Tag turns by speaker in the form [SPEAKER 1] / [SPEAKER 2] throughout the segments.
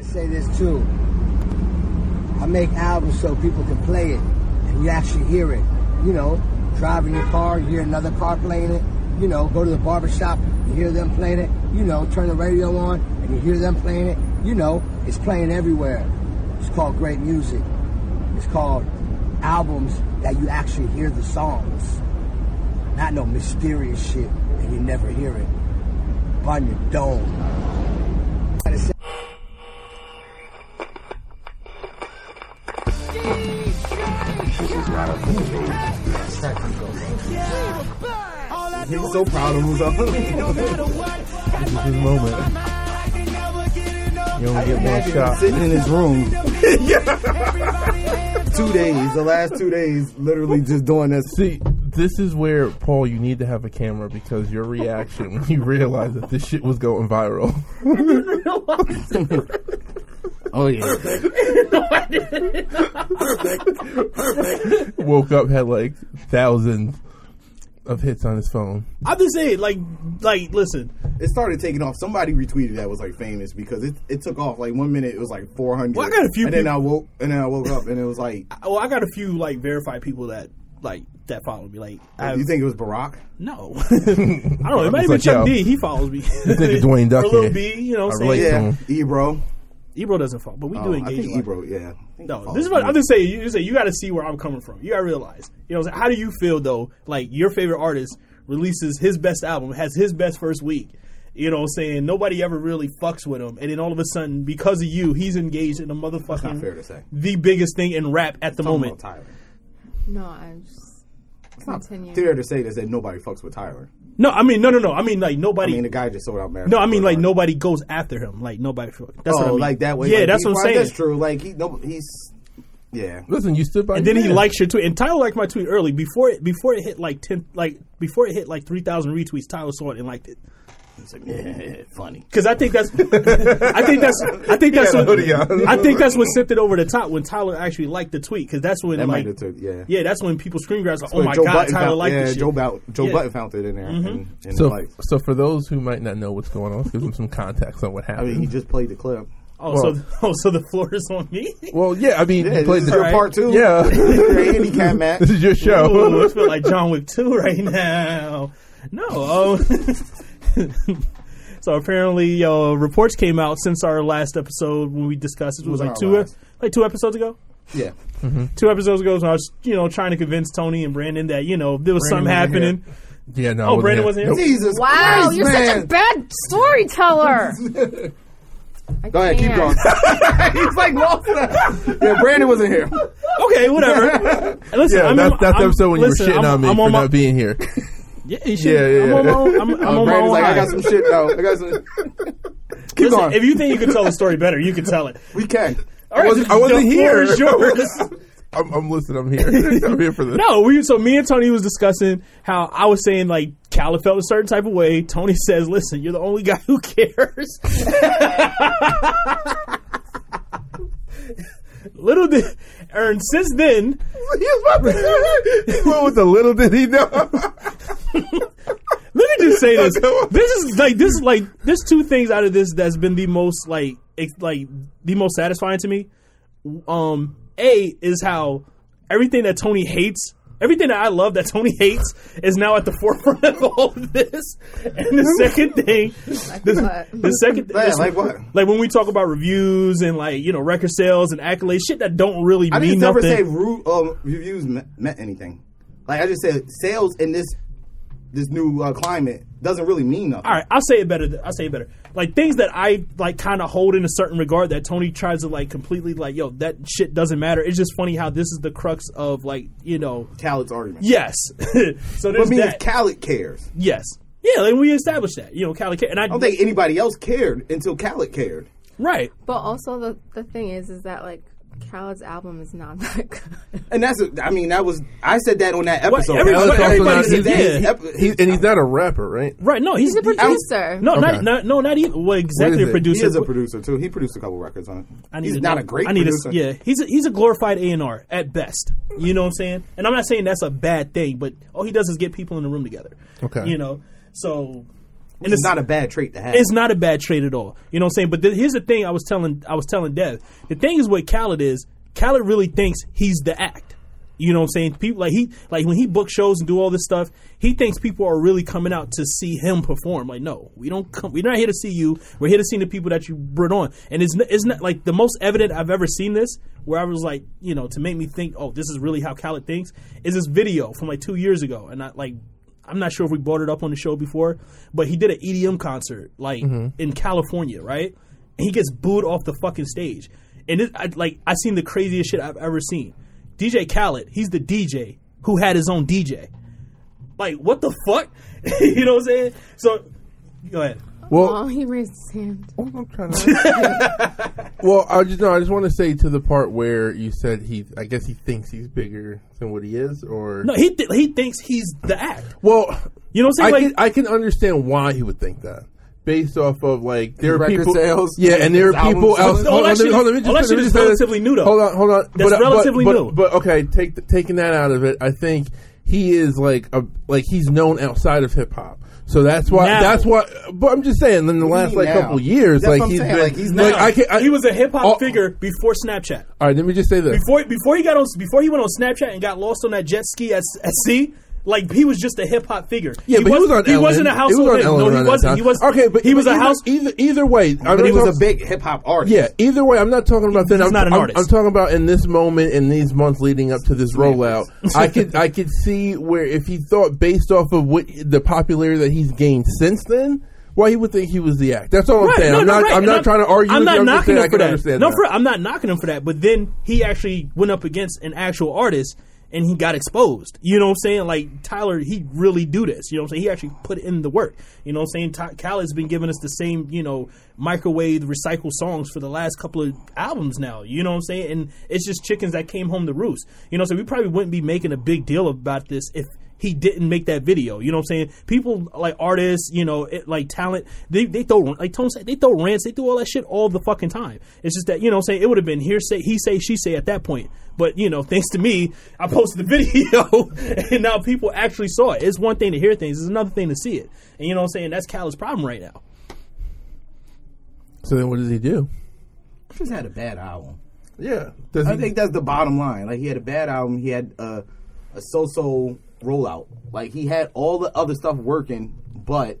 [SPEAKER 1] say this too. I make albums so people can play it and you actually hear it. You know, driving your car, you hear another car playing it. You know, go to the barber shop, you hear them playing it. You know, turn the radio on and you hear them playing it. You know, it's playing everywhere. It's called great music. It's called albums that you actually hear the songs. Not no mysterious shit and you never hear it. On your dome. Gotta say-
[SPEAKER 2] He's so proud of himself. this is his moment. You don't get one shot.
[SPEAKER 3] Sitting in his room. two days, the last two days, literally just doing this.
[SPEAKER 2] See, this is where Paul, you need to have a camera because your reaction when you realized that this shit was going viral.
[SPEAKER 3] Oh yeah,
[SPEAKER 2] Woke up had like thousands of hits on his phone.
[SPEAKER 4] I'm just saying, like, like, listen,
[SPEAKER 3] it started taking off. Somebody retweeted that was like famous because it, it took off. Like one minute it was like four hundred.
[SPEAKER 4] Well, I got a few
[SPEAKER 3] And then
[SPEAKER 4] peop-
[SPEAKER 3] I woke and then I woke up and it was like,
[SPEAKER 4] well, I got a few like verified people that like that follow me. Like, I
[SPEAKER 3] you think it was Barack?
[SPEAKER 4] no, I don't know. It
[SPEAKER 2] It's
[SPEAKER 4] might even
[SPEAKER 2] like, yo,
[SPEAKER 4] Chuck D. He follows me.
[SPEAKER 2] nigga Dwayne Duck
[SPEAKER 4] or Lil
[SPEAKER 2] here.
[SPEAKER 4] B. You know, what I'm
[SPEAKER 2] I relate.
[SPEAKER 4] saying
[SPEAKER 3] Yeah,
[SPEAKER 2] Yeah.
[SPEAKER 3] Ebro.
[SPEAKER 4] Ebro doesn't follow, but we
[SPEAKER 3] Oh,
[SPEAKER 4] do
[SPEAKER 3] I
[SPEAKER 4] engage.
[SPEAKER 3] think
[SPEAKER 4] like-
[SPEAKER 3] Ebro. Yeah. I think he
[SPEAKER 4] No,
[SPEAKER 3] follows
[SPEAKER 4] this is what
[SPEAKER 3] me.
[SPEAKER 4] I'm just saying. You, you say you got to see where I'm coming from. You got to realize, you know, what I'm saying? how do you feel though? Like your favorite artist releases his best album, has his best first week. You know, what I'm saying nobody ever really fucks with him, and then all of a sudden, because of you, he's engaged in a motherfucking
[SPEAKER 3] not fair to say.
[SPEAKER 4] the biggest thing in rap at the
[SPEAKER 3] Talking
[SPEAKER 4] moment.
[SPEAKER 3] about Tyler.
[SPEAKER 5] No, I just continue.
[SPEAKER 3] Fair to say this that nobody fucks with Tyler.
[SPEAKER 4] No, I mean, no, no, no. I mean,
[SPEAKER 3] I
[SPEAKER 4] like nobody.
[SPEAKER 3] mean, the guy just sold out marriage.
[SPEAKER 4] no, I mean, like nobody goes after him. Like nobody. That's
[SPEAKER 3] oh,
[SPEAKER 4] what I mean.
[SPEAKER 3] like that way.
[SPEAKER 4] Yeah,
[SPEAKER 3] like,
[SPEAKER 4] that's
[SPEAKER 3] he-
[SPEAKER 4] what I'm
[SPEAKER 3] well,
[SPEAKER 4] saying.
[SPEAKER 3] That's true. Like he, no, he's, yeah.
[SPEAKER 2] Listen, you stood by.
[SPEAKER 4] And
[SPEAKER 2] your
[SPEAKER 4] then he
[SPEAKER 2] man.
[SPEAKER 4] likes your tweet. And Tyler liked my tweet early before it before it hit like ten like before it hit like three thousand retweets. Tyler saw it and liked it.
[SPEAKER 3] It's like, yeah, funny.
[SPEAKER 4] Because I think that's, I think that's, I think that's
[SPEAKER 2] had a
[SPEAKER 4] what,
[SPEAKER 2] hoodie on.
[SPEAKER 4] I think that's what sent it over the top when Tyler actually liked the tweet. Because that's when,
[SPEAKER 3] That
[SPEAKER 4] like,
[SPEAKER 3] might have took, yeah.
[SPEAKER 4] yeah, that's when people screen grabs like, oh
[SPEAKER 3] But
[SPEAKER 4] my
[SPEAKER 3] Joe
[SPEAKER 4] god,
[SPEAKER 3] Button
[SPEAKER 4] Tyler
[SPEAKER 3] found,
[SPEAKER 4] liked
[SPEAKER 3] yeah,
[SPEAKER 4] this shit.
[SPEAKER 3] Joe, Bout- Joe
[SPEAKER 4] Yeah. Mm-hmm.
[SPEAKER 3] Button found it in there. And, and
[SPEAKER 2] So,
[SPEAKER 3] like,
[SPEAKER 2] so for those who might not know what's going on, let's give them some context on what
[SPEAKER 3] I
[SPEAKER 2] happened.
[SPEAKER 3] mean, he just played the clip.
[SPEAKER 4] oh, so, oh, so the floor is on me.
[SPEAKER 2] well, yeah, I mean,
[SPEAKER 3] Yeah,
[SPEAKER 2] you
[SPEAKER 3] this
[SPEAKER 2] played
[SPEAKER 3] is
[SPEAKER 2] the
[SPEAKER 3] your
[SPEAKER 4] Alright.
[SPEAKER 3] part two.
[SPEAKER 2] yeah.
[SPEAKER 3] You're a handicap match.
[SPEAKER 2] this is your
[SPEAKER 4] Ooh, Oh, I
[SPEAKER 2] show.
[SPEAKER 4] feel like John Wick two right now. No. Oh. so apparently, uh, reports came out since our last episode when we discussed it was
[SPEAKER 3] was
[SPEAKER 4] like
[SPEAKER 3] our
[SPEAKER 4] two,
[SPEAKER 3] last?
[SPEAKER 4] like two episodes ago.
[SPEAKER 3] Yeah.
[SPEAKER 4] Two episodes ago, so I was you know trying to convince Tony and Brandon that you know if there was
[SPEAKER 3] Brandon
[SPEAKER 4] something
[SPEAKER 3] wasn't
[SPEAKER 4] happening.
[SPEAKER 2] yeah, no. I
[SPEAKER 4] Oh, Brandon wasn't here?
[SPEAKER 3] Jesus
[SPEAKER 5] Wow,
[SPEAKER 3] Christ,
[SPEAKER 5] you're
[SPEAKER 3] man.
[SPEAKER 5] such a bad storyteller. I
[SPEAKER 3] Go ahead, keep
[SPEAKER 5] can't.
[SPEAKER 3] going. He's like lost. yeah, Brandon wasn't here.
[SPEAKER 4] Okay, whatever. Listen,
[SPEAKER 2] Yeah,
[SPEAKER 4] I mean,
[SPEAKER 2] that's, that's the
[SPEAKER 4] I'm-
[SPEAKER 2] episode when
[SPEAKER 4] listen,
[SPEAKER 2] you were shitting
[SPEAKER 4] I'm,
[SPEAKER 2] on me
[SPEAKER 4] I'm
[SPEAKER 2] for
[SPEAKER 4] on my,
[SPEAKER 2] not being here.
[SPEAKER 4] yeah, you should,
[SPEAKER 2] Yeah, yeah,
[SPEAKER 4] I'm on my
[SPEAKER 2] yeah.
[SPEAKER 4] own. I'm, I'm
[SPEAKER 3] Uh,
[SPEAKER 4] on my own
[SPEAKER 3] Brandon's like, I
[SPEAKER 4] high.
[SPEAKER 3] got some shit though. I got some. keep
[SPEAKER 4] Listen,
[SPEAKER 3] going.
[SPEAKER 4] if you think you can tell the story better, you can tell it.
[SPEAKER 3] we can.
[SPEAKER 4] All right,
[SPEAKER 2] wasn't- I wasn't
[SPEAKER 4] the
[SPEAKER 2] here.
[SPEAKER 4] Floor is yours.
[SPEAKER 2] I'm, I'm listening. I'm here. I'm here for this.
[SPEAKER 4] No, we so me and Tony was discussing how I was saying like Khaled felt a certain type of way. Tony says, "Listen, you're the only guy who cares." Little did, and since then,
[SPEAKER 2] He's one with the little did he know.
[SPEAKER 4] let me just say this: this is like this is like there's two things out of this that's been the most like ex- like the most satisfying to me. Um, a is how everything that Tony hates. Everything that I love that Tony hates is now at the forefront of all of this. And the second thing, the,
[SPEAKER 5] what?
[SPEAKER 4] the second,
[SPEAKER 3] Yeah,
[SPEAKER 4] this-
[SPEAKER 3] like what?
[SPEAKER 4] like when we talk about reviews and like you know record sales and accolades, shit that don't really
[SPEAKER 3] I
[SPEAKER 4] mean
[SPEAKER 3] didn't ever
[SPEAKER 4] nothing.
[SPEAKER 3] say ru- um, reviews me- meant anything. Like I just said, sales in this this new uh, climate doesn't really mean nothing.
[SPEAKER 4] all right, I'll say it better. th- I'll say it better. Like things that I like kind of hold in a certain regard that Tony tries to like completely like, yo, that shit doesn't matter. It's just funny how this is the crux of like, you know,
[SPEAKER 3] Khaled's argument.
[SPEAKER 4] yes. so
[SPEAKER 3] but
[SPEAKER 4] there's
[SPEAKER 3] I mean,
[SPEAKER 4] that.
[SPEAKER 3] if Khaled cares, I
[SPEAKER 4] yes. Yeah, and we established that. You know, Cali and I,
[SPEAKER 3] don't think anybody else cared until Khaled cared.
[SPEAKER 4] right.
[SPEAKER 5] But also the the thing is, is that like Khaled's album is not that good.
[SPEAKER 3] And that's, a, I mean, that was, I said that on that episode.
[SPEAKER 4] every-
[SPEAKER 3] That was
[SPEAKER 4] what
[SPEAKER 3] the
[SPEAKER 4] everybody
[SPEAKER 3] episode
[SPEAKER 4] said,
[SPEAKER 3] that
[SPEAKER 4] yeah.
[SPEAKER 3] his ep-
[SPEAKER 2] He, and he's not a rapper, right?
[SPEAKER 3] Uh-huh.
[SPEAKER 4] Right, no, he's,
[SPEAKER 5] He's a producer.
[SPEAKER 4] No,
[SPEAKER 2] Okay.
[SPEAKER 4] not, not no, not even well, exactly a
[SPEAKER 2] it?
[SPEAKER 3] He
[SPEAKER 4] producer.
[SPEAKER 3] is a producer too. He produced a couple records on it.
[SPEAKER 4] I need
[SPEAKER 3] He's
[SPEAKER 4] to
[SPEAKER 3] not
[SPEAKER 4] know-
[SPEAKER 3] a great
[SPEAKER 4] I need to-
[SPEAKER 3] producer.
[SPEAKER 4] yeah, he's a, he's a glorified A and R at best. You know what I'm saying? And I'm not saying that's a bad thing, but all he does is get people in the room together.
[SPEAKER 2] Okay.
[SPEAKER 4] You know, so
[SPEAKER 3] And it's not a bad trait to have.
[SPEAKER 4] it's not a bad trade at all. You know what I'm saying? But th- here's the thing: I was telling I was telling Dev. The thing is, what Khaled is, Khaled really thinks he's the act. You know what I'm saying? People like he like when he book shows and do all this stuff, he thinks people are really coming out to see him perform. Like, no, we don't come. We're not here to see you. We're here to see the people that you brought on. And it's n- it's not like the most evident I've ever seen this, where I was like, you know, to make me think, oh, this is really how Khaled thinks. Is this video from like two years ago, and not like I'm not sure if we brought it up on the show before, but he did an EDM concert like
[SPEAKER 2] Mm-hmm.
[SPEAKER 4] in California, right? And he gets booed off the fucking stage, and it, I, like I seen the craziest shit I've ever seen. DJ Khaled, he's the DJ who had his own DJ. Like what the fuck? you know what I'm saying? So go ahead.
[SPEAKER 5] Oh,
[SPEAKER 2] Well,
[SPEAKER 5] he raised his hand.
[SPEAKER 2] well, I'm trying to- well, I just no, I just want to say to the part where you said he. I guess he thinks he's bigger than what he is, or
[SPEAKER 4] No, he th- he thinks he's the act.
[SPEAKER 2] Well,
[SPEAKER 4] You know what I'm
[SPEAKER 2] I
[SPEAKER 4] saying?
[SPEAKER 2] can,
[SPEAKER 4] Like-
[SPEAKER 2] I can understand why he would think that. Based off of like there are
[SPEAKER 3] Record
[SPEAKER 2] people,
[SPEAKER 3] sales?
[SPEAKER 2] yeah, and there
[SPEAKER 3] Album
[SPEAKER 2] are people
[SPEAKER 3] sales?
[SPEAKER 2] else.
[SPEAKER 4] All
[SPEAKER 2] Hold
[SPEAKER 4] that
[SPEAKER 2] on,
[SPEAKER 4] shit-
[SPEAKER 2] hold on, let me just
[SPEAKER 4] all that
[SPEAKER 2] finish-
[SPEAKER 4] shit
[SPEAKER 2] let me
[SPEAKER 4] is
[SPEAKER 2] just finish.
[SPEAKER 4] relatively new, though.
[SPEAKER 2] Hold on, hold on.
[SPEAKER 4] That's
[SPEAKER 2] but, uh,
[SPEAKER 4] relatively
[SPEAKER 2] but,
[SPEAKER 4] new.
[SPEAKER 2] But, but okay, take the, taking that out of it, I think he is like a like he's known outside of hip hop. So that's why
[SPEAKER 4] Now.
[SPEAKER 2] that's why. But I'm just saying, in the last
[SPEAKER 3] mean
[SPEAKER 2] like
[SPEAKER 3] now?
[SPEAKER 2] couple years,
[SPEAKER 3] That's
[SPEAKER 2] like
[SPEAKER 3] what I'm
[SPEAKER 2] he's
[SPEAKER 3] saying,
[SPEAKER 2] been
[SPEAKER 3] like, he's
[SPEAKER 2] like
[SPEAKER 3] now.
[SPEAKER 2] I can I,
[SPEAKER 4] he was a hip hop
[SPEAKER 2] Oh.
[SPEAKER 4] figure before Snapchat.
[SPEAKER 2] All right, let me just say this.
[SPEAKER 4] Before before he got on before he went on Snapchat and got lost on that jet ski at, at sea. Like he was just a hip hop figure.
[SPEAKER 2] Yeah,
[SPEAKER 4] he
[SPEAKER 2] but he was
[SPEAKER 4] wasn't-
[SPEAKER 2] on.
[SPEAKER 4] He
[SPEAKER 2] Ellen.
[SPEAKER 4] wasn't a household
[SPEAKER 2] He was on
[SPEAKER 4] name.
[SPEAKER 2] Ellen
[SPEAKER 4] no,
[SPEAKER 2] around
[SPEAKER 4] he
[SPEAKER 2] that
[SPEAKER 4] wasn't.
[SPEAKER 2] time.
[SPEAKER 4] He was
[SPEAKER 2] Okay, but
[SPEAKER 4] he was a
[SPEAKER 2] either-
[SPEAKER 4] house.
[SPEAKER 2] Either either way, I
[SPEAKER 3] But he was
[SPEAKER 2] talk-
[SPEAKER 3] a big hip hop artist.
[SPEAKER 2] Yeah, either way, I'm not talking about that.
[SPEAKER 4] He's
[SPEAKER 2] I'm,
[SPEAKER 4] not an
[SPEAKER 2] I'm-
[SPEAKER 4] artist.
[SPEAKER 2] I'm talking about in this moment, in these months leading up to this rollout. I could I could see where if he thought based off of what the popularity that he's gained since then, why he would think he was the act. That's all I'm
[SPEAKER 4] Right,
[SPEAKER 2] saying.
[SPEAKER 4] no,
[SPEAKER 2] I'm
[SPEAKER 4] no,
[SPEAKER 2] not
[SPEAKER 4] right.
[SPEAKER 2] I'm
[SPEAKER 4] And
[SPEAKER 2] not trying to argue.
[SPEAKER 4] I'm
[SPEAKER 2] with
[SPEAKER 4] not
[SPEAKER 2] you. I'm just
[SPEAKER 4] knocking
[SPEAKER 2] saying
[SPEAKER 4] him
[SPEAKER 2] I
[SPEAKER 4] for
[SPEAKER 2] can
[SPEAKER 4] that.
[SPEAKER 2] understand
[SPEAKER 4] no,
[SPEAKER 2] that.
[SPEAKER 4] for, I'm not knocking him for that. But then he actually went up against an actual artist and he got exposed. You know what I'm saying? Like Tyler, he really do this. You know what I'm saying? He actually put in the work. You know what I'm saying? Ty- Cal has been giving us the same, you know, microwave recycled songs for the last couple of albums now. You know what I'm saying? And it's just chickens that came home to roost. You know, so we probably wouldn't be making a big deal about this if he didn't make that video. You know what I'm saying? People like artists, you know, it, like talent, they, they throw like Tone said, they throw rants, they do all that shit all the fucking time. It's just that you know, what I'm saying it would have been hearsay, he say, she say at that point. But you know, thanks to me, I posted the video, and now people actually saw it. It's one thing to hear things; it's another thing to see it. And you know, what I'm saying that's Khaled's problem right now.
[SPEAKER 2] so then, what does he do?
[SPEAKER 3] He just had a bad album.
[SPEAKER 2] Yeah, does
[SPEAKER 3] I
[SPEAKER 2] he-
[SPEAKER 3] think that's the bottom line. Like he had a bad album. He had uh, a so-so rollout. Like he had all the other stuff working, but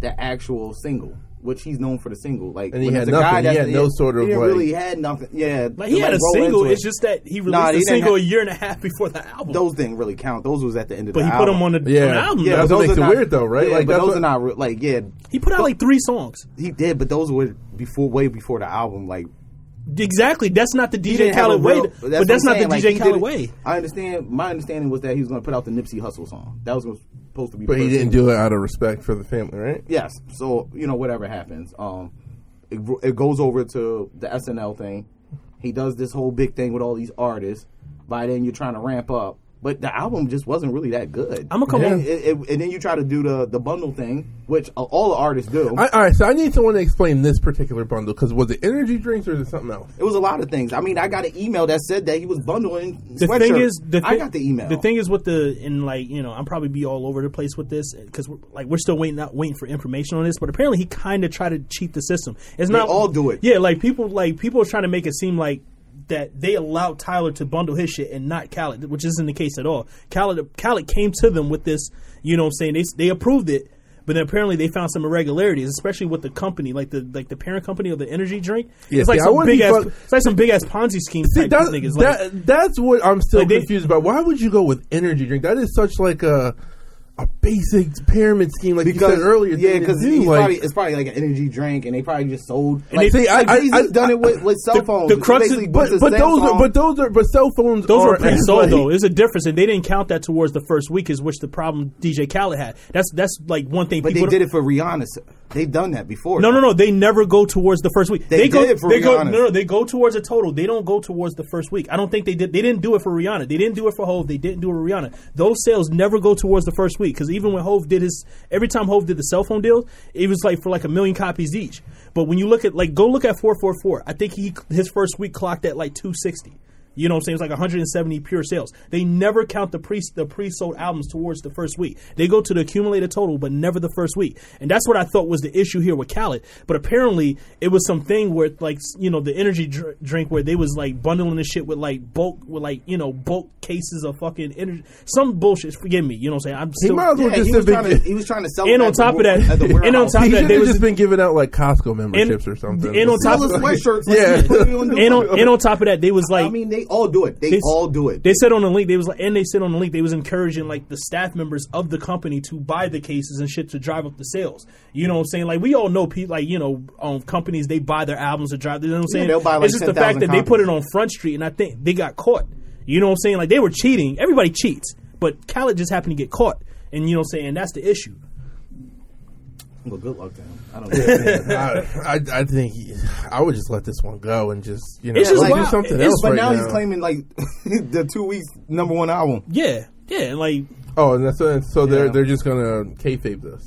[SPEAKER 3] the actual single, which he's known for the single. Like
[SPEAKER 2] And he
[SPEAKER 3] when it's
[SPEAKER 2] had
[SPEAKER 3] a guy
[SPEAKER 2] nothing. He
[SPEAKER 3] that's-
[SPEAKER 2] had no sort of,
[SPEAKER 3] He didn't
[SPEAKER 2] like-
[SPEAKER 3] really had nothing. Yeah,
[SPEAKER 4] Like he had a single; it's just that he released
[SPEAKER 3] Nah, he
[SPEAKER 4] a
[SPEAKER 3] didn't
[SPEAKER 4] single
[SPEAKER 3] have-
[SPEAKER 4] a year and a half before the album.
[SPEAKER 3] those didn't really count. Those was at the end of
[SPEAKER 4] but
[SPEAKER 3] the
[SPEAKER 4] he
[SPEAKER 3] album.
[SPEAKER 4] put them on the, on the
[SPEAKER 2] Yeah.
[SPEAKER 4] album.
[SPEAKER 2] Yeah,
[SPEAKER 4] though.
[SPEAKER 2] that's what
[SPEAKER 3] those
[SPEAKER 2] makes
[SPEAKER 3] are
[SPEAKER 2] it weird, though, right?
[SPEAKER 3] Yeah,
[SPEAKER 2] Like,
[SPEAKER 3] but
[SPEAKER 2] that's
[SPEAKER 3] those
[SPEAKER 2] what-
[SPEAKER 3] are not real- like yeah.
[SPEAKER 4] he put out like three songs.
[SPEAKER 3] He did, but those were before, way before the album. Like
[SPEAKER 4] Exactly. That's not the
[SPEAKER 3] he
[SPEAKER 4] DJ
[SPEAKER 3] didn't have a
[SPEAKER 4] Khaled way.
[SPEAKER 3] real-
[SPEAKER 4] But
[SPEAKER 3] what
[SPEAKER 4] that's
[SPEAKER 3] I'm
[SPEAKER 4] not the
[SPEAKER 3] saying, like,
[SPEAKER 4] DJ
[SPEAKER 3] he
[SPEAKER 4] Khaled
[SPEAKER 3] didn't-
[SPEAKER 4] way.
[SPEAKER 3] I understand. My understanding was that he was going to put out the Nipsey Hustle song. That was supposed to be.
[SPEAKER 2] but he
[SPEAKER 3] first
[SPEAKER 2] didn't
[SPEAKER 3] single.
[SPEAKER 2] do it out of respect for the family, right?
[SPEAKER 3] Yes. So you know whatever happens, um, it, gro- it goes over to the SNL thing. He does this whole big thing with all these artists. By then you're trying to ramp up, but the album just wasn't really that good.
[SPEAKER 4] I'ma come
[SPEAKER 3] and
[SPEAKER 4] on-
[SPEAKER 3] then, it, it, and then you try to do the the bundle thing, which uh, all the artists do.
[SPEAKER 2] I, all right, so I need someone to explain this particular bundle because was it energy drinks or is it something else?
[SPEAKER 3] It was a lot of things. I mean, I got an email that said that he was bundling.
[SPEAKER 4] the
[SPEAKER 3] sweatshirts.
[SPEAKER 4] thing is, the
[SPEAKER 3] I
[SPEAKER 4] thi-
[SPEAKER 3] got the email.
[SPEAKER 4] The thing is, with the and like you know, I'm probably be all over the place with this because we're, like we're still waiting, out waiting for information on this. But apparently, he kind of tried to cheat the system. It's not
[SPEAKER 3] all do it.
[SPEAKER 4] Yeah, like people, like people are trying to make it seem like that they allowed Tyler to bundle his shit and not Khaled, which isn't the case at all. Khaled, Khaled came to them with this. You know, what I'm saying they s- they approved it. But then apparently they found some irregularities, especially with the company, like the like the parent company of the energy drink.
[SPEAKER 2] Yeah,
[SPEAKER 4] it's like
[SPEAKER 2] see, I
[SPEAKER 4] some
[SPEAKER 2] wouldn't
[SPEAKER 4] big
[SPEAKER 2] be
[SPEAKER 4] ass,
[SPEAKER 2] fuck-
[SPEAKER 4] it's like some big ass Ponzi scheme
[SPEAKER 2] See,
[SPEAKER 4] type
[SPEAKER 2] that,
[SPEAKER 4] niggas. like,
[SPEAKER 2] that, that's what I'm still
[SPEAKER 4] Like, they-
[SPEAKER 2] confused about. Why would you go with energy drink? That is such like a a basic pyramid scheme, like you said earlier.
[SPEAKER 3] yeah,
[SPEAKER 2] because
[SPEAKER 3] because it's
[SPEAKER 2] like,
[SPEAKER 3] probably it's probably like an energy drink, and they probably just sold. Like,
[SPEAKER 2] they- See, I-
[SPEAKER 3] like
[SPEAKER 2] I-
[SPEAKER 3] Jeezy's
[SPEAKER 2] I-
[SPEAKER 3] done it with, with cell
[SPEAKER 4] the
[SPEAKER 3] phones.
[SPEAKER 4] crux is-
[SPEAKER 3] Basically,
[SPEAKER 2] but
[SPEAKER 3] it's the
[SPEAKER 2] but
[SPEAKER 3] same
[SPEAKER 2] those are
[SPEAKER 3] song.
[SPEAKER 2] but those are but cell phones
[SPEAKER 4] Those
[SPEAKER 2] are
[SPEAKER 4] were pre-sold
[SPEAKER 2] like-
[SPEAKER 4] though. There's a difference, and they didn't count that towards the first week, is which the problem DJ Khaled had. That's that's like one thing.
[SPEAKER 3] But they
[SPEAKER 4] people
[SPEAKER 3] did it for Rihanna. so- They've done that before.
[SPEAKER 4] No, no, no. They never go towards the first week.
[SPEAKER 3] They
[SPEAKER 4] go.
[SPEAKER 3] did it for
[SPEAKER 4] they go.
[SPEAKER 3] Rihanna.
[SPEAKER 4] No, no. They go towards a total. They don't go towards the first week. I don't think they did. They didn't do it for Rihanna. They didn't do it for Hove. They didn't do it for Rihanna. Those sales never go towards the first week because even when Hove did his, every time Hove did the cell phone deals, it was like for like a million copies each. But when you look at like, go look at four four four. I think he his first week clocked at like two sixty. You know what I'm saying? It's like 170 pure sales. They never count the pre the pre sold albums towards the first week. They go to the accumulated total, but never the first week. And that's what I thought was the issue here with Khaled. But apparently, it was something where like you know the energy dr- drink where they was like bundling this shit with like bulk with like you know bulk cases of fucking energy. Some bullshit. Forgive me. You know what I'm saying? I'm
[SPEAKER 2] He
[SPEAKER 4] still.
[SPEAKER 2] might as well
[SPEAKER 3] Yeah,
[SPEAKER 2] just
[SPEAKER 3] he,
[SPEAKER 2] have
[SPEAKER 3] was
[SPEAKER 2] been.
[SPEAKER 3] trying to, he was trying to sell.
[SPEAKER 4] And
[SPEAKER 3] it
[SPEAKER 4] on
[SPEAKER 3] at
[SPEAKER 4] top
[SPEAKER 3] the,
[SPEAKER 4] of that-
[SPEAKER 3] wa- at the
[SPEAKER 4] and on
[SPEAKER 3] warehouse.
[SPEAKER 4] top-
[SPEAKER 2] he
[SPEAKER 4] that
[SPEAKER 2] should
[SPEAKER 4] there
[SPEAKER 2] have
[SPEAKER 4] was-
[SPEAKER 2] just been giving out like Costco memberships or
[SPEAKER 4] And-
[SPEAKER 2] something.
[SPEAKER 4] and on
[SPEAKER 2] Just-
[SPEAKER 4] top-
[SPEAKER 3] Sell us sweatshirts. Like,
[SPEAKER 2] Yeah.
[SPEAKER 3] put it on the-
[SPEAKER 4] and on, and on top of that, they was like,
[SPEAKER 3] I mean, they all do it. They
[SPEAKER 4] They s-
[SPEAKER 3] all do it.
[SPEAKER 4] They said on the link they was like, and they said on the link they was encouraging like the staff members of the company to buy the cases and shit to drive up the sales. You know what I'm saying? Like we all know people like you know um, companies they buy their albums to drive. You know what I'm saying?
[SPEAKER 3] they'll buy, like,
[SPEAKER 4] it's just the
[SPEAKER 3] 10,000
[SPEAKER 4] fact that they put it
[SPEAKER 3] copies.
[SPEAKER 4] on Front Street, and I think they got caught. You know what I'm saying? Like they were cheating. Everybody cheats, but Khaled just happened to get caught, and you know what I'm saying? That's the issue.
[SPEAKER 3] Well, good luck to him. I don't know.
[SPEAKER 2] I, I, I think he, I would just let this one go and just you know
[SPEAKER 4] It's just
[SPEAKER 2] go do
[SPEAKER 4] wild.
[SPEAKER 2] something
[SPEAKER 4] It's-
[SPEAKER 2] else
[SPEAKER 3] but
[SPEAKER 2] right
[SPEAKER 3] now
[SPEAKER 2] now.
[SPEAKER 3] he's claiming like the two weeks number one album.
[SPEAKER 4] Yeah, yeah, and like
[SPEAKER 2] oh, and that's, so they're
[SPEAKER 3] Yeah.
[SPEAKER 2] they're just gonna kayfabe this.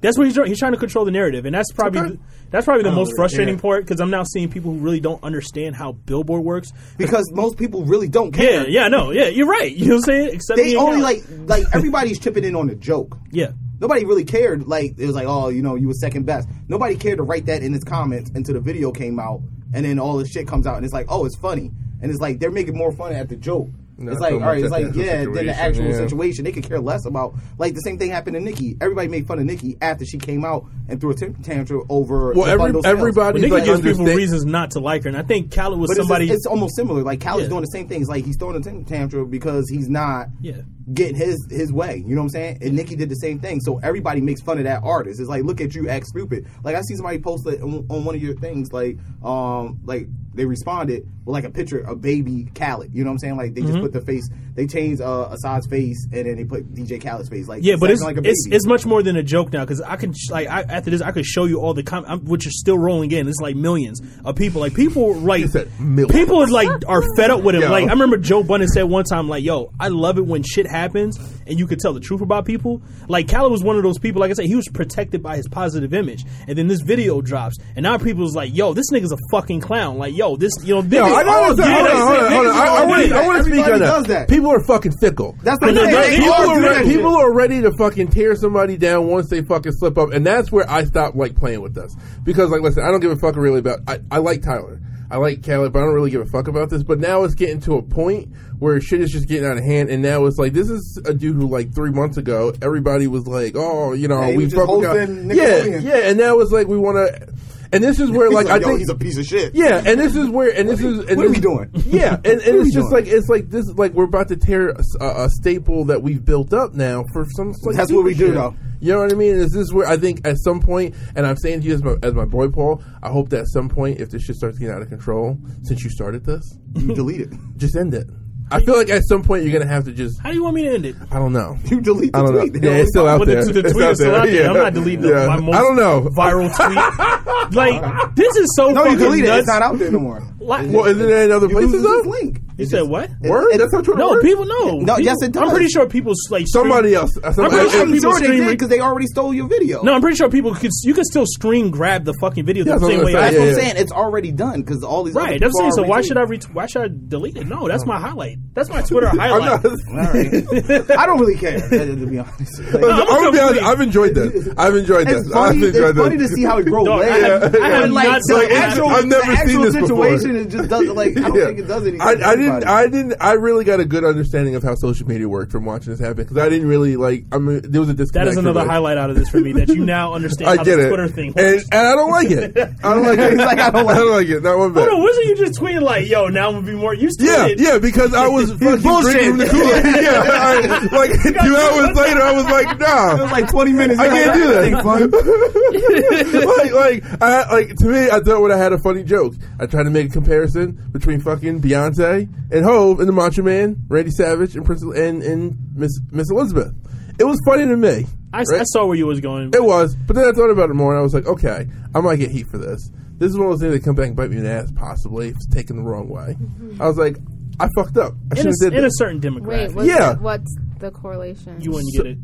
[SPEAKER 4] That's what he's trying. He's trying to control the narrative, and that's probably
[SPEAKER 2] Okay.
[SPEAKER 4] that's probably the most
[SPEAKER 3] yeah.
[SPEAKER 4] frustrating part part because I'm now seeing people who really don't understand how Billboard works.
[SPEAKER 3] because most people really don't
[SPEAKER 4] Yeah,
[SPEAKER 3] care.
[SPEAKER 4] yeah, no, yeah, you're right. You know what I'm saying? Except me
[SPEAKER 3] They
[SPEAKER 4] and
[SPEAKER 3] only
[SPEAKER 4] Cal.
[SPEAKER 3] like like everybody's chipping in on a joke.
[SPEAKER 4] yeah,
[SPEAKER 3] Nobody really cared. Like it was like, oh, you know, you were second best. Nobody cared to write that in his comments until the video came out, and then all this shit comes out, and it's like, oh, it's funny, and it's like they're making more fun at the joke.
[SPEAKER 2] Not
[SPEAKER 3] it's like,
[SPEAKER 2] so
[SPEAKER 3] all right,
[SPEAKER 2] much
[SPEAKER 3] it's
[SPEAKER 2] at the
[SPEAKER 3] like,
[SPEAKER 2] actual
[SPEAKER 3] yeah, than the
[SPEAKER 2] situation,
[SPEAKER 3] actual
[SPEAKER 2] yeah.
[SPEAKER 3] situation. They could care less about. Like the same thing happened to Nikki. Everybody made fun of Nikki after she came out and threw a temper tantrum over.
[SPEAKER 2] Well,
[SPEAKER 3] the
[SPEAKER 2] every-
[SPEAKER 3] bundle sales.
[SPEAKER 2] everybody-
[SPEAKER 4] but
[SPEAKER 2] He's
[SPEAKER 4] Nicki
[SPEAKER 2] like,
[SPEAKER 4] gives people
[SPEAKER 2] understand-
[SPEAKER 4] reasons not to like her, and I think Khaled was
[SPEAKER 3] But it's-
[SPEAKER 4] somebody.
[SPEAKER 3] it's, almost similar. Like Cal
[SPEAKER 4] Yeah.
[SPEAKER 3] is doing the same things. Like he's throwing a temper tantrum because he's not
[SPEAKER 4] Yeah.
[SPEAKER 3] getting his his way. You know what I'm saying? And Nicki did the same thing. So everybody makes fun of that artist. It's like, look at you, act stupid. Like I see somebody post it on, on one of your things. Like, um, like they responded with like a picture of baby Khaled. You know what I'm saying? Like they
[SPEAKER 4] Mm-hmm.
[SPEAKER 3] just put the face. They changed uh, Assad's face and then they put DJ Khaled's face. Like
[SPEAKER 4] yeah,
[SPEAKER 3] he's
[SPEAKER 4] but
[SPEAKER 3] acting
[SPEAKER 4] it's,
[SPEAKER 3] like a
[SPEAKER 4] it's
[SPEAKER 3] baby.
[SPEAKER 4] it's much more than a joke now because I can sh- like I, after this I could show you all the com- I'm, which is still rolling in. It's like millions of people. Like people like
[SPEAKER 2] said millions.
[SPEAKER 4] people is like are fed up with it.
[SPEAKER 2] Yo.
[SPEAKER 4] Like I remember Joe Budden said one time like, "Yo, I love it when shit happens and you could tell the truth about people." Like Khaled was one of those people. Like I said, he was protected by his positive image, and then this video drops, and now people's like, "Yo, this nigga's a fucking clown." Like, "Yo, this you know."
[SPEAKER 2] Yo,
[SPEAKER 4] niggas-
[SPEAKER 2] I know.
[SPEAKER 4] Oh,
[SPEAKER 2] Hold on,
[SPEAKER 4] yeah,
[SPEAKER 2] hold
[SPEAKER 4] they
[SPEAKER 2] on, hold
[SPEAKER 4] said
[SPEAKER 2] on, hold
[SPEAKER 4] niggas
[SPEAKER 2] on. I-
[SPEAKER 4] is
[SPEAKER 2] I
[SPEAKER 4] all
[SPEAKER 2] wanna-
[SPEAKER 4] niggas.
[SPEAKER 2] I want to speak
[SPEAKER 3] Everybody
[SPEAKER 2] on
[SPEAKER 3] does
[SPEAKER 2] that.
[SPEAKER 3] that.
[SPEAKER 2] People are fucking fickle.
[SPEAKER 3] That's what
[SPEAKER 4] I
[SPEAKER 3] I'm
[SPEAKER 4] know,
[SPEAKER 3] saying.
[SPEAKER 4] that-
[SPEAKER 3] They
[SPEAKER 2] people
[SPEAKER 3] all
[SPEAKER 2] are,
[SPEAKER 3] do that
[SPEAKER 2] re-
[SPEAKER 3] shit.
[SPEAKER 2] people are ready to fucking tear somebody down once they fucking slip up, and that's where I stop like playing with us because like listen, I don't give a fuck really about. I, I like Tyler, I like Khaled, but I don't really give a fuck about this. But now it's getting to a point where shit is just getting out of hand, and now it's like this is a dude who like three months ago everybody was like, oh, you know,
[SPEAKER 3] Yeah, he
[SPEAKER 2] we
[SPEAKER 3] was just
[SPEAKER 2] fucking got-
[SPEAKER 3] hosting
[SPEAKER 2] yeah,
[SPEAKER 3] Nickelodeon.
[SPEAKER 2] yeah, and now it's like we want to, and this is where
[SPEAKER 3] He's
[SPEAKER 2] like I
[SPEAKER 3] yo,
[SPEAKER 2] think
[SPEAKER 3] he's a piece of shit.
[SPEAKER 2] yeah, and this is where, and this is, and
[SPEAKER 3] what are
[SPEAKER 2] this-
[SPEAKER 3] we doing?
[SPEAKER 2] Yeah, and, and
[SPEAKER 3] are we
[SPEAKER 2] it's just
[SPEAKER 3] doing?
[SPEAKER 2] like it's like this, like we're about to tear a, s- a- a staple that we've built up now for some. Like,
[SPEAKER 3] That's what we do,
[SPEAKER 2] stupid shit.
[SPEAKER 3] though.
[SPEAKER 2] You know what I mean? Is this where I think at some point, and I'm saying to you as my, as my boy Paul, I hope that at some point, if this shit starts getting out of control, since you started this,
[SPEAKER 3] You delete it.
[SPEAKER 2] just end it. I feel like at some point you're gonna have to just,
[SPEAKER 4] How do you want me to end it?
[SPEAKER 2] I don't know.
[SPEAKER 3] You delete
[SPEAKER 2] I
[SPEAKER 3] the
[SPEAKER 2] don't know.
[SPEAKER 3] tweet. They
[SPEAKER 2] Yeah,
[SPEAKER 3] only
[SPEAKER 2] it's still
[SPEAKER 3] follow-
[SPEAKER 2] out
[SPEAKER 4] But the,
[SPEAKER 2] there.
[SPEAKER 4] the
[SPEAKER 2] It's
[SPEAKER 4] tweet
[SPEAKER 2] out
[SPEAKER 4] is still out there. I'm
[SPEAKER 2] Yeah.
[SPEAKER 4] not deleting
[SPEAKER 2] Yeah.
[SPEAKER 4] my most
[SPEAKER 2] I don't know.
[SPEAKER 4] viral tweet. like this is so
[SPEAKER 3] No, you
[SPEAKER 4] fucking
[SPEAKER 3] delete it.
[SPEAKER 4] nuts.
[SPEAKER 3] It's not out there no more.
[SPEAKER 4] Like-
[SPEAKER 2] Well, isn't it in other
[SPEAKER 3] You lose
[SPEAKER 2] places
[SPEAKER 3] this
[SPEAKER 2] though?
[SPEAKER 3] link.
[SPEAKER 4] you said what?
[SPEAKER 2] Word?
[SPEAKER 3] It-
[SPEAKER 2] That's how Twitter
[SPEAKER 4] No,
[SPEAKER 2] works?
[SPEAKER 4] people no.
[SPEAKER 3] No,
[SPEAKER 4] People-
[SPEAKER 3] yes, it does.
[SPEAKER 4] I'm pretty sure people like stream-
[SPEAKER 2] Somebody else.
[SPEAKER 4] I'm pretty sure
[SPEAKER 3] I'm
[SPEAKER 4] people
[SPEAKER 3] sure they
[SPEAKER 4] stream
[SPEAKER 3] did
[SPEAKER 4] it.
[SPEAKER 3] because they already stole your video.
[SPEAKER 4] No, I'm pretty sure people could. You can still screen grab the fucking video
[SPEAKER 2] Yeah,
[SPEAKER 4] the
[SPEAKER 2] that's what
[SPEAKER 4] same
[SPEAKER 2] I'm
[SPEAKER 4] way.
[SPEAKER 2] gonna
[SPEAKER 4] I
[SPEAKER 3] that's
[SPEAKER 2] say,
[SPEAKER 3] what
[SPEAKER 2] yeah,
[SPEAKER 3] I'm
[SPEAKER 2] yeah.
[SPEAKER 3] saying. It's already done because all these
[SPEAKER 4] Right,
[SPEAKER 3] other
[SPEAKER 4] that's what I'm
[SPEAKER 3] people
[SPEAKER 4] saying. So why
[SPEAKER 3] already
[SPEAKER 4] should I re- why should I delete it? No, that's my highlight. That's my Twitter highlight.
[SPEAKER 2] I'm not-
[SPEAKER 3] did it. I don't really care to be honest. Like,
[SPEAKER 2] I'm,
[SPEAKER 4] I'm
[SPEAKER 2] gonna be honest.
[SPEAKER 4] complete.
[SPEAKER 2] I've enjoyed this. I've enjoyed this.
[SPEAKER 3] it's funny,
[SPEAKER 2] I've enjoyed
[SPEAKER 3] it's
[SPEAKER 2] this.
[SPEAKER 3] funny to see how it grows.
[SPEAKER 4] Dog, I
[SPEAKER 3] later.
[SPEAKER 4] have- I have
[SPEAKER 3] But, like,
[SPEAKER 4] not
[SPEAKER 3] the
[SPEAKER 4] seen-
[SPEAKER 3] actual,
[SPEAKER 2] I've never
[SPEAKER 3] the
[SPEAKER 2] seen
[SPEAKER 3] actual
[SPEAKER 2] this before.
[SPEAKER 3] situation, it just doesn't like. I don't
[SPEAKER 2] Yeah.
[SPEAKER 3] think it does anything.
[SPEAKER 2] I,
[SPEAKER 3] to
[SPEAKER 2] I didn't.
[SPEAKER 3] anybody.
[SPEAKER 2] I didn't. I really got a good understanding of how social media worked from watching this happen because I didn't really like. I mean, there was a
[SPEAKER 4] That
[SPEAKER 2] disconnect.
[SPEAKER 4] is another
[SPEAKER 2] from it.
[SPEAKER 4] highlight out of this for me that you now understand
[SPEAKER 2] I
[SPEAKER 4] how
[SPEAKER 2] get
[SPEAKER 4] the
[SPEAKER 2] it,
[SPEAKER 4] Twitter thing. works.
[SPEAKER 2] and, and I don't like it. I don't like it.
[SPEAKER 3] He's like, I don't like
[SPEAKER 2] it. Not one bit.
[SPEAKER 4] Hold on, wasn't you just tweeting like, "Yo, now I'm gonna be more"? You still
[SPEAKER 2] Yeah,
[SPEAKER 4] did.
[SPEAKER 2] yeah, because I was fucking
[SPEAKER 3] bullshit.
[SPEAKER 2] drinking from the Kool Aid. Yeah, I, like two hours later, I was like,
[SPEAKER 3] It was
[SPEAKER 2] nah,
[SPEAKER 3] like 20 minutes.
[SPEAKER 2] I can't do
[SPEAKER 3] Ain't
[SPEAKER 2] that.
[SPEAKER 3] fun.
[SPEAKER 2] like, like, I, like to me, I thought when I had a funny joke, I tried to make a comparison between fucking Beyonce and Hove and the Macho Man, Randy Savage and Prince and and Miss Miss Elizabeth. It was funny to me.
[SPEAKER 4] I, I
[SPEAKER 2] right?
[SPEAKER 4] saw where you was going.
[SPEAKER 2] It was, but then I thought about it more, and I was like, okay, I might get heat for this. This is one of those things that come back and bite me in the ass, possibly if it's taken the wrong way. I was like, I fucked up. I
[SPEAKER 4] Mm-hmm. in
[SPEAKER 2] should
[SPEAKER 4] a,
[SPEAKER 2] have did
[SPEAKER 4] in a
[SPEAKER 2] this.
[SPEAKER 4] certain
[SPEAKER 5] Wait,
[SPEAKER 4] demographic.
[SPEAKER 5] what's,
[SPEAKER 2] Yeah.
[SPEAKER 5] what's the correlation?
[SPEAKER 4] you wouldn't get it.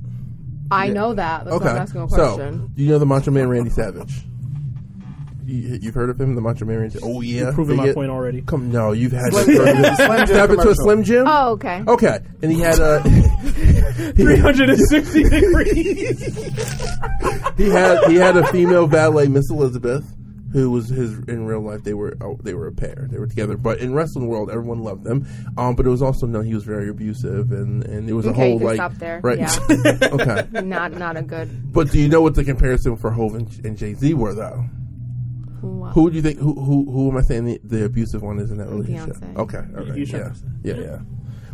[SPEAKER 5] I know that. That's why I'm
[SPEAKER 2] Okay,
[SPEAKER 5] asking a
[SPEAKER 2] so
[SPEAKER 5] question.
[SPEAKER 2] you know the Macho Man Randy Savage. you, you've heard of him, the Macho Man. Oh yeah,
[SPEAKER 4] You're proving
[SPEAKER 2] They
[SPEAKER 4] my point already.
[SPEAKER 2] Come no, you've had
[SPEAKER 3] Slim Jim. Slim Jim
[SPEAKER 2] happened to a
[SPEAKER 3] commercial.
[SPEAKER 2] Slim Jim.
[SPEAKER 5] Oh, okay.
[SPEAKER 2] Okay, and he had a
[SPEAKER 4] 360 degrees.
[SPEAKER 2] he had he had a female valet, Miss Elizabeth, who was his in real life. They were oh, they were a pair. They were together, but in wrestling world, everyone loved them. Um, but it was also known he was very abusive, and and it was
[SPEAKER 5] Okay,
[SPEAKER 2] a
[SPEAKER 5] you
[SPEAKER 2] whole
[SPEAKER 5] can
[SPEAKER 2] like
[SPEAKER 5] stop there.
[SPEAKER 2] right.
[SPEAKER 5] Yeah.
[SPEAKER 2] okay,
[SPEAKER 5] Not not a good.
[SPEAKER 2] but do you know what the comparison for Hove and, and Jay Z were though?
[SPEAKER 5] Wow.
[SPEAKER 2] Who do you think? Who who, who am I saying the, the abusive one is in that relationship?
[SPEAKER 5] Beyonce.
[SPEAKER 2] Okay, all right,
[SPEAKER 4] you
[SPEAKER 2] yeah,
[SPEAKER 4] sure?
[SPEAKER 2] yeah, yeah.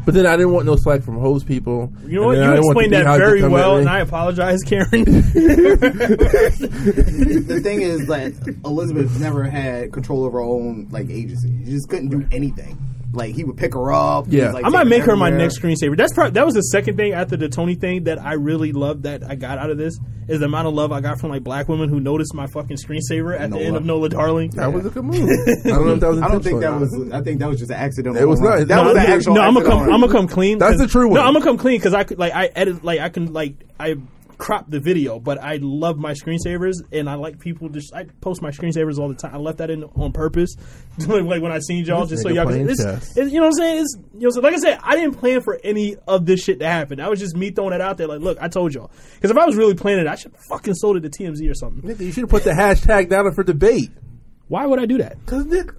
[SPEAKER 2] But then I didn't want no slack from hose people.
[SPEAKER 4] You know what? You explained that very well, and I apologize, Karen.
[SPEAKER 3] the thing is that Elizabeth never had control of her own like agency. She just couldn't do anything. Like he would pick her up. he
[SPEAKER 2] Yeah.
[SPEAKER 3] was, like,
[SPEAKER 4] I might
[SPEAKER 3] taking
[SPEAKER 4] make her my
[SPEAKER 3] everywhere.
[SPEAKER 4] next screensaver. That's probably, that was the second thing after the Tony thing that I really loved that I got out of this is the amount of love I got from like black women who noticed my fucking screensaver at the
[SPEAKER 3] Nola.
[SPEAKER 4] end of Nola Darling.
[SPEAKER 2] that was a good move. I don't know if that was.
[SPEAKER 3] I don't think
[SPEAKER 2] intentional or
[SPEAKER 3] that
[SPEAKER 2] not.
[SPEAKER 3] was. I think that was just an accidental.
[SPEAKER 2] It was
[SPEAKER 3] run.
[SPEAKER 2] nice.
[SPEAKER 3] That
[SPEAKER 2] No,
[SPEAKER 3] was
[SPEAKER 2] I'm
[SPEAKER 3] an
[SPEAKER 2] just-
[SPEAKER 3] actual.
[SPEAKER 4] no, I'm gonna
[SPEAKER 3] accidental
[SPEAKER 4] come. I'm
[SPEAKER 3] run.
[SPEAKER 4] gonna come clean.
[SPEAKER 2] That's
[SPEAKER 4] 'cause-
[SPEAKER 2] the true one.
[SPEAKER 4] No, I'm gonna come clean because I could like I edit like I can like I crop the video, but I love my screensavers and I like people just I post my screensavers all the time. I left that in on purpose, like like when I seen y'all, just so
[SPEAKER 2] nigga
[SPEAKER 4] y'all. Can,
[SPEAKER 2] playing
[SPEAKER 4] this,
[SPEAKER 2] chess.
[SPEAKER 4] it- you know what I'm saying? It's, you know, so like I said, I didn't plan for any of this shit to happen. That was just me throwing it out there. Like, look, I told y'all because if I was really planning it, I should fucking sold it to TMZ or something.
[SPEAKER 2] Nigga, you should have put the hashtag down for debate.
[SPEAKER 4] Why would I do that?
[SPEAKER 2] Cause Nick,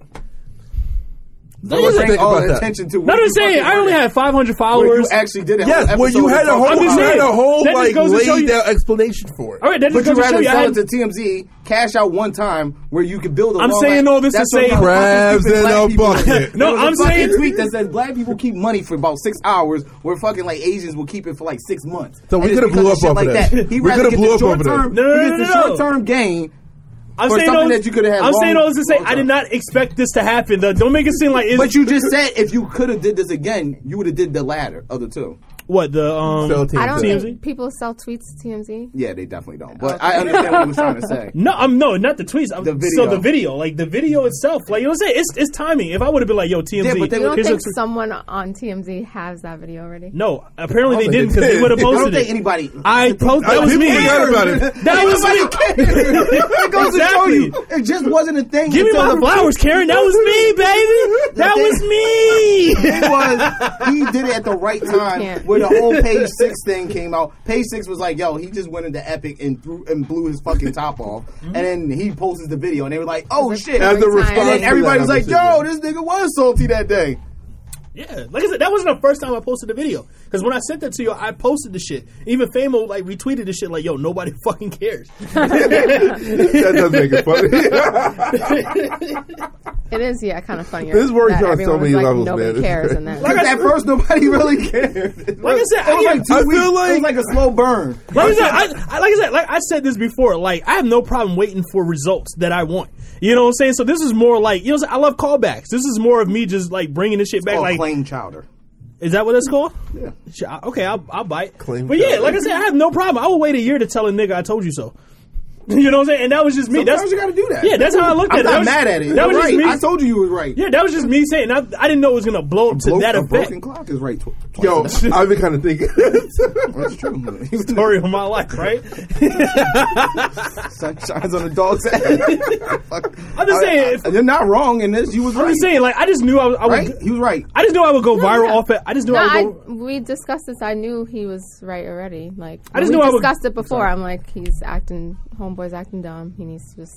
[SPEAKER 3] I was
[SPEAKER 2] think
[SPEAKER 3] paying all
[SPEAKER 2] about that.
[SPEAKER 3] attention to.
[SPEAKER 4] Not
[SPEAKER 3] what
[SPEAKER 4] I'm
[SPEAKER 3] you
[SPEAKER 4] saying
[SPEAKER 3] fucking
[SPEAKER 4] I only
[SPEAKER 3] did.
[SPEAKER 4] had 500
[SPEAKER 3] Where you
[SPEAKER 4] followers.
[SPEAKER 3] actually did it.
[SPEAKER 2] yes, well, you had a whole,
[SPEAKER 4] I'm
[SPEAKER 2] you
[SPEAKER 4] just
[SPEAKER 2] had
[SPEAKER 4] saying,
[SPEAKER 2] a whole
[SPEAKER 4] that just
[SPEAKER 2] like
[SPEAKER 4] goes to show
[SPEAKER 2] laid
[SPEAKER 4] you-
[SPEAKER 2] out explanation for it.
[SPEAKER 4] all right, that
[SPEAKER 3] But
[SPEAKER 4] just
[SPEAKER 3] you
[SPEAKER 4] goes to show
[SPEAKER 3] rather
[SPEAKER 4] you I
[SPEAKER 3] sell
[SPEAKER 4] had
[SPEAKER 3] it to TMZ, cash out one time where you could build a.
[SPEAKER 4] I'm
[SPEAKER 3] long
[SPEAKER 4] saying
[SPEAKER 3] life.
[SPEAKER 4] all this to
[SPEAKER 3] That's what
[SPEAKER 4] say-
[SPEAKER 3] the fucking
[SPEAKER 2] Crabs
[SPEAKER 3] stupid
[SPEAKER 2] in
[SPEAKER 3] black
[SPEAKER 2] a
[SPEAKER 3] people
[SPEAKER 2] bucket.
[SPEAKER 3] did.
[SPEAKER 4] No,
[SPEAKER 3] There was a
[SPEAKER 4] I'm
[SPEAKER 3] fucking
[SPEAKER 4] saying-
[SPEAKER 3] tweet that says black people keep money for about six hours, where fucking like Asians will keep it for like six months.
[SPEAKER 2] So we
[SPEAKER 3] And it's
[SPEAKER 2] coulda
[SPEAKER 3] because
[SPEAKER 2] blew
[SPEAKER 3] of
[SPEAKER 2] up
[SPEAKER 3] shit
[SPEAKER 2] over
[SPEAKER 3] like
[SPEAKER 2] that.
[SPEAKER 3] He
[SPEAKER 2] We
[SPEAKER 3] rather
[SPEAKER 2] coulda
[SPEAKER 3] get
[SPEAKER 2] blew
[SPEAKER 3] the
[SPEAKER 2] up over
[SPEAKER 3] short
[SPEAKER 2] that.
[SPEAKER 3] term.
[SPEAKER 4] No, no,
[SPEAKER 3] he
[SPEAKER 4] no,
[SPEAKER 3] gets
[SPEAKER 4] no,
[SPEAKER 3] the
[SPEAKER 4] no.
[SPEAKER 3] short term gain.
[SPEAKER 4] I'm
[SPEAKER 3] for
[SPEAKER 4] saying
[SPEAKER 3] something
[SPEAKER 4] those-
[SPEAKER 3] that you could have had
[SPEAKER 4] I'm
[SPEAKER 3] long-
[SPEAKER 4] saying all this to say
[SPEAKER 3] long
[SPEAKER 4] I did
[SPEAKER 3] time.
[SPEAKER 4] not expect this to happen. Though. Don't make it seem like it's
[SPEAKER 3] But you just said if you could have did this again, you would have did the latter of the two.
[SPEAKER 4] what the um.
[SPEAKER 2] So team
[SPEAKER 5] I don't
[SPEAKER 2] said.
[SPEAKER 4] TMZ?
[SPEAKER 5] think people sell tweets to TMZ.
[SPEAKER 3] Yeah, they definitely don't. But I understand what he was trying to say.
[SPEAKER 4] no, I'm no, not the tweets. I'm,
[SPEAKER 3] The video.
[SPEAKER 4] So the video, like the video itself, like you know, what I'm saying it's it's timing. If I would have been like, yo, TMZ,
[SPEAKER 3] but they
[SPEAKER 5] You don't
[SPEAKER 4] here's a
[SPEAKER 5] think
[SPEAKER 4] tweet-
[SPEAKER 5] someone on TMZ has that video already?
[SPEAKER 4] No, apparently they
[SPEAKER 2] think
[SPEAKER 4] didn't
[SPEAKER 2] they
[SPEAKER 4] because they
[SPEAKER 2] did.
[SPEAKER 4] would have
[SPEAKER 3] I don't
[SPEAKER 4] posted
[SPEAKER 3] think
[SPEAKER 4] it.
[SPEAKER 3] anybody.
[SPEAKER 4] I posted.
[SPEAKER 2] I-
[SPEAKER 4] That was
[SPEAKER 2] people
[SPEAKER 4] me.
[SPEAKER 2] forgot about it.
[SPEAKER 4] That was
[SPEAKER 3] Nobody
[SPEAKER 4] me.
[SPEAKER 3] cares. it goes
[SPEAKER 4] Exactly.
[SPEAKER 3] to show you, it just wasn't a thing.
[SPEAKER 4] Give me
[SPEAKER 3] until
[SPEAKER 4] my
[SPEAKER 3] the-
[SPEAKER 4] flowers, Karen. That was me, baby. That was me.
[SPEAKER 3] It was he did it at the right time
[SPEAKER 5] can't.
[SPEAKER 3] when the whole page six thing came out. Page six was like, "Yo, he just went into Epic and threw and blew his fucking top off,"
[SPEAKER 4] Mm-hmm.
[SPEAKER 3] and then he posted the video, and they were like, "Oh
[SPEAKER 5] It's
[SPEAKER 3] shit!"
[SPEAKER 5] like
[SPEAKER 3] And
[SPEAKER 2] As a
[SPEAKER 5] Every time.
[SPEAKER 2] response,
[SPEAKER 3] then
[SPEAKER 2] to
[SPEAKER 3] everybody's
[SPEAKER 2] that,
[SPEAKER 3] like,
[SPEAKER 2] I
[SPEAKER 3] "Yo, this nigga was salty that day."
[SPEAKER 4] Yeah, like I said, that wasn't the first time I posted a video. Because when I sent that to you, I posted the shit. Even Famo like retweeted the shit like, "Yo, nobody fucking cares."
[SPEAKER 2] that does make it funny.
[SPEAKER 5] It is, yeah, kind of funny.
[SPEAKER 2] This works
[SPEAKER 5] that
[SPEAKER 2] on so
[SPEAKER 5] everyone was
[SPEAKER 2] many
[SPEAKER 5] like,
[SPEAKER 2] levels,
[SPEAKER 5] Nobody
[SPEAKER 2] man. It's
[SPEAKER 5] cares,
[SPEAKER 2] great.
[SPEAKER 5] and that.
[SPEAKER 3] Because at first nobody really cared. It
[SPEAKER 4] Like I
[SPEAKER 3] was-
[SPEAKER 4] said,
[SPEAKER 3] it was
[SPEAKER 4] I-
[SPEAKER 3] like two
[SPEAKER 4] I feel
[SPEAKER 3] weeks. it was
[SPEAKER 4] like-
[SPEAKER 3] like a slow burn.
[SPEAKER 4] Like I, said, I, I- like I said, like I said this before. Like I have no problem waiting for results that I want. You know what I'm saying? So this is more like you know. what I'm saying? I love callbacks. This is more of me just like bringing this shit back.
[SPEAKER 3] Oh,
[SPEAKER 4] like
[SPEAKER 3] plain chowder.
[SPEAKER 4] is that what it's called? Yeah. Okay, I'll, I'll bite.
[SPEAKER 2] Claim
[SPEAKER 4] but yeah,
[SPEAKER 2] callback.
[SPEAKER 4] like I said, I have no problem. I will wait a year to tell a nigga I told you so. You know what I'm saying? And that was just me.
[SPEAKER 3] Sometimes
[SPEAKER 4] that's
[SPEAKER 3] you gotta do that.
[SPEAKER 4] Yeah, that's how I looked
[SPEAKER 3] I'm
[SPEAKER 4] at it.
[SPEAKER 3] not
[SPEAKER 4] That was-
[SPEAKER 3] mad at it.
[SPEAKER 4] That was
[SPEAKER 3] You're
[SPEAKER 4] just
[SPEAKER 3] right.
[SPEAKER 4] me.
[SPEAKER 3] I told you you was right.
[SPEAKER 4] Yeah, that was just me saying. I, I didn't know it was gonna blow up to
[SPEAKER 3] Bro-
[SPEAKER 4] that
[SPEAKER 3] a
[SPEAKER 4] effect.
[SPEAKER 3] broken clock is right. Tw- twice
[SPEAKER 2] Yo,
[SPEAKER 3] as
[SPEAKER 2] I've been kind of thinking.
[SPEAKER 3] loud. that's true.
[SPEAKER 4] Story of my life, right?
[SPEAKER 3] Sun shines on a dog's ass. Fuck.
[SPEAKER 4] I'm
[SPEAKER 3] I-
[SPEAKER 4] just saying, if-
[SPEAKER 3] I- you're not wrong in this. You was
[SPEAKER 4] I'm
[SPEAKER 3] right.
[SPEAKER 4] just saying, like I just knew I, was- I would.
[SPEAKER 3] right? He was right.
[SPEAKER 4] I just knew I would go viral
[SPEAKER 5] no.
[SPEAKER 4] off it. I just knew
[SPEAKER 5] No,
[SPEAKER 4] I
[SPEAKER 5] I,
[SPEAKER 4] would go.
[SPEAKER 5] we discussed this. I knew he was right already. Like
[SPEAKER 4] I just
[SPEAKER 5] we
[SPEAKER 4] knew I would-
[SPEAKER 5] discussed it before. I'm like, he's acting, homeboy's acting dumb. He needs to just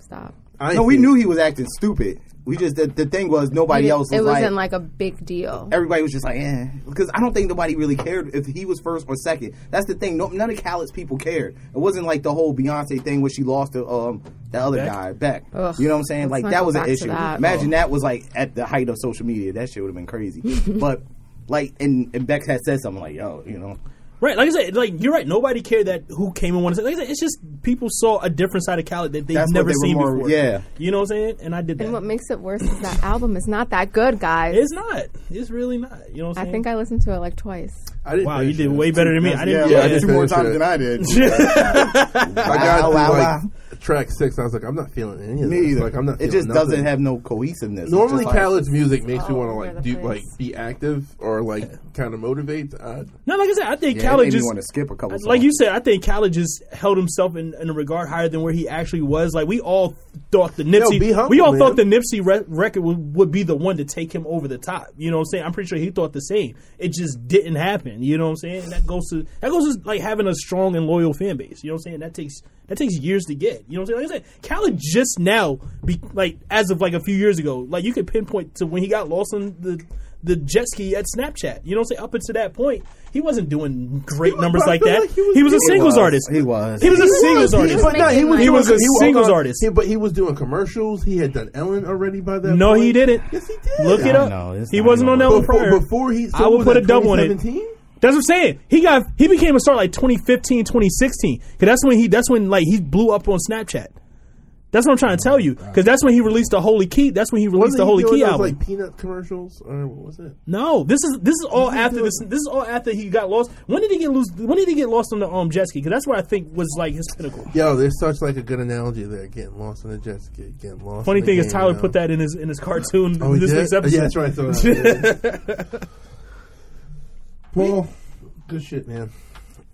[SPEAKER 5] stop.
[SPEAKER 3] No, we knew he was acting stupid. We just the, the thing was nobody
[SPEAKER 5] It
[SPEAKER 3] else was
[SPEAKER 5] wasn't
[SPEAKER 3] like.
[SPEAKER 5] like, a big deal.
[SPEAKER 3] Everybody was just like, eh, because I don't think nobody really cared if he was first or second. That's the thing. No, none of Khaled's people cared. It wasn't like the whole Beyonce thing where she lost to um the other
[SPEAKER 4] Beck?
[SPEAKER 3] guy, Beck.
[SPEAKER 5] Ugh,
[SPEAKER 3] you know what I'm saying?
[SPEAKER 5] let's
[SPEAKER 3] Like
[SPEAKER 5] not
[SPEAKER 3] that
[SPEAKER 5] go
[SPEAKER 3] was an
[SPEAKER 5] back to
[SPEAKER 3] issue.
[SPEAKER 5] that.
[SPEAKER 3] Imagine that was like at the height of social media. That shit would have been crazy. but like, and, and Beck had said something like, yo, you know,
[SPEAKER 4] Right, like I said, like you're right. Nobody cared that who came and wanted to say. Like I said, it's just people saw a different side of Khaled that they've
[SPEAKER 3] That's what
[SPEAKER 4] never
[SPEAKER 3] they were
[SPEAKER 4] seen
[SPEAKER 3] more-
[SPEAKER 4] before.
[SPEAKER 3] yeah.
[SPEAKER 4] you know what I'm saying. And I did
[SPEAKER 5] and what
[SPEAKER 4] that.
[SPEAKER 5] makes it worse is that album is not that good, guys.
[SPEAKER 4] It's not. It's really not. You know what I'm
[SPEAKER 5] I
[SPEAKER 4] saying?
[SPEAKER 5] think I listened to it like twice.
[SPEAKER 2] I didn't
[SPEAKER 4] wow, you
[SPEAKER 2] finish
[SPEAKER 4] did
[SPEAKER 2] it.
[SPEAKER 4] way better than me. I didn't.
[SPEAKER 2] yeah,
[SPEAKER 4] do
[SPEAKER 2] I
[SPEAKER 4] that.
[SPEAKER 2] just- finished it.
[SPEAKER 3] I did.
[SPEAKER 2] I got
[SPEAKER 3] Wow,
[SPEAKER 2] to,
[SPEAKER 3] wow,
[SPEAKER 2] like
[SPEAKER 3] wow.
[SPEAKER 2] track six. and I was like, I'm not feeling any of
[SPEAKER 3] Me
[SPEAKER 2] this.
[SPEAKER 3] either.
[SPEAKER 2] Like, I'm not.
[SPEAKER 3] it
[SPEAKER 2] feeling
[SPEAKER 3] just
[SPEAKER 2] nothing.
[SPEAKER 3] doesn't have no cohesiveness. It's
[SPEAKER 2] Normally,
[SPEAKER 3] just like-
[SPEAKER 2] Khaled's music makes me
[SPEAKER 5] all
[SPEAKER 2] want to
[SPEAKER 5] over
[SPEAKER 2] like
[SPEAKER 5] the
[SPEAKER 2] do like
[SPEAKER 5] place.
[SPEAKER 2] be active or like kind of motivate. Uh,
[SPEAKER 4] No, like I said, I think
[SPEAKER 3] Yeah, it
[SPEAKER 4] Khaled
[SPEAKER 3] made me
[SPEAKER 4] just
[SPEAKER 3] wanna skip a couple
[SPEAKER 4] Like
[SPEAKER 3] songs.
[SPEAKER 4] you said, I think Khaled just held himself in, in a regard higher than where he actually was. Like we all thought the
[SPEAKER 2] Yo, be
[SPEAKER 4] Nipsey,
[SPEAKER 2] humble,
[SPEAKER 4] we all
[SPEAKER 2] man.
[SPEAKER 4] thought the Nipsey re- record would, would be the one to take him over the top. You know what I'm saying? I'm pretty sure he thought the same. It just didn't happen. You know what I'm saying? That goes to that goes to like having a strong and loyal fan base. You know what I'm saying? That takes that takes years to get. You know what I'm saying? Like I said, Khaled just now, be, like as of like a few years ago, like you could pinpoint to when he got lost in the the jet ski at Snapchat. You know what I'm saying? Up until that point, he wasn't doing great numbers
[SPEAKER 2] I
[SPEAKER 4] like
[SPEAKER 2] feel
[SPEAKER 4] that.
[SPEAKER 2] like
[SPEAKER 4] he
[SPEAKER 2] he
[SPEAKER 4] was,
[SPEAKER 2] was-
[SPEAKER 4] a
[SPEAKER 2] He
[SPEAKER 4] singles
[SPEAKER 3] was.
[SPEAKER 4] artist.
[SPEAKER 3] He was.
[SPEAKER 4] He was a
[SPEAKER 3] He
[SPEAKER 4] singles artist.
[SPEAKER 5] But no, he was-
[SPEAKER 4] he was a
[SPEAKER 5] he was-
[SPEAKER 4] singles
[SPEAKER 2] hold on.
[SPEAKER 4] artist.
[SPEAKER 2] He- but he was doing commercials. He had done Ellen already by that.
[SPEAKER 4] No,
[SPEAKER 2] point.
[SPEAKER 4] he didn't.
[SPEAKER 2] Yes, he did.
[SPEAKER 4] Look it
[SPEAKER 3] No,
[SPEAKER 4] up.
[SPEAKER 3] no, it's
[SPEAKER 4] he
[SPEAKER 3] not
[SPEAKER 4] wasn't
[SPEAKER 3] even
[SPEAKER 4] on
[SPEAKER 3] on.
[SPEAKER 4] that one prior.
[SPEAKER 2] Before, before he,
[SPEAKER 4] I will
[SPEAKER 2] was
[SPEAKER 4] put a
[SPEAKER 2] that
[SPEAKER 4] dub on it.
[SPEAKER 2] 2017?
[SPEAKER 4] That's what I'm saying. He got he became a star like 2015, 2016. Cause that's when he that's when like he blew up on Snapchat. That's what I'm trying to tell you. Cause that's when he released the Holy Key. That's when he
[SPEAKER 2] Wasn't
[SPEAKER 4] released the
[SPEAKER 2] he
[SPEAKER 4] Holy
[SPEAKER 2] doing
[SPEAKER 4] Key
[SPEAKER 2] those,
[SPEAKER 4] album.
[SPEAKER 2] like peanut commercials, or what was it?
[SPEAKER 4] no, this is this is all after this. This is all after he got lost. When did he get lose? When did he get lost on the um jet ski? Cause that's what I think was like his pinnacle.
[SPEAKER 2] Yo, there's such like a good analogy there. Getting lost in a jet ski, getting lost.
[SPEAKER 4] Funny
[SPEAKER 2] in the
[SPEAKER 4] thing is
[SPEAKER 2] game,
[SPEAKER 4] Tyler
[SPEAKER 2] you know?
[SPEAKER 4] put that in his in his cartoon
[SPEAKER 2] Oh, he
[SPEAKER 4] this
[SPEAKER 2] did?
[SPEAKER 4] week's episode.
[SPEAKER 2] Yeah, that's right. I saw that. Yeah. Well, good shit, man.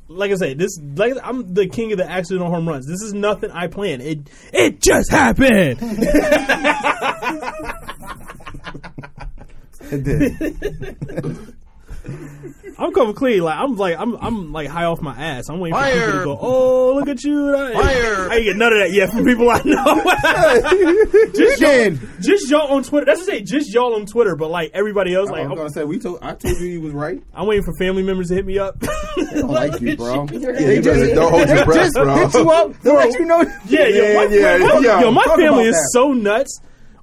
[SPEAKER 4] like I say, this like I'm the king of the accidental home runs. This is nothing I planned. It it just happened.
[SPEAKER 3] It did.
[SPEAKER 4] I'm coming clean. Like I'm like I'm I'm like high off my ass. I'm waiting for people to go. Oh, look at you! Fire. I ain't get none of that yet from people I know. just y'all, just y'all on Twitter. That's what I say. Just y'all on Twitter. But like everybody
[SPEAKER 2] Oh,
[SPEAKER 4] else, like
[SPEAKER 3] I was
[SPEAKER 4] I'm,
[SPEAKER 3] gonna say we told. I told you you was right.
[SPEAKER 4] I'm waiting for family members to hit me up.
[SPEAKER 3] I don't like you, bro.
[SPEAKER 2] Yeah, you better don't hold your breath, bro.
[SPEAKER 4] Yeah, yeah,
[SPEAKER 2] Yeah,
[SPEAKER 4] my,
[SPEAKER 2] yeah,
[SPEAKER 4] my-
[SPEAKER 2] yeah.
[SPEAKER 4] yo, my
[SPEAKER 3] Talk about
[SPEAKER 4] family is
[SPEAKER 3] that.
[SPEAKER 4] so nuts.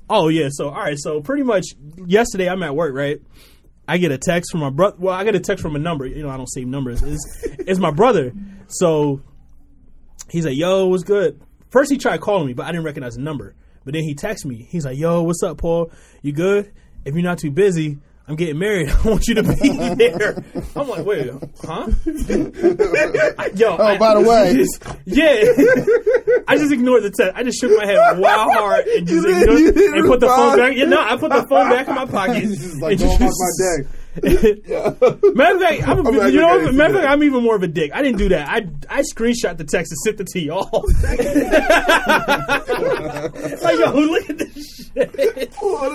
[SPEAKER 4] Oh yeah, so all right, so pretty much yesterday I'm at work, right? I get a text from my brother. Well, I get a text from a number. You know, I don't save numbers. It's, it's my brother. So he's like, "Yo, what's good?" First he tried calling me, but I didn't recognize the number. But then he texted me. He's like, "Yo, what's up, Paul? You good? If you're not too busy, I'm getting married. I want you to be there." I'm like, "Wait, huh?" Yo,
[SPEAKER 3] Oh, by the way.
[SPEAKER 4] yeah, I just ignored the text. I just shook my head wow hard and just
[SPEAKER 2] didn't-
[SPEAKER 4] ignored,
[SPEAKER 2] you didn't
[SPEAKER 4] and put the phone
[SPEAKER 2] respond?
[SPEAKER 4] back. Yeah, no, I put the phone back in my pocket.
[SPEAKER 3] Just like,
[SPEAKER 4] and
[SPEAKER 3] go about
[SPEAKER 4] just-
[SPEAKER 3] my day.
[SPEAKER 4] Matter of fact, I'm, a-
[SPEAKER 2] I'm not gonna
[SPEAKER 4] you know,
[SPEAKER 2] get
[SPEAKER 4] matter of
[SPEAKER 2] into
[SPEAKER 4] fact, I'm even more of a dick. I didn't do that. I I screenshot the text and sent it to y'all. like yo, look at this shit.
[SPEAKER 2] Oh,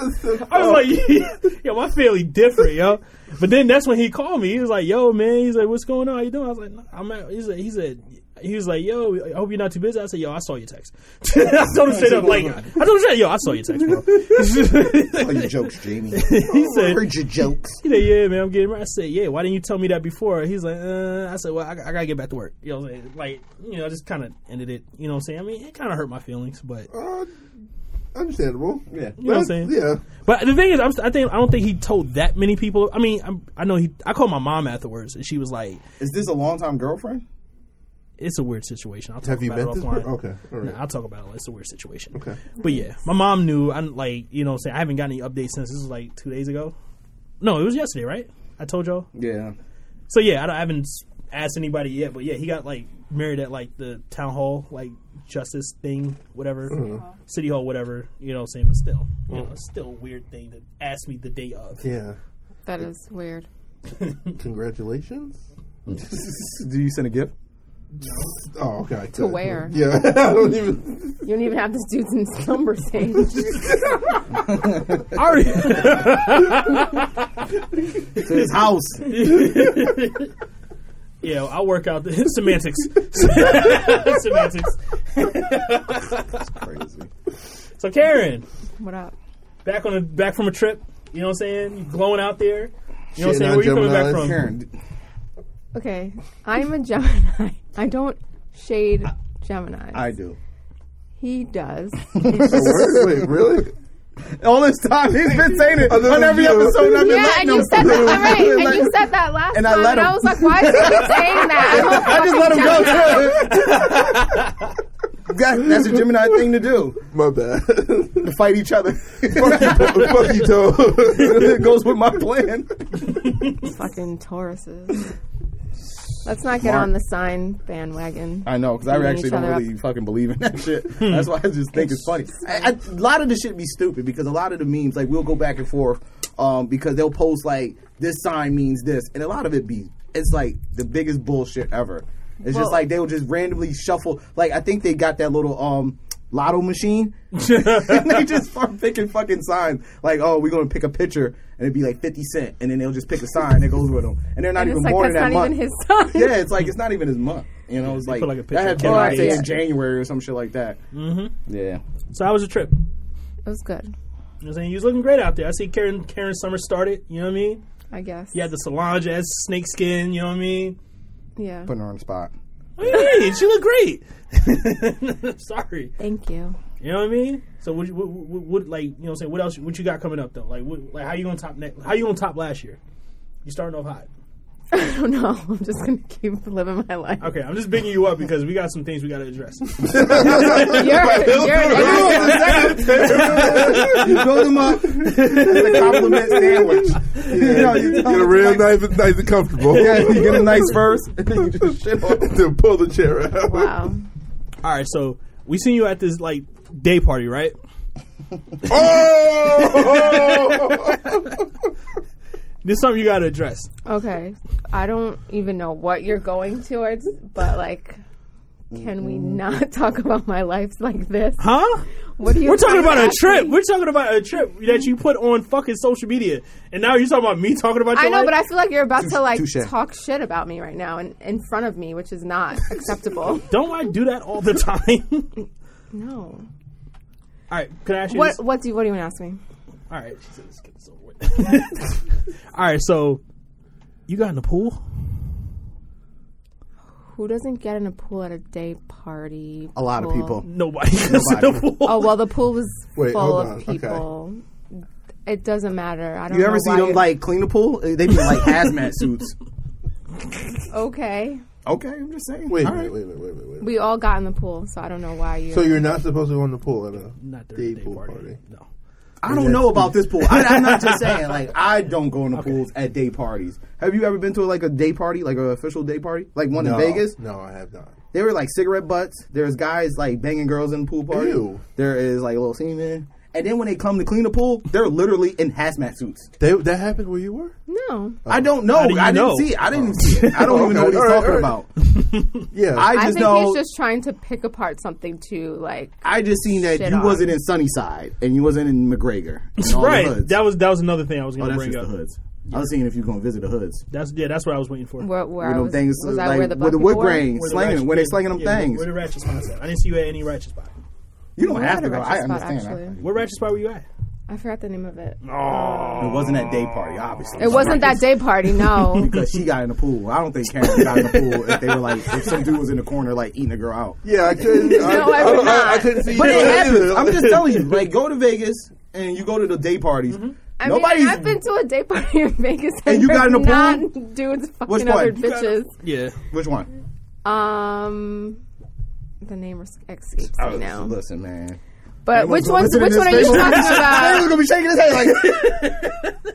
[SPEAKER 4] I was like, yo, my family different, yo. But then that's when he called me. He was like, yo, man. He's like, what's going on? How you doing? I was like, nah, I'm at. He said, he said. He was like, "Yo, I hope you're not too busy." I said, "Yo, I saw your text." I told him straight up, like, I told him straight, "Yo, I saw your text." Bro.
[SPEAKER 3] All your jokes, Jamie.
[SPEAKER 4] he said,
[SPEAKER 3] your jokes.
[SPEAKER 4] he said, "Yeah, man, I'm getting married." I said, "Yeah, why didn't you tell me that before?" He's like, uh, "I said, well, I, I gotta get back to work." You know, what I'm saying? like, you know, I just kind of ended it. You know, what I'm saying, I mean, it kind of hurt my feelings, but
[SPEAKER 2] Uh, understandable.
[SPEAKER 3] Yeah.
[SPEAKER 4] you know, what I'm saying,
[SPEAKER 2] Yeah.
[SPEAKER 4] But the thing is, I'm, I think I don't think he told that many people. I mean, I'm, I know he. I called my mom afterwards, and she was like,
[SPEAKER 3] Is this a long time girlfriend?
[SPEAKER 4] "It's a weird situation." I'll talk
[SPEAKER 2] Have you
[SPEAKER 4] about
[SPEAKER 2] met
[SPEAKER 4] it
[SPEAKER 2] this?
[SPEAKER 4] offline.
[SPEAKER 2] per- Okay. All right.
[SPEAKER 4] Nah, I'll talk about it. It's a weird situation. Okay. But yeah, my mom knew. I'm like, you know, what I'm saying I haven't gotten any updates since this was like two days ago. No, it was yesterday, right? I told y'all.
[SPEAKER 3] Yeah.
[SPEAKER 4] So yeah, I, don't- I haven't s- asked anybody yet, but yeah, he got like married at like the town hall, like justice thing, whatever,
[SPEAKER 2] Uh-huh.
[SPEAKER 4] city hall, whatever. You know what I'm saying? But still, you know, it's still a weird thing to ask me the day of.
[SPEAKER 2] Yeah.
[SPEAKER 5] That is weird.
[SPEAKER 2] Congratulations.
[SPEAKER 3] Do you send a gift?
[SPEAKER 2] Oh, okay.
[SPEAKER 5] To where?
[SPEAKER 2] Yeah. I don't even.
[SPEAKER 5] You don't even have this dude's number saved.
[SPEAKER 4] I already,
[SPEAKER 3] To his house.
[SPEAKER 4] yeah, I'll work out the semantics. semantics.
[SPEAKER 3] Crazy.
[SPEAKER 4] So Karen,
[SPEAKER 5] what up?
[SPEAKER 4] back on a, back from a trip. You know what I'm saying? You glowing out there. You know what I'm
[SPEAKER 2] Shitting
[SPEAKER 4] saying?
[SPEAKER 2] on
[SPEAKER 4] Where you coming
[SPEAKER 2] Gemini.
[SPEAKER 4] back from?
[SPEAKER 3] Karen, d-
[SPEAKER 5] Okay, I'm a Gemini. I don't shade Gemini.
[SPEAKER 3] I do.
[SPEAKER 5] he does.
[SPEAKER 2] Wait, really?
[SPEAKER 3] All this time he's been saying it on every episode. I've been
[SPEAKER 5] yeah,
[SPEAKER 3] letting
[SPEAKER 5] and
[SPEAKER 3] him.
[SPEAKER 5] you said that. I'm
[SPEAKER 3] I've
[SPEAKER 5] right.
[SPEAKER 3] been
[SPEAKER 5] And you
[SPEAKER 3] letting-
[SPEAKER 5] said that last
[SPEAKER 3] And I
[SPEAKER 5] time,
[SPEAKER 3] let
[SPEAKER 5] and I
[SPEAKER 3] him.
[SPEAKER 5] was like, "Why is he keep saying that?" I'm
[SPEAKER 3] I just let him go
[SPEAKER 5] a fucking Gemini.
[SPEAKER 3] too. That- That's a Gemini thing to do.
[SPEAKER 2] My bad.
[SPEAKER 3] To fight each other.
[SPEAKER 2] Fuck you, Toad. Fuck you, Toad.
[SPEAKER 3] it goes with my plan.
[SPEAKER 5] Fucking Tauruses. Let's not get
[SPEAKER 3] Mark.
[SPEAKER 5] on the sign bandwagon.
[SPEAKER 3] I know, because I
[SPEAKER 5] Beating
[SPEAKER 3] actually
[SPEAKER 5] each
[SPEAKER 3] don't
[SPEAKER 5] other up.
[SPEAKER 3] really fucking believe in that shit. That's why I just think Hmm. it's funny. I, I, a lot of this shit be stupid because a lot of the memes, like we'll go back and forth, um, because they'll post like this sign means this, and a lot of it be it's like the biggest bullshit ever. It's
[SPEAKER 5] Well-
[SPEAKER 3] just like they will just randomly shuffle. Like I think they got that little um lotto machine. and they just start picking fucking signs. Like, oh, we're gonna pick a picture, and it'd be like fifty cent, and then they'll just pick a sign that goes with them, and they're not
[SPEAKER 5] And
[SPEAKER 3] even
[SPEAKER 5] it's like,
[SPEAKER 3] born in
[SPEAKER 5] that's
[SPEAKER 3] that
[SPEAKER 5] not
[SPEAKER 3] month.
[SPEAKER 5] even his son.
[SPEAKER 3] yeah, it's like it's not even his month. You know, it's like,
[SPEAKER 4] put, like, a picture
[SPEAKER 3] I had
[SPEAKER 4] of Ken
[SPEAKER 3] Beyonce
[SPEAKER 5] Reeves.
[SPEAKER 3] in January or some shit like that. Mm-hmm. Yeah,
[SPEAKER 4] So how was your trip?
[SPEAKER 5] It was good,
[SPEAKER 4] You know what I'm saying? You was looking great out there. I see Karen Karen Summer started, you know what I mean?
[SPEAKER 5] I guess.
[SPEAKER 4] You had the Solange ass snake skin, you know what I mean?
[SPEAKER 5] Yeah.
[SPEAKER 3] putting her on the spot.
[SPEAKER 4] Hey, she looked great. Sorry.
[SPEAKER 5] Thank you.
[SPEAKER 4] You know what I mean? So what, what, what, what like you know what I'm saying? What else? What you got coming up though? Like what, like how you gonna top next? How you gonna top last year? You starting off hot.
[SPEAKER 5] I don't know. I'm just gonna keep living my life.
[SPEAKER 4] Okay, I'm just bigging you up because we got some things we got to address.
[SPEAKER 5] You're, you're
[SPEAKER 3] you build them up. It's a compliment sandwich. You know, you
[SPEAKER 2] Get a real nice, nice and comfortable.
[SPEAKER 3] Yeah, you get a nice verse, and then you just shit on. it.
[SPEAKER 2] to pull the chair out.
[SPEAKER 5] wow.
[SPEAKER 4] All right, so we seen you at this like day party, right?
[SPEAKER 2] Oh!
[SPEAKER 4] This is something you got to address.
[SPEAKER 5] Okay. I don't even know what you're going towards, but like, can we
[SPEAKER 3] Mm-hmm.
[SPEAKER 5] not talk about my life like this?
[SPEAKER 4] Huh?
[SPEAKER 5] What are you?
[SPEAKER 4] We're talking
[SPEAKER 5] trying to
[SPEAKER 4] about a
[SPEAKER 5] ask
[SPEAKER 4] trip.
[SPEAKER 5] me?
[SPEAKER 4] We're talking about a trip that you put on fucking social media, and now you're talking about me talking about. Your
[SPEAKER 5] I know,
[SPEAKER 4] life?
[SPEAKER 5] but I feel like you're about to like
[SPEAKER 3] touche.
[SPEAKER 5] talk shit about me right now, and in front of me, which is not acceptable.
[SPEAKER 4] don't I do that all the time? all
[SPEAKER 5] no.
[SPEAKER 4] right, can I ask you?
[SPEAKER 5] What?
[SPEAKER 4] this?
[SPEAKER 5] What do you? What do you want to ask me?
[SPEAKER 4] All right, she said, let's get this over with. all right, so you got in the pool.
[SPEAKER 5] Who doesn't get in a pool at a day party?
[SPEAKER 3] A lot of
[SPEAKER 5] Pool.
[SPEAKER 3] people.
[SPEAKER 4] Nobody gets in the pool.
[SPEAKER 5] Oh well, the pool was
[SPEAKER 2] Wait,
[SPEAKER 5] full
[SPEAKER 2] hold on.
[SPEAKER 5] of
[SPEAKER 2] Okay.
[SPEAKER 5] people. It doesn't matter. I don't.
[SPEAKER 3] You
[SPEAKER 5] know
[SPEAKER 3] ever see
[SPEAKER 5] why
[SPEAKER 3] them
[SPEAKER 5] you-
[SPEAKER 3] like clean the pool? They be in, like hazmat suits.
[SPEAKER 5] Okay,
[SPEAKER 3] Okay, I'm just saying.
[SPEAKER 2] wait,
[SPEAKER 3] All
[SPEAKER 2] wait,
[SPEAKER 3] right.
[SPEAKER 2] wait, wait, wait, wait, wait.
[SPEAKER 5] we all got in the pool, so I don't know why you.
[SPEAKER 2] So you're not supposed to go in the pool at a
[SPEAKER 4] Not during
[SPEAKER 2] day
[SPEAKER 4] the day
[SPEAKER 2] pool
[SPEAKER 4] party.
[SPEAKER 2] party.
[SPEAKER 4] No.
[SPEAKER 3] I don't know about this pool. I, I'm not just saying. Like, I don't go in the pools at day parties. Have you ever been to like a day party, like an official day party, like one in Vegas?
[SPEAKER 2] No, I have not.
[SPEAKER 3] They were like cigarette butts. There's guys like banging girls in the pool party.
[SPEAKER 2] Ew.
[SPEAKER 3] There is like a little semen. And then when they come to clean the pool, they're literally in hazmat suits.
[SPEAKER 2] They, that happened where you were?
[SPEAKER 5] no,
[SPEAKER 3] I don't know.
[SPEAKER 4] do you
[SPEAKER 3] I didn't
[SPEAKER 4] know? Oh,
[SPEAKER 3] see it. I didn't see it. I don't even know what he's
[SPEAKER 2] Okay, all right,
[SPEAKER 3] talking
[SPEAKER 2] all
[SPEAKER 3] about.
[SPEAKER 2] Yeah.
[SPEAKER 3] I
[SPEAKER 5] I,
[SPEAKER 3] just
[SPEAKER 5] think
[SPEAKER 3] know.
[SPEAKER 5] he's just trying to pick apart something to like.
[SPEAKER 3] I just seen that
[SPEAKER 5] Shit
[SPEAKER 3] you
[SPEAKER 5] on.
[SPEAKER 3] wasn't in Sunnyside and you wasn't in McGregor. and all the
[SPEAKER 4] Right.
[SPEAKER 3] hoods.
[SPEAKER 4] That was that was another thing I was
[SPEAKER 3] oh,
[SPEAKER 4] going to
[SPEAKER 3] that's
[SPEAKER 4] bring
[SPEAKER 3] just
[SPEAKER 4] up.
[SPEAKER 3] the hoods. I was seeing if you gonna visit the hoods.
[SPEAKER 4] That's yeah. That's what I was waiting for.
[SPEAKER 5] Where, where
[SPEAKER 3] You
[SPEAKER 5] I
[SPEAKER 3] know,
[SPEAKER 5] was,
[SPEAKER 3] things
[SPEAKER 5] was I
[SPEAKER 3] like
[SPEAKER 5] where the
[SPEAKER 3] with
[SPEAKER 5] black
[SPEAKER 3] the
[SPEAKER 5] people
[SPEAKER 3] wood
[SPEAKER 5] were?
[SPEAKER 3] grain
[SPEAKER 4] Where the
[SPEAKER 3] slanging.
[SPEAKER 4] ratchet-
[SPEAKER 3] Where they slanging them
[SPEAKER 4] yeah, where-
[SPEAKER 3] things.
[SPEAKER 4] Where the ratchet spots at? I didn't see you at any ratchet spot.
[SPEAKER 3] you don't
[SPEAKER 5] I
[SPEAKER 3] have
[SPEAKER 5] had
[SPEAKER 3] to
[SPEAKER 5] a
[SPEAKER 3] go. I
[SPEAKER 5] ratchet spot,
[SPEAKER 3] understand.
[SPEAKER 5] actually.
[SPEAKER 3] I-
[SPEAKER 4] What ratchet spot were you at?
[SPEAKER 5] I forgot the name of it.
[SPEAKER 3] It wasn't that day
[SPEAKER 4] Oh.
[SPEAKER 3] party, obviously.
[SPEAKER 5] It wasn't that day party. No.
[SPEAKER 3] because she got in the pool. I don't think Karen got in the pool if they were like if some dude was in the corner like eating a girl out.
[SPEAKER 2] yeah, I couldn't. I,
[SPEAKER 5] No, I
[SPEAKER 2] I,
[SPEAKER 5] would
[SPEAKER 2] don't- I, I
[SPEAKER 5] not.
[SPEAKER 2] couldn't see
[SPEAKER 3] But
[SPEAKER 2] you.
[SPEAKER 3] it happens. I'm just telling you. Like go to Vegas and you go to the day parties.
[SPEAKER 5] I
[SPEAKER 3] Nobody's
[SPEAKER 5] mean, I've been to a day party in Vegas, and,
[SPEAKER 3] you got in a
[SPEAKER 5] there's
[SPEAKER 3] pool?
[SPEAKER 5] not dudes fucking
[SPEAKER 3] Which
[SPEAKER 5] other
[SPEAKER 3] one? You got
[SPEAKER 5] bitches.
[SPEAKER 4] Yeah.
[SPEAKER 3] which one?
[SPEAKER 5] Um, the name es- escapes me now.
[SPEAKER 3] Listen, man.
[SPEAKER 5] But which ones?
[SPEAKER 3] Listen to
[SPEAKER 5] Which
[SPEAKER 3] this
[SPEAKER 5] one are you
[SPEAKER 3] face.
[SPEAKER 5] talking
[SPEAKER 3] Taylor's
[SPEAKER 5] about?
[SPEAKER 3] gonna be shaking his head like.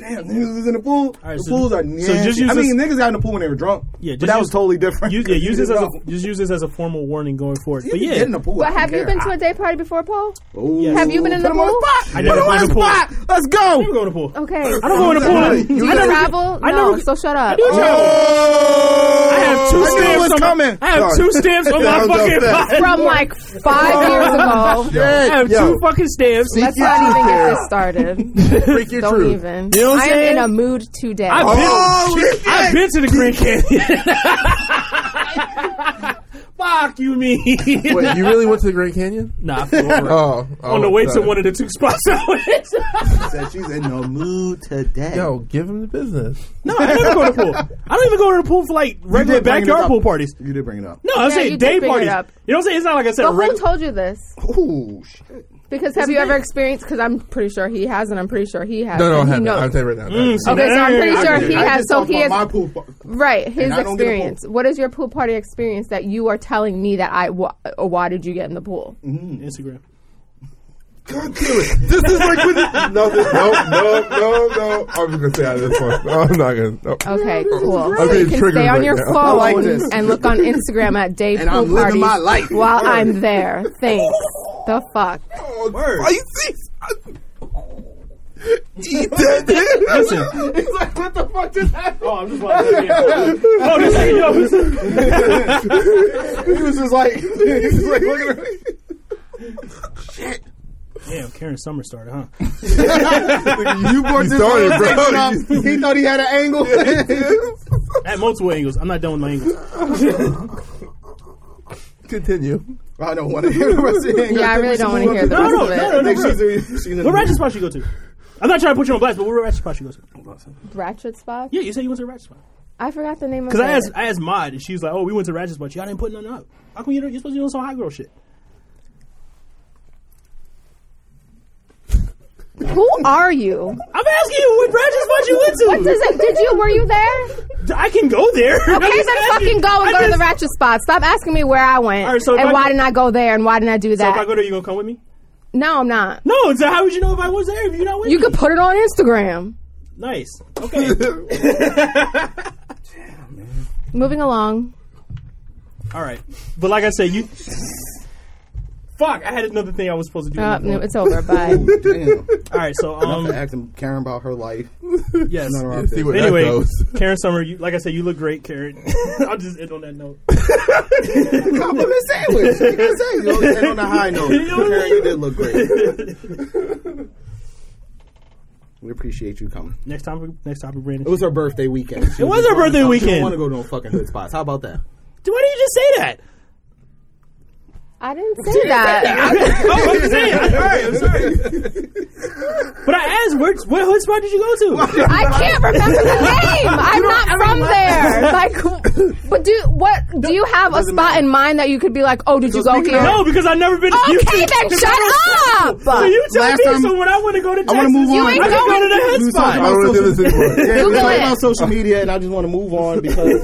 [SPEAKER 3] Damn, niggas was in the pool.
[SPEAKER 4] right,
[SPEAKER 3] the
[SPEAKER 4] so-
[SPEAKER 3] pools are
[SPEAKER 4] so
[SPEAKER 3] nasty.
[SPEAKER 4] just use
[SPEAKER 3] I mean,
[SPEAKER 4] this-
[SPEAKER 3] niggas got in the pool when they were drunk.
[SPEAKER 4] Yeah,
[SPEAKER 3] but
[SPEAKER 4] just
[SPEAKER 3] that
[SPEAKER 4] use-
[SPEAKER 3] was totally different.
[SPEAKER 4] Use, yeah, use this as a,
[SPEAKER 3] No.
[SPEAKER 4] just use this as a formal warning going forward. But
[SPEAKER 3] You
[SPEAKER 4] yeah,
[SPEAKER 3] get in the pool.
[SPEAKER 5] But have you been to a day party before, Paul?
[SPEAKER 3] Ooh.
[SPEAKER 5] Have you been in the
[SPEAKER 3] Put him on
[SPEAKER 5] pool?
[SPEAKER 3] the
[SPEAKER 4] I
[SPEAKER 3] spot. Put
[SPEAKER 4] never
[SPEAKER 3] him
[SPEAKER 4] been
[SPEAKER 3] on
[SPEAKER 4] in
[SPEAKER 3] the
[SPEAKER 4] the pool.
[SPEAKER 3] spot. Let's
[SPEAKER 4] I never
[SPEAKER 3] go.
[SPEAKER 4] go to the pool.
[SPEAKER 5] Okay.
[SPEAKER 4] I don't go in the pool.
[SPEAKER 5] Do you
[SPEAKER 4] I never-
[SPEAKER 5] travel?
[SPEAKER 4] I
[SPEAKER 5] no.
[SPEAKER 4] never-
[SPEAKER 5] so shut up.
[SPEAKER 4] do travel.
[SPEAKER 2] Oh!
[SPEAKER 4] I have two
[SPEAKER 3] I knew it
[SPEAKER 4] stamps
[SPEAKER 3] was
[SPEAKER 4] on
[SPEAKER 3] coming.
[SPEAKER 4] I have
[SPEAKER 2] Sorry.
[SPEAKER 4] two stamps on my
[SPEAKER 2] That was
[SPEAKER 4] fucking
[SPEAKER 2] upset.
[SPEAKER 4] body.
[SPEAKER 5] From like five years ago.
[SPEAKER 2] Yo,
[SPEAKER 4] I have
[SPEAKER 2] yo,
[SPEAKER 4] two fucking stamps.
[SPEAKER 5] Let's not even get this started.
[SPEAKER 2] freak your
[SPEAKER 5] Don't
[SPEAKER 2] truth.
[SPEAKER 5] even.
[SPEAKER 4] You know what I'm
[SPEAKER 5] I
[SPEAKER 4] saying?
[SPEAKER 5] am in a mood today.
[SPEAKER 4] I've been,
[SPEAKER 2] Oh, shit.
[SPEAKER 4] I've been to the Grand Canyon. Fuck you, mean?
[SPEAKER 2] Wait, you really went to the Grand Canyon?
[SPEAKER 4] Nah, I flew over.
[SPEAKER 2] Oh, oh,
[SPEAKER 4] on the way to
[SPEAKER 2] sorry.
[SPEAKER 4] one of the two spots. I went.
[SPEAKER 3] Said she's in the mood today.
[SPEAKER 2] Yo, give him the business.
[SPEAKER 4] no, I never go to the pool. I don't even go to the pool for like regular
[SPEAKER 3] did bring it
[SPEAKER 4] backyard
[SPEAKER 3] up.
[SPEAKER 4] pool parties.
[SPEAKER 3] You did bring it up.
[SPEAKER 4] No, I'm
[SPEAKER 5] Yeah,
[SPEAKER 4] saying
[SPEAKER 5] you did
[SPEAKER 4] day
[SPEAKER 5] bring it
[SPEAKER 4] parties.
[SPEAKER 5] up.
[SPEAKER 4] You know what I'm saying? It's not like I said
[SPEAKER 5] but who
[SPEAKER 4] reg-
[SPEAKER 5] told you this?
[SPEAKER 3] Ooh, shit.
[SPEAKER 5] Because have you ever experienced? Because I'm pretty sure he has, and I'm pretty sure he has.
[SPEAKER 2] No, no, I
[SPEAKER 5] and he
[SPEAKER 2] haven't.
[SPEAKER 5] knows.
[SPEAKER 2] I'm saying right now.
[SPEAKER 4] so
[SPEAKER 5] Okay, so I'm pretty
[SPEAKER 4] I
[SPEAKER 5] sure
[SPEAKER 4] did.
[SPEAKER 5] he
[SPEAKER 3] I
[SPEAKER 5] has.
[SPEAKER 3] just
[SPEAKER 5] So
[SPEAKER 3] talked
[SPEAKER 5] he
[SPEAKER 3] about
[SPEAKER 5] has
[SPEAKER 3] my pool. par-
[SPEAKER 5] right his
[SPEAKER 3] And I don't get a pool.
[SPEAKER 5] experience. What is your pool party experience that you are telling me that I? Wh- uh, why did you get in the pool?
[SPEAKER 4] Instagram.
[SPEAKER 2] God damn it. This is like when no, this, no, no, no, no. I'm just gonna stay out of this one. No, I'm not gonna. No.
[SPEAKER 5] Okay, cool.
[SPEAKER 2] I'm
[SPEAKER 5] So you
[SPEAKER 2] being
[SPEAKER 5] can
[SPEAKER 2] triggered
[SPEAKER 5] stay on
[SPEAKER 2] right
[SPEAKER 5] your
[SPEAKER 2] now.
[SPEAKER 5] phone
[SPEAKER 3] like this.
[SPEAKER 5] and look on Instagram at day
[SPEAKER 3] And
[SPEAKER 5] pool
[SPEAKER 3] I'm living
[SPEAKER 5] parties
[SPEAKER 3] my life.
[SPEAKER 5] while I'm there. Thanks. the fuck.
[SPEAKER 2] Oh,
[SPEAKER 4] Word.
[SPEAKER 2] I see. I- Eat that.
[SPEAKER 4] Listen.
[SPEAKER 3] He's like, what the fuck just happened?
[SPEAKER 4] Oh, I'm just Oh, this ain't yo.
[SPEAKER 3] he was just like, he was like, looking at me.
[SPEAKER 4] Damn, Karen Summer started, huh?
[SPEAKER 3] you brought this
[SPEAKER 2] started, bro.
[SPEAKER 3] conversation up. He thought he had an angle.
[SPEAKER 4] At multiple angles. I'm not done with my angles.
[SPEAKER 2] Continue.
[SPEAKER 3] I don't want to hear the rest of the angle.
[SPEAKER 5] Yeah, I really don't want to hear the
[SPEAKER 4] No,
[SPEAKER 5] rest
[SPEAKER 4] no,
[SPEAKER 5] of it.
[SPEAKER 4] no, no,
[SPEAKER 3] I
[SPEAKER 4] no.
[SPEAKER 3] think she's a, she's in
[SPEAKER 4] What ratchet spot you go to? I'm not trying to put you on blast, but what ratchet spot you go to?
[SPEAKER 5] Ratchet spot?
[SPEAKER 4] Yeah, you said you went to a ratchet spot.
[SPEAKER 5] I forgot the name of it.
[SPEAKER 4] Because I asked, I asked Mod, and she was like, "Oh, we went to ratchet spot. Y'all didn't put nothing up. How come you don't, you're supposed to be doing some high girl shit?"
[SPEAKER 5] Who are you?
[SPEAKER 4] I'm asking you what ratchet spot you went to.
[SPEAKER 5] What does it? Did you? Were you there?
[SPEAKER 4] I can go there. I'm
[SPEAKER 5] Okay,
[SPEAKER 4] just
[SPEAKER 5] then
[SPEAKER 4] asking-
[SPEAKER 5] fucking go
[SPEAKER 4] I
[SPEAKER 5] and go to the
[SPEAKER 4] just-
[SPEAKER 5] ratchet spot. Stop asking me where I went
[SPEAKER 4] All right, so if
[SPEAKER 5] and
[SPEAKER 4] I
[SPEAKER 5] why
[SPEAKER 4] go-
[SPEAKER 5] didn't I go there and why didn't I do
[SPEAKER 4] So if I
[SPEAKER 5] that.
[SPEAKER 4] go there, you gonna come with me?
[SPEAKER 5] no, I'm not.
[SPEAKER 4] No. So how would you know if I was there if you're not with
[SPEAKER 5] You
[SPEAKER 4] me?
[SPEAKER 5] could put it on Instagram.
[SPEAKER 4] nice. Okay.
[SPEAKER 5] Moving along.
[SPEAKER 4] All right. But like I said, you. Fuck! I had another thing I was supposed to do.
[SPEAKER 5] Uh,
[SPEAKER 4] with my
[SPEAKER 5] no,
[SPEAKER 4] phone.
[SPEAKER 5] it's over. Bye.
[SPEAKER 3] Damn.
[SPEAKER 4] All right. So um,
[SPEAKER 3] Asking Karen about her life.
[SPEAKER 4] yes.
[SPEAKER 3] None of our
[SPEAKER 2] Let's see
[SPEAKER 3] business.
[SPEAKER 2] where that
[SPEAKER 4] Anyway,
[SPEAKER 2] goes.
[SPEAKER 4] Karen Summer, you, like I said, you look great, Karen. I'll just end on that note.
[SPEAKER 3] Compliment sandwich. You can say, you know, and on the high note, Karen, you did look great. We appreciate you coming.
[SPEAKER 4] Next time, next topic, Brandon.
[SPEAKER 3] It was her birthday weekend. She
[SPEAKER 4] It was her
[SPEAKER 3] like,
[SPEAKER 4] birthday
[SPEAKER 3] "I don't
[SPEAKER 4] weekend."
[SPEAKER 3] want to go to no fucking hood spots. How about that?
[SPEAKER 4] Why did you just say that?
[SPEAKER 5] I didn't say that.
[SPEAKER 4] oh, I'm saying. I'm sorry. I'm sorry. But I asked, where, what hood spot did you go to?
[SPEAKER 5] I can't remember the name. I'm not from there. Like, but do what? Do you have a spot in mind that you could be like, oh, did you go
[SPEAKER 3] speaking
[SPEAKER 5] here?
[SPEAKER 4] No, because I've never been.
[SPEAKER 5] Okay,
[SPEAKER 4] you,
[SPEAKER 5] then shut up.
[SPEAKER 4] So you tell
[SPEAKER 3] Last
[SPEAKER 4] me.
[SPEAKER 3] time-
[SPEAKER 4] so when I want to go to Texas,
[SPEAKER 3] wanna move on. You ain't
[SPEAKER 4] I can go
[SPEAKER 5] going.
[SPEAKER 4] to the
[SPEAKER 3] We
[SPEAKER 4] hood
[SPEAKER 3] was
[SPEAKER 4] spot.
[SPEAKER 2] I don't want to do this anymore.
[SPEAKER 3] Yeah, we
[SPEAKER 5] Google
[SPEAKER 3] talking
[SPEAKER 5] it.
[SPEAKER 3] about social media, and I just want to move on because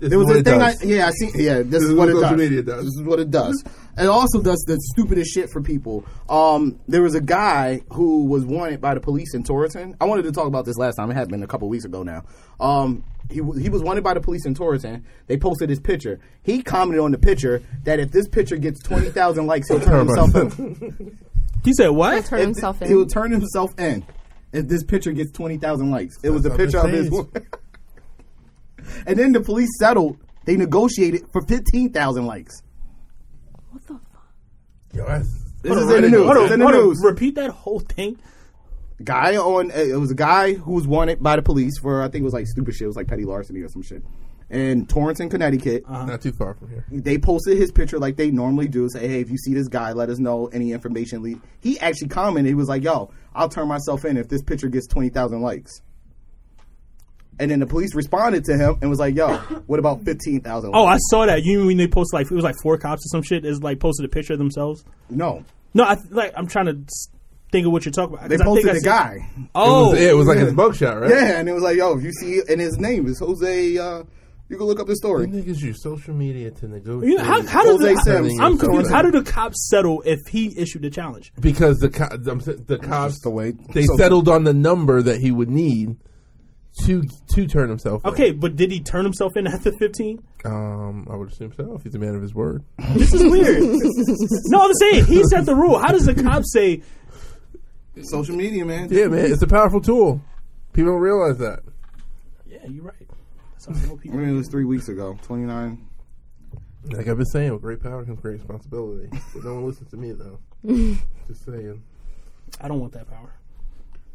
[SPEAKER 2] There
[SPEAKER 3] it was a thing. I, yeah, I see. Yeah, this, is
[SPEAKER 2] is
[SPEAKER 3] what
[SPEAKER 2] what
[SPEAKER 3] it
[SPEAKER 2] social
[SPEAKER 3] does.
[SPEAKER 2] media does.
[SPEAKER 3] This is what it does. It also does the stupidest shit for people. Um, there was a guy who was wanted by the police in Torrington. I wanted to talk about this last time. It had been a couple weeks ago now. Um, he w- he was wanted by the police in Torrington. They posted his picture. He commented on the picture that if this picture gets twenty thousand likes, he'll turn himself in.
[SPEAKER 4] He said what?
[SPEAKER 5] Turn himself
[SPEAKER 3] He will
[SPEAKER 5] in.
[SPEAKER 3] turn himself in if this picture gets twenty thousand likes. It was a
[SPEAKER 2] That's
[SPEAKER 3] picture
[SPEAKER 2] not
[SPEAKER 3] of his.
[SPEAKER 2] the
[SPEAKER 3] and then the police settled. They negotiated for fifteen thousand likes.
[SPEAKER 2] Yo, that's-
[SPEAKER 3] This is in the news.
[SPEAKER 4] Hold
[SPEAKER 3] It's
[SPEAKER 4] on,
[SPEAKER 3] in the
[SPEAKER 4] hold on.
[SPEAKER 3] news.
[SPEAKER 4] Repeat that whole thing.
[SPEAKER 3] Guy on uh, it was a guy who was wanted by the police for I think it was like stupid shit. It was like petty larceny or some shit. In Torrington, Connecticut,
[SPEAKER 2] Not too far from here.
[SPEAKER 3] they posted his picture like they normally do. Say, hey, if you see this guy, let us know any information. Le-. He actually commented. He was like, "Yo, I'll turn myself in if this picture gets twenty thousand likes." And then the police responded to him and was like, "Yo, what about fifteen thousand?
[SPEAKER 4] Oh, I saw that. You mean when they posted like it was like four cops or some shit? Is like posted a picture of themselves?
[SPEAKER 3] no,
[SPEAKER 4] No, I th- like I'm trying to s- think of what you're talking about.
[SPEAKER 3] they
[SPEAKER 4] 'cause I
[SPEAKER 3] posted
[SPEAKER 4] think I
[SPEAKER 3] the
[SPEAKER 4] see-
[SPEAKER 3] guy.
[SPEAKER 4] Oh,
[SPEAKER 2] yeah, it was like his mugshot, right?
[SPEAKER 3] Yeah, and it was like, "Yo, if you see," and his name is Jose. Uh, you can look up the story.
[SPEAKER 2] Niggas use social media to negotiate.
[SPEAKER 4] You know, how, how does
[SPEAKER 3] Jose
[SPEAKER 4] the,
[SPEAKER 3] Sims.
[SPEAKER 4] I'm confused. How do the cops settle if he issued the challenge?
[SPEAKER 2] because the co- I'm sa- the cops
[SPEAKER 3] the way-
[SPEAKER 2] they
[SPEAKER 3] so-
[SPEAKER 2] settled on the number that he would need to to turn himself. in.
[SPEAKER 4] Okay, but did he turn himself in after 15?
[SPEAKER 2] um, I would assume so. If he's a man of his word,
[SPEAKER 4] This is weird. no, I'm saying he set the rule. How does the cop say?
[SPEAKER 3] Social media, man.
[SPEAKER 2] yeah, man, it's a powerful tool. People don't realize that.
[SPEAKER 4] Yeah, you're right. That's how I know
[SPEAKER 3] I
[SPEAKER 4] people.
[SPEAKER 3] mean, it was three weeks ago. Twenty nine.
[SPEAKER 2] Like I've been saying, with great power comes great responsibility. But no one listens to me though. Just saying.
[SPEAKER 4] I don't want that power.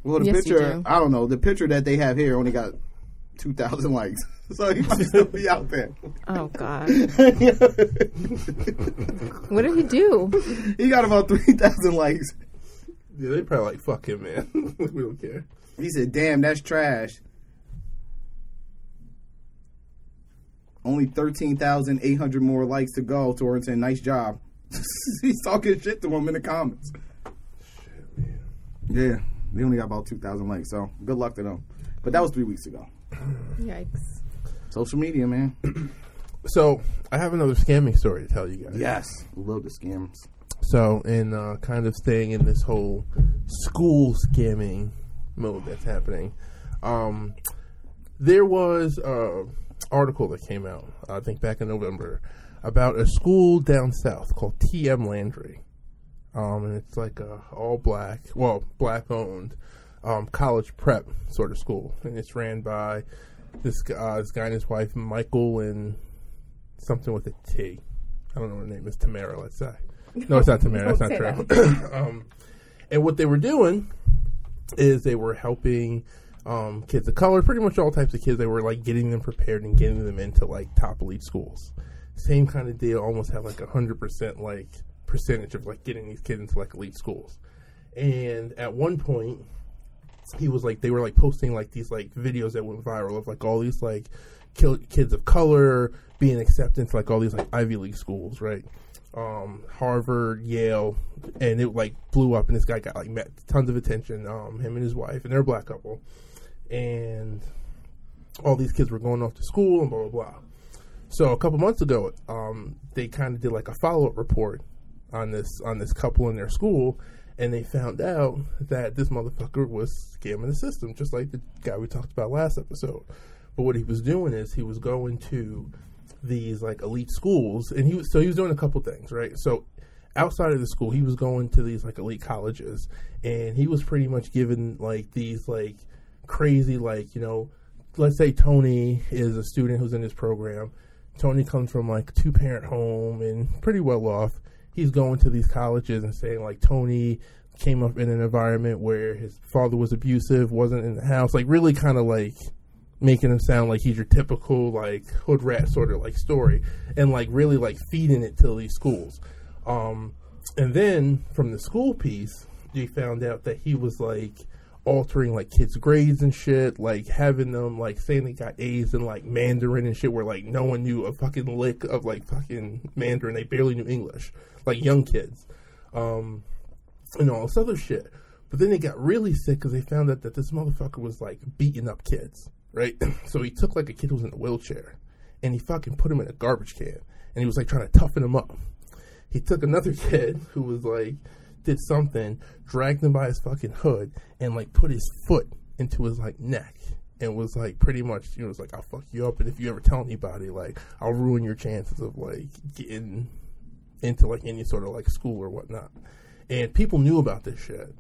[SPEAKER 3] Well, the
[SPEAKER 5] Yes, you
[SPEAKER 3] picture.
[SPEAKER 5] do.
[SPEAKER 3] I don't know. The picture that they have here only got two thousand likes. So he might still be out there.
[SPEAKER 5] Oh God. What did he do?
[SPEAKER 3] he got about three thousand likes.
[SPEAKER 2] Yeah, they probably like fuck him, man. we don't care.
[SPEAKER 3] He said, "Damn, that's trash." Only thirteen thousand eight hundred more likes to go. Torrington, nice job. He's talking shit to him in the comments. Yeah, they only got about two thousand likes. So good luck to them. But that was three weeks ago.
[SPEAKER 5] Yikes.
[SPEAKER 3] Social media, man.
[SPEAKER 2] So I have another scamming story to tell you guys.
[SPEAKER 3] Yes, love the scams.
[SPEAKER 2] So, and uh, kind of staying in this whole school scamming mode that's happening, um, there was an article that came out, I think back in November, about a school down south called TM Landry. Um, and it's like a all black, well, black owned um, college prep sort of school. And it's ran by this, gu- uh, this guy and his wife, Michael, and something with a T. I don't know what her name is, Tamara, let's say. No, it's not Tamara. That's not
[SPEAKER 5] say
[SPEAKER 2] true. um, And what they were doing is they were helping um, kids of color, pretty much all types of kids. They were like getting them prepared and getting them into like top elite schools. Same kind of deal. Almost had like a hundred percent like percentage of like getting these kids into like elite schools. And at one point, he was like they were like posting like these like videos that went viral of like all these like kill, kids of color being accepted to like all these like Ivy League schools, right? Um, Harvard, Yale, and it like blew up, and this guy got like met, tons of attention. Um, him and his wife, and they're a black couple, and all these kids were going off to school and blah blah blah. So a couple months ago, um, they kind of did like a follow up report on this on this couple in their school, and they found out that this motherfucker was scamming the system, just like the guy we talked about last episode. But what he was doing is he was going to these like elite schools, and he was so he was doing a couple things, right? So outside of the school, he was going to these like elite colleges, and he was pretty much given like these like crazy like you know, let's say Tony is a student who's in this program. Tony comes from like two parent home and pretty well off. He's going to these colleges and saying like Tony came up in an environment where his father was abusive, wasn't in the house, like really kind of like making him sound like he's your typical like hood rat sort of like story and like really like feeding it to these schools. Um, and then from the school piece, they found out that he was like altering like kids' grades and shit, like having them like saying they got A's in like Mandarin and shit, where like no one knew a fucking lick of like fucking Mandarin. They barely knew English, like young kids, um, and all this other shit. But then they got really sick because they found out that this motherfucker was like beating up kids, right? so he took like a kid who was in a wheelchair and he fucking put him in a garbage can and he was like trying to toughen him up he took another kid who was like did something, dragged him by his fucking hood, and like put his foot into his like neck, and was like pretty much you know was like I'll fuck you up, and if you ever tell anybody, like I'll ruin your chances of like getting into like any sort of like school or whatnot. And people knew about this shit,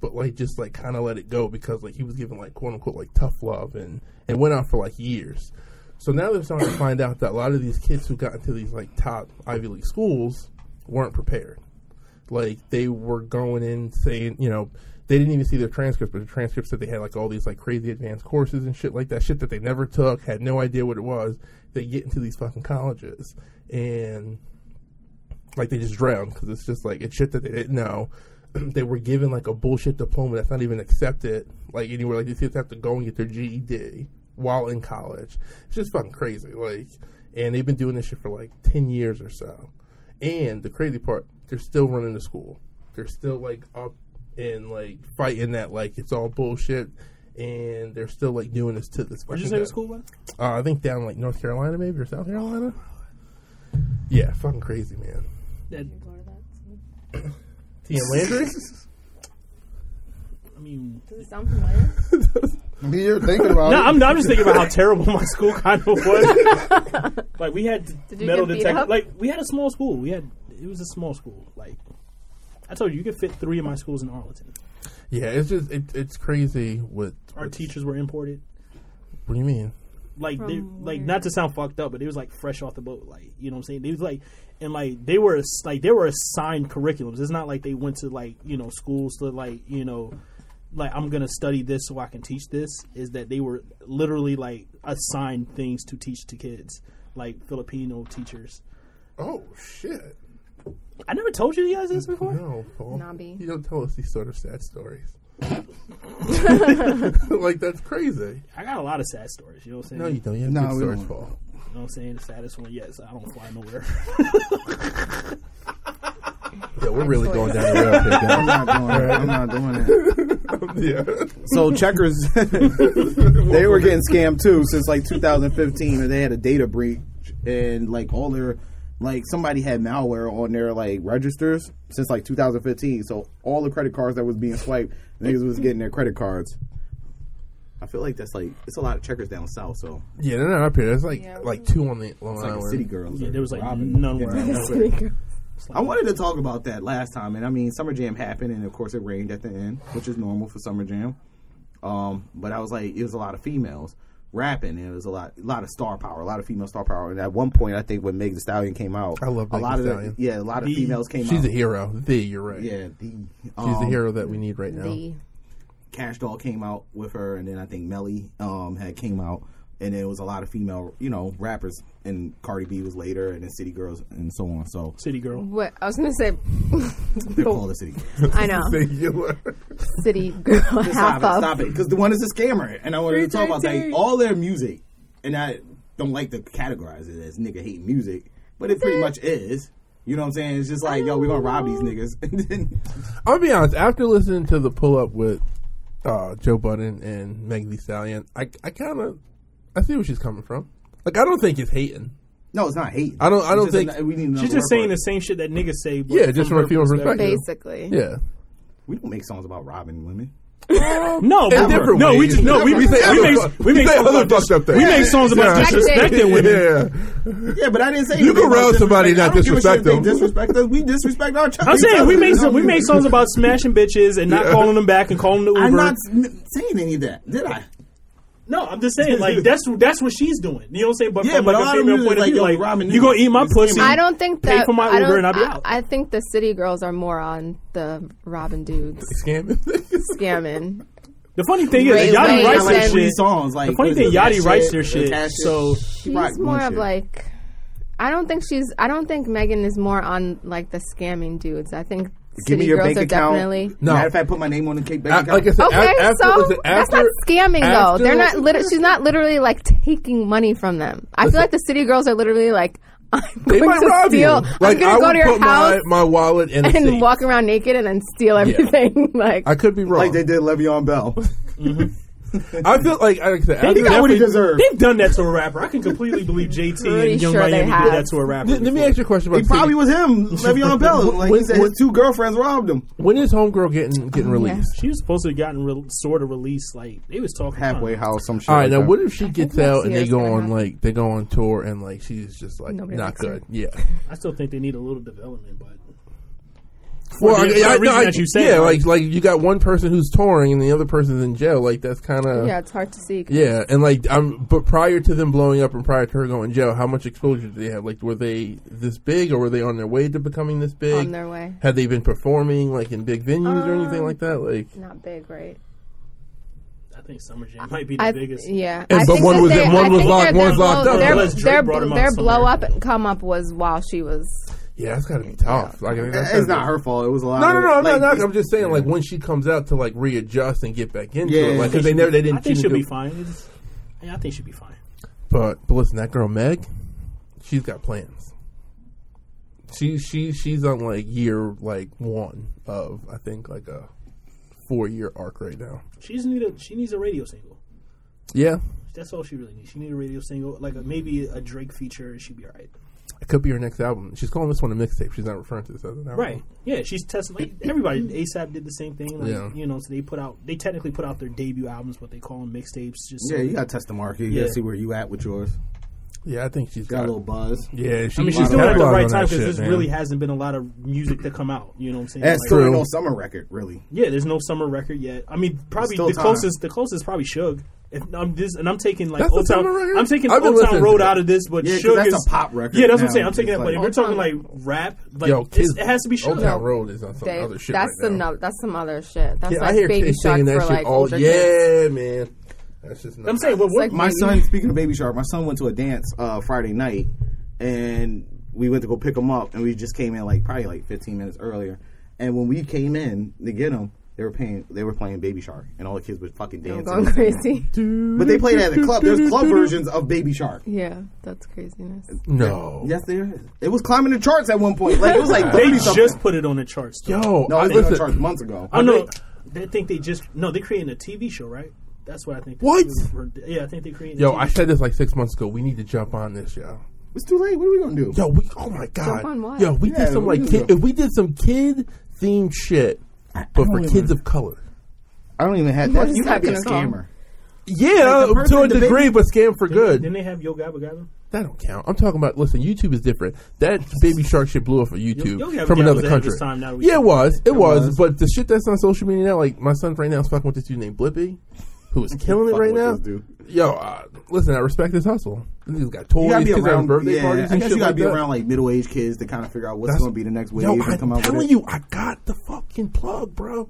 [SPEAKER 2] but like just like kind of let it go because like he was given like quote unquote like tough love, and it went on for like years. So now they're starting to find out that a lot of these kids who got into these like top Ivy League schools weren't prepared. Like they were going in saying, you know, they didn't even see their transcripts, but the transcripts said they had like all these like crazy advanced courses and shit like that, shit that they never took, had no idea what it was. They get into these fucking colleges and like they just drown because it's just like it's shit that they didn't know. they were given like a bullshit diploma that's not even accepted like anywhere. Like these kids have to go and get their GED while in college. It's just fucking crazy. Like, and they've been doing this shit for like ten years or so. And the crazy part, they're still running the school. They're still like up and like fighting that like it's all bullshit. And they're still like doing this to this.
[SPEAKER 4] Did you
[SPEAKER 2] fucking
[SPEAKER 4] say
[SPEAKER 2] guy.
[SPEAKER 4] the school was?
[SPEAKER 2] Uh, I think down like North Carolina, maybe or South Carolina. Yeah, fucking crazy, man.
[SPEAKER 4] That,
[SPEAKER 2] TM Landry.
[SPEAKER 4] I mean,
[SPEAKER 5] Does it sound familiar?
[SPEAKER 6] Me, you're thinking about
[SPEAKER 4] no,
[SPEAKER 6] it.
[SPEAKER 4] I'm, I'm just thinking about how terrible my school kind of was. like we had
[SPEAKER 5] Did you
[SPEAKER 4] metal
[SPEAKER 5] get beat
[SPEAKER 4] detectors.
[SPEAKER 5] up?
[SPEAKER 4] Like we had a small school. We had it was a small school. Like I told you, you could fit three of my schools in Arlington.
[SPEAKER 2] yeah, it's just it, it's crazy. What
[SPEAKER 4] Our teachers were imported.
[SPEAKER 2] What do you mean?
[SPEAKER 4] like they,
[SPEAKER 5] From
[SPEAKER 4] like
[SPEAKER 5] where?
[SPEAKER 4] not to sound fucked up, but they was like fresh off the boat, like you know what I'm saying. They was like, and like they were ass- like they were assigned curriculums. It's not like they went to like you know schools to like you know like I'm gonna study this so I can teach this. Is that they were literally like assigned things to teach to kids, like Filipino teachers.
[SPEAKER 2] Oh shit!
[SPEAKER 4] I never told you guys this before.
[SPEAKER 2] No, Paul.
[SPEAKER 5] Nobby.
[SPEAKER 2] You don't tell us these sort of sad stories. like that's crazy.
[SPEAKER 4] I got a lot of sad stories. You know what I'm saying?
[SPEAKER 2] No, you don't. You have
[SPEAKER 6] No,
[SPEAKER 2] good
[SPEAKER 6] we
[SPEAKER 2] stories,
[SPEAKER 6] don't.
[SPEAKER 2] Paul.
[SPEAKER 4] You know what I'm saying? The saddest one, yes. I don't fly nowhere.
[SPEAKER 2] Yeah, we're really going down the road here.
[SPEAKER 6] I'm not doing it. I'm not doing it.
[SPEAKER 2] guys.
[SPEAKER 3] So checkers, they were getting scammed too since like 2015, and they had a data breach, and like all their, like somebody had malware on their like registers since like 2015. So all the credit cards that was being swiped, niggas was getting their credit cards. I feel like that's like it's a lot of checkers down south, so
[SPEAKER 2] Yeah, yeah, they're not up here. There's like
[SPEAKER 5] Yeah.
[SPEAKER 2] like two on the Long
[SPEAKER 3] it's like a
[SPEAKER 2] Island.
[SPEAKER 3] city girls.
[SPEAKER 4] Yeah,
[SPEAKER 3] or
[SPEAKER 4] there was, like,
[SPEAKER 3] robbing.
[SPEAKER 4] none where I
[SPEAKER 3] Yeah.
[SPEAKER 4] was.
[SPEAKER 3] I wanted to talk about that last time, and I mean, Summer Jam happened, and of course, it rained at the end, which is normal for Summer Jam. Um, but I was like, it was a lot of females. rapping, and it was a lot, a lot of star power, a lot of female star power. And at one point, I think when Meg The Stallion came out,
[SPEAKER 2] I love
[SPEAKER 3] a
[SPEAKER 2] Meg
[SPEAKER 3] lot
[SPEAKER 2] Thee
[SPEAKER 3] of the,
[SPEAKER 2] Stallion.
[SPEAKER 3] yeah, a lot of females came
[SPEAKER 2] She's
[SPEAKER 3] out.
[SPEAKER 2] a hero. The you're right.
[SPEAKER 3] Yeah, the
[SPEAKER 2] She's the
[SPEAKER 3] um,
[SPEAKER 2] hero that we need right now.
[SPEAKER 5] The
[SPEAKER 3] Cash Doll came out with her, and then I think Melly um, had came out, and then it was a lot of female, you know, rappers, and Cardi B was later, and then City Girls, and so on. So
[SPEAKER 4] City girl.
[SPEAKER 5] what I was gonna say.
[SPEAKER 3] they're called the City Girls.
[SPEAKER 5] I know,
[SPEAKER 2] The healer.
[SPEAKER 5] city girl half
[SPEAKER 3] Stop it,
[SPEAKER 5] up.
[SPEAKER 3] stop it, because the one is a scammer, and I wanted to talk about that.
[SPEAKER 5] 313.
[SPEAKER 3] All their music, and I don't like to categorize it as nigga hate music, but it pretty much is. You know what I'm saying? It's just like, yo, we're gonna rob these niggas. And then,
[SPEAKER 2] I'll be honest. After listening to the pull up with uh, Joe Budden and Meg Thee Stallion, I I kind of I see where she's coming from. Like I don't think it's hating.
[SPEAKER 3] no, it's not hate.
[SPEAKER 2] I don't- I
[SPEAKER 3] It's
[SPEAKER 2] don't
[SPEAKER 3] just
[SPEAKER 2] think-
[SPEAKER 3] an- we need
[SPEAKER 4] She's
[SPEAKER 3] another
[SPEAKER 4] just saying
[SPEAKER 3] word for
[SPEAKER 4] the
[SPEAKER 3] it.
[SPEAKER 4] same shit that niggas say. but
[SPEAKER 2] Yeah, just from a
[SPEAKER 4] her
[SPEAKER 2] female perspective.
[SPEAKER 5] Basically,
[SPEAKER 2] Yeah.
[SPEAKER 3] We don't make songs about robbing women.
[SPEAKER 4] No,
[SPEAKER 2] In
[SPEAKER 4] but-
[SPEAKER 2] different
[SPEAKER 4] no, we
[SPEAKER 2] ways.
[SPEAKER 4] just no, we,
[SPEAKER 2] We say
[SPEAKER 4] we
[SPEAKER 2] other
[SPEAKER 4] make
[SPEAKER 2] fu-
[SPEAKER 4] we
[SPEAKER 2] we
[SPEAKER 4] make
[SPEAKER 2] say
[SPEAKER 4] songs
[SPEAKER 2] other
[SPEAKER 4] about dis-
[SPEAKER 2] fucked up things.
[SPEAKER 4] we make songs about
[SPEAKER 2] Yeah.
[SPEAKER 4] disrespecting women.
[SPEAKER 2] Yeah.
[SPEAKER 3] Yeah, but I didn't say
[SPEAKER 2] You
[SPEAKER 3] anything
[SPEAKER 2] can
[SPEAKER 3] about
[SPEAKER 2] rouse somebody,
[SPEAKER 3] disrespect.
[SPEAKER 2] not
[SPEAKER 3] I don't give a
[SPEAKER 2] disrespect
[SPEAKER 3] shit if they
[SPEAKER 2] them.
[SPEAKER 3] Disrespect us. We disrespect our.
[SPEAKER 4] I'm saying we make some, we make songs about smashing bitches and not calling them back and calling the Uber.
[SPEAKER 3] I'm not n- saying any of that, did I?
[SPEAKER 4] no, I'm just saying like that's that's what she's doing. You know what I'm saying? But
[SPEAKER 3] Yeah,
[SPEAKER 4] from
[SPEAKER 3] but a
[SPEAKER 4] like
[SPEAKER 3] lot
[SPEAKER 4] a
[SPEAKER 3] of
[SPEAKER 4] female
[SPEAKER 3] music is
[SPEAKER 4] point of
[SPEAKER 3] like,
[SPEAKER 4] view,
[SPEAKER 3] yo,
[SPEAKER 4] like
[SPEAKER 3] ramen
[SPEAKER 4] you gonna eat my
[SPEAKER 3] noodles.
[SPEAKER 4] pussy?
[SPEAKER 5] I don't think
[SPEAKER 4] Pay
[SPEAKER 5] that.
[SPEAKER 4] for my
[SPEAKER 5] I
[SPEAKER 4] Uber
[SPEAKER 5] don't.
[SPEAKER 4] and I'll be
[SPEAKER 5] I,
[SPEAKER 4] out.
[SPEAKER 5] I think the city girls are more on the Robin dudes
[SPEAKER 2] Scamming.
[SPEAKER 5] scamming.
[SPEAKER 4] The funny thing is,
[SPEAKER 5] Ray-
[SPEAKER 4] Yachty
[SPEAKER 5] Ray
[SPEAKER 4] writes
[SPEAKER 5] said-
[SPEAKER 4] their
[SPEAKER 5] Like
[SPEAKER 3] three
[SPEAKER 4] shit.
[SPEAKER 3] songs. Like
[SPEAKER 4] The funny
[SPEAKER 3] what
[SPEAKER 4] thing,
[SPEAKER 3] is it,
[SPEAKER 4] Yachty
[SPEAKER 3] that
[SPEAKER 4] writes
[SPEAKER 3] shit,
[SPEAKER 4] their shit,
[SPEAKER 3] that
[SPEAKER 4] so-
[SPEAKER 3] she writes
[SPEAKER 5] She's more
[SPEAKER 3] one
[SPEAKER 5] of
[SPEAKER 3] shit.
[SPEAKER 5] like. I don't think she's. I don't think Megan is more on like the scamming dudes. I think city
[SPEAKER 3] Give me your
[SPEAKER 5] girls
[SPEAKER 3] bank
[SPEAKER 5] are
[SPEAKER 3] account.
[SPEAKER 5] definitely.
[SPEAKER 2] No.
[SPEAKER 3] Matter of fact, put my name on the cake bank
[SPEAKER 2] A-
[SPEAKER 3] account.
[SPEAKER 2] like I said,
[SPEAKER 5] Okay,
[SPEAKER 2] a- after,
[SPEAKER 5] so
[SPEAKER 2] listen,
[SPEAKER 5] that's
[SPEAKER 2] after-
[SPEAKER 5] not scamming
[SPEAKER 2] after-
[SPEAKER 5] though. They're not literally. She's not literally like taking money from them. I feel like the city girls are literally like, I'm
[SPEAKER 2] They
[SPEAKER 5] going
[SPEAKER 2] might
[SPEAKER 5] to
[SPEAKER 2] rob
[SPEAKER 5] steal.
[SPEAKER 2] you. Like
[SPEAKER 5] I'm going to go
[SPEAKER 2] would
[SPEAKER 5] to your
[SPEAKER 2] put
[SPEAKER 5] house
[SPEAKER 2] my, my wallet in a
[SPEAKER 5] and
[SPEAKER 2] safe.
[SPEAKER 5] walk around naked and then steal everything. like
[SPEAKER 2] I could be wrong.
[SPEAKER 3] Like they did Le'Veon Bell.
[SPEAKER 2] I feel like, like I said, after-
[SPEAKER 4] They definitely-
[SPEAKER 3] what he deserved.
[SPEAKER 4] They've done that to a rapper. I can completely believe JT
[SPEAKER 5] Pretty
[SPEAKER 4] and Young
[SPEAKER 5] sure they
[SPEAKER 4] Miami
[SPEAKER 5] have.
[SPEAKER 4] did that to a rapper.
[SPEAKER 2] let, let me
[SPEAKER 4] before.
[SPEAKER 2] ask you a question about
[SPEAKER 3] it probably
[SPEAKER 2] City.
[SPEAKER 3] was him, Le'Veon Bell. Like
[SPEAKER 2] When-
[SPEAKER 3] he said,
[SPEAKER 2] when-
[SPEAKER 3] his two girlfriends robbed him
[SPEAKER 2] when is Homegirl
[SPEAKER 5] Oh,
[SPEAKER 2] getting getting released?
[SPEAKER 4] She was supposed to have gotten re- sort of released. Like they was talking
[SPEAKER 3] halfway
[SPEAKER 4] about-
[SPEAKER 3] house. Some shit.
[SPEAKER 2] All right,
[SPEAKER 3] like
[SPEAKER 2] now
[SPEAKER 3] that.
[SPEAKER 2] what if she gets
[SPEAKER 5] next
[SPEAKER 2] out and
[SPEAKER 5] year
[SPEAKER 2] they
[SPEAKER 5] is
[SPEAKER 2] go
[SPEAKER 5] gonna
[SPEAKER 2] on
[SPEAKER 5] happen.
[SPEAKER 2] like they go on tour and like she's just like
[SPEAKER 5] Nobody
[SPEAKER 2] not
[SPEAKER 5] likes her.
[SPEAKER 2] good? Yeah.
[SPEAKER 4] I still think they need a little development, but
[SPEAKER 2] Well,
[SPEAKER 4] the- for the reason that you said,
[SPEAKER 2] yeah,
[SPEAKER 4] like-
[SPEAKER 2] like like you got one person who's touring and the other person's in jail. Like that's kind of
[SPEAKER 5] yeah, it's hard to see.
[SPEAKER 2] Yeah, and like I'm, but prior to them blowing up and prior to her going to jail, how much exposure did they have? Like, were they this big, or were they on their way to becoming this big?
[SPEAKER 5] On their way.
[SPEAKER 2] Had they been performing like in big venues or
[SPEAKER 3] Um,
[SPEAKER 2] anything like that? Like,
[SPEAKER 5] Not big, right?
[SPEAKER 4] I think Summer Jam might be the
[SPEAKER 5] I,
[SPEAKER 4] biggest.
[SPEAKER 5] yeah,
[SPEAKER 2] And-
[SPEAKER 5] I
[SPEAKER 2] but
[SPEAKER 5] think
[SPEAKER 2] one
[SPEAKER 5] that
[SPEAKER 2] was
[SPEAKER 5] they-
[SPEAKER 2] in- one
[SPEAKER 5] I
[SPEAKER 2] was
[SPEAKER 5] think
[SPEAKER 2] locked-
[SPEAKER 5] that
[SPEAKER 2] one's
[SPEAKER 5] their
[SPEAKER 2] locked
[SPEAKER 5] blow-
[SPEAKER 2] up.
[SPEAKER 5] Their,
[SPEAKER 4] Unless Drake
[SPEAKER 5] their,
[SPEAKER 4] brought him out
[SPEAKER 5] their
[SPEAKER 4] somewhere.
[SPEAKER 5] blow up and come up was while she was.
[SPEAKER 2] yeah, that's got to be tough. Like, I mean, that's
[SPEAKER 3] It's not
[SPEAKER 2] gotta be-
[SPEAKER 3] her fault. It was a lot.
[SPEAKER 2] No, no,
[SPEAKER 3] of,
[SPEAKER 2] no, I'm
[SPEAKER 3] like,
[SPEAKER 2] not. knocking.
[SPEAKER 3] it's-
[SPEAKER 2] I'm just saying, like, when she comes out to like readjust and get back into
[SPEAKER 3] Yeah.
[SPEAKER 2] it, like,
[SPEAKER 3] I
[SPEAKER 2] because they never, they didn't.
[SPEAKER 4] I think
[SPEAKER 2] she
[SPEAKER 4] she'll
[SPEAKER 2] didn't
[SPEAKER 4] be
[SPEAKER 2] do-
[SPEAKER 4] fine. It's- yeah, I think she'll be fine.
[SPEAKER 2] But but listen, that girl Meg, she's got plans. She she she's on like year like one of I think like a four year arc right now.
[SPEAKER 4] She just need a she needs a radio single.
[SPEAKER 2] Yeah,
[SPEAKER 4] That's all she really needs. She needs a radio single, like a, maybe a Drake feature, and she'd be all right.
[SPEAKER 2] It could be her next album. She's calling this one a mixtape. She's not referring to this as an album.
[SPEAKER 4] Right? Yeah, she's testing. Like everybody, ASAP did the same thing. Like,
[SPEAKER 2] Yeah.
[SPEAKER 4] You know, so they put out they technically put out their debut albums, but they call them mixtapes. Just so-
[SPEAKER 3] Yeah, you gotta test the market. You
[SPEAKER 4] Yeah.
[SPEAKER 3] gotta see where you at with yours.
[SPEAKER 2] Yeah, I think she's got,
[SPEAKER 3] Got a little buzz.
[SPEAKER 2] Yeah, she,
[SPEAKER 4] I mean, she's
[SPEAKER 2] she's
[SPEAKER 4] doing it at
[SPEAKER 2] capitalizing
[SPEAKER 4] the
[SPEAKER 2] on
[SPEAKER 4] right
[SPEAKER 2] that
[SPEAKER 4] time because
[SPEAKER 2] shit,
[SPEAKER 4] there's
[SPEAKER 2] man.
[SPEAKER 4] really hasn't been a lot of music to come out. You know what I'm saying?
[SPEAKER 3] And
[SPEAKER 4] Like,
[SPEAKER 3] still
[SPEAKER 2] True.
[SPEAKER 3] no summer record, really.
[SPEAKER 4] Yeah, there's no summer record yet. I mean, probably
[SPEAKER 3] Still
[SPEAKER 4] the
[SPEAKER 3] time.
[SPEAKER 4] closest. The closest is probably Suge. If I'm this, and I'm taking like
[SPEAKER 2] That's the
[SPEAKER 4] Old Town.
[SPEAKER 2] summer record?
[SPEAKER 4] I'm taking
[SPEAKER 2] I've been
[SPEAKER 4] Old Town
[SPEAKER 2] listening to
[SPEAKER 4] Road
[SPEAKER 2] that.
[SPEAKER 4] out of this, but
[SPEAKER 3] Yeah, 'cause
[SPEAKER 4] Suge
[SPEAKER 3] that's
[SPEAKER 4] is
[SPEAKER 3] a pop record
[SPEAKER 4] Yeah, that's what I'm
[SPEAKER 3] now.
[SPEAKER 4] saying. I'm taking
[SPEAKER 3] It's
[SPEAKER 4] that, but if
[SPEAKER 3] like-
[SPEAKER 4] we're talking like rap, like
[SPEAKER 2] Yo,
[SPEAKER 4] it's-
[SPEAKER 2] kids,
[SPEAKER 4] it has to be
[SPEAKER 2] Old
[SPEAKER 4] Suge.
[SPEAKER 2] Town Road is on some
[SPEAKER 5] They-
[SPEAKER 2] other shit.
[SPEAKER 5] that's
[SPEAKER 2] right now.
[SPEAKER 5] another. That's some other shit. That's
[SPEAKER 2] Yeah,
[SPEAKER 5] like
[SPEAKER 2] I hear
[SPEAKER 5] Baby
[SPEAKER 2] kids
[SPEAKER 5] Shark
[SPEAKER 2] singing that
[SPEAKER 5] for
[SPEAKER 2] shit
[SPEAKER 5] like
[SPEAKER 2] all.
[SPEAKER 5] older
[SPEAKER 2] Yeah,
[SPEAKER 5] kids.
[SPEAKER 2] man. That's just nuts.
[SPEAKER 4] I'm saying, but what?
[SPEAKER 5] like-
[SPEAKER 3] My
[SPEAKER 5] Mhm.
[SPEAKER 3] son, speaking of Baby Shark, my son went to a dance uh, Friday night, and we went to go pick him up, and we just came in like probably like 15 minutes earlier. And when we came in to get him, they were paying, they were playing Baby Shark, and all the kids were fucking dancing.
[SPEAKER 5] I'm going crazy.
[SPEAKER 3] But they played at the club. There's club versions of Baby Shark.
[SPEAKER 5] Yeah, that's craziness.
[SPEAKER 2] no.
[SPEAKER 3] Yes, there is. It was climbing the charts at one point. Like it was like 30
[SPEAKER 4] they
[SPEAKER 3] something.
[SPEAKER 4] just put it on the charts. though.
[SPEAKER 2] Yo,
[SPEAKER 3] no,
[SPEAKER 2] I,
[SPEAKER 3] I was on the charts
[SPEAKER 2] listen.
[SPEAKER 3] months ago.
[SPEAKER 4] oh no, they think they just no. They're creating a TV show, right? That's what I think. they-
[SPEAKER 2] What?
[SPEAKER 4] Yeah, I think they created.
[SPEAKER 2] Yo,
[SPEAKER 4] a TV
[SPEAKER 2] I
[SPEAKER 4] show.
[SPEAKER 2] said this like six months ago. We need to jump on this, yo.
[SPEAKER 3] It's too late. What are we gonna do?
[SPEAKER 2] Yo, we. Oh my god.
[SPEAKER 5] on what?
[SPEAKER 2] Yo, we
[SPEAKER 3] Yeah,
[SPEAKER 2] did some
[SPEAKER 3] we
[SPEAKER 2] like
[SPEAKER 3] can
[SPEAKER 2] kid,
[SPEAKER 3] do-
[SPEAKER 2] if we did some kid themed shit, but for
[SPEAKER 3] even-
[SPEAKER 2] kids of color.
[SPEAKER 3] I don't even have
[SPEAKER 5] What
[SPEAKER 3] that.
[SPEAKER 5] is
[SPEAKER 3] You
[SPEAKER 5] that
[SPEAKER 3] gotta be a
[SPEAKER 5] gonna call?
[SPEAKER 3] scammer.
[SPEAKER 2] Yeah,
[SPEAKER 3] Like, the person
[SPEAKER 2] to a
[SPEAKER 3] in the
[SPEAKER 2] degree, but scam for good.
[SPEAKER 4] Didn't they have Yo Gabba Gabba?
[SPEAKER 2] That don't count. I'm talking about. Listen, YouTube is different. That baby shark shit blew up for YouTube
[SPEAKER 4] Yo- Yo Gabba
[SPEAKER 2] from
[SPEAKER 4] Gabba
[SPEAKER 2] another
[SPEAKER 4] was ahead of
[SPEAKER 2] country.
[SPEAKER 4] his time, now we-
[SPEAKER 2] yeah, it was. It, was,
[SPEAKER 3] was.
[SPEAKER 2] But the shit that's on social media now, like my son right now is fucking with this dude named Blippy, who is killing it
[SPEAKER 3] Fuck
[SPEAKER 2] right
[SPEAKER 3] with
[SPEAKER 2] now.
[SPEAKER 3] this dude.
[SPEAKER 2] Yo, uh, listen, I respect his hustle. He's got toys,
[SPEAKER 3] You gotta be
[SPEAKER 2] kids having
[SPEAKER 3] around
[SPEAKER 2] birthday
[SPEAKER 3] yeah,
[SPEAKER 2] parties, and
[SPEAKER 3] I guess
[SPEAKER 2] shit
[SPEAKER 3] you gotta
[SPEAKER 2] like
[SPEAKER 3] be
[SPEAKER 2] that.
[SPEAKER 3] around like middle aged kids to kind of figure out what's
[SPEAKER 2] That's-
[SPEAKER 3] gonna be the next wave
[SPEAKER 2] Yo,
[SPEAKER 3] and
[SPEAKER 2] I'm
[SPEAKER 3] come out
[SPEAKER 2] telling
[SPEAKER 3] with it.
[SPEAKER 2] you, I got the fucking plug, bro.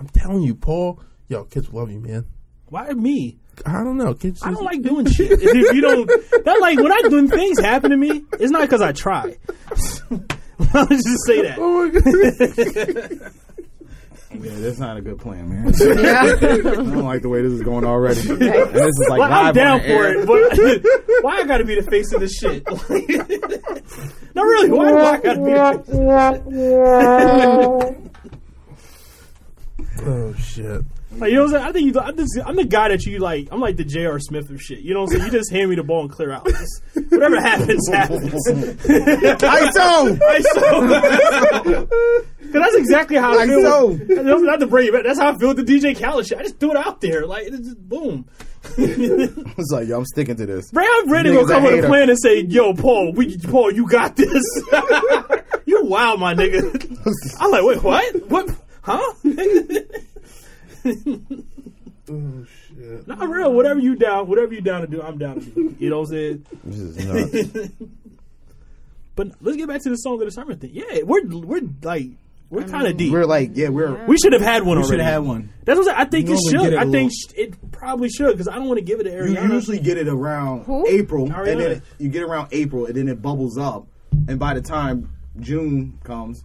[SPEAKER 2] I'm telling you, Paul. Yo, kids love you, man.
[SPEAKER 4] Why me?
[SPEAKER 2] I don't know, kids.
[SPEAKER 4] I
[SPEAKER 2] just-
[SPEAKER 4] don't like doing shit. If you don't, that like when I when things happen to me, it's not because I try. I'll just say that.
[SPEAKER 2] Oh my god.
[SPEAKER 3] Yeah, that's not a good plan, man. I don't like the way this is going already. And this is like
[SPEAKER 4] Well, I'm
[SPEAKER 3] live
[SPEAKER 4] down
[SPEAKER 3] on the
[SPEAKER 4] for
[SPEAKER 3] air.
[SPEAKER 4] it, but why I gotta be the face of this shit? no, really, why do I gotta be? The face?
[SPEAKER 2] oh shit.
[SPEAKER 4] Like, you know what I'm saying? I think you. I'm, just, I'm the guy that you like. I'm like the J.R. Smith of shit. You know what I'm saying? You just hand me the ball and clear out. Just, whatever happens, happens.
[SPEAKER 3] ISO!
[SPEAKER 4] Because that's exactly how I
[SPEAKER 3] Like
[SPEAKER 4] feel.
[SPEAKER 3] so.
[SPEAKER 4] with- That's not to bring it back. That's how I feel with the DJ Khaled shit. I just threw it out there. Like, it's just boom.
[SPEAKER 3] It's like, yo, I'm sticking to this.
[SPEAKER 4] Brown Brennan gonna
[SPEAKER 3] Niggas a
[SPEAKER 4] come with a
[SPEAKER 3] hater.
[SPEAKER 4] plan and say, "Yo, Paul, we, Paul, you got this. you wild, my nigga." I'm like, wait, what? What? Huh?
[SPEAKER 2] Oh shit.
[SPEAKER 4] Not real. Whatever you down, whatever you down to do, I'm down to do. You know what I'm saying?
[SPEAKER 3] This is nuts.
[SPEAKER 4] But let's get back to the song of the summer thing. Yeah, we're we're like we're kind of deep.
[SPEAKER 3] We're like, yeah, we're.
[SPEAKER 4] We should have had one.
[SPEAKER 7] You should
[SPEAKER 4] already.
[SPEAKER 7] have one.
[SPEAKER 4] That's what I'm saying. I think
[SPEAKER 7] You
[SPEAKER 4] it
[SPEAKER 7] normally
[SPEAKER 4] should.
[SPEAKER 7] get it
[SPEAKER 4] I
[SPEAKER 7] a
[SPEAKER 4] think sh- it probably should because I don't want to give it to
[SPEAKER 3] You
[SPEAKER 4] Ariana.
[SPEAKER 3] usually get it around
[SPEAKER 5] Who?
[SPEAKER 3] April,
[SPEAKER 4] Ariana.
[SPEAKER 3] and then it- you get around April, and then it bubbles up. And by the time June comes,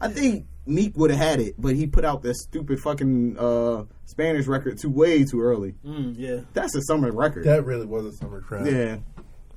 [SPEAKER 3] I think Meek would have had it, but he put out that stupid fucking uh, Spanish record too way too early.
[SPEAKER 4] Mm, yeah.
[SPEAKER 3] That's a summer record.
[SPEAKER 2] That really was a summer trap.
[SPEAKER 3] yeah,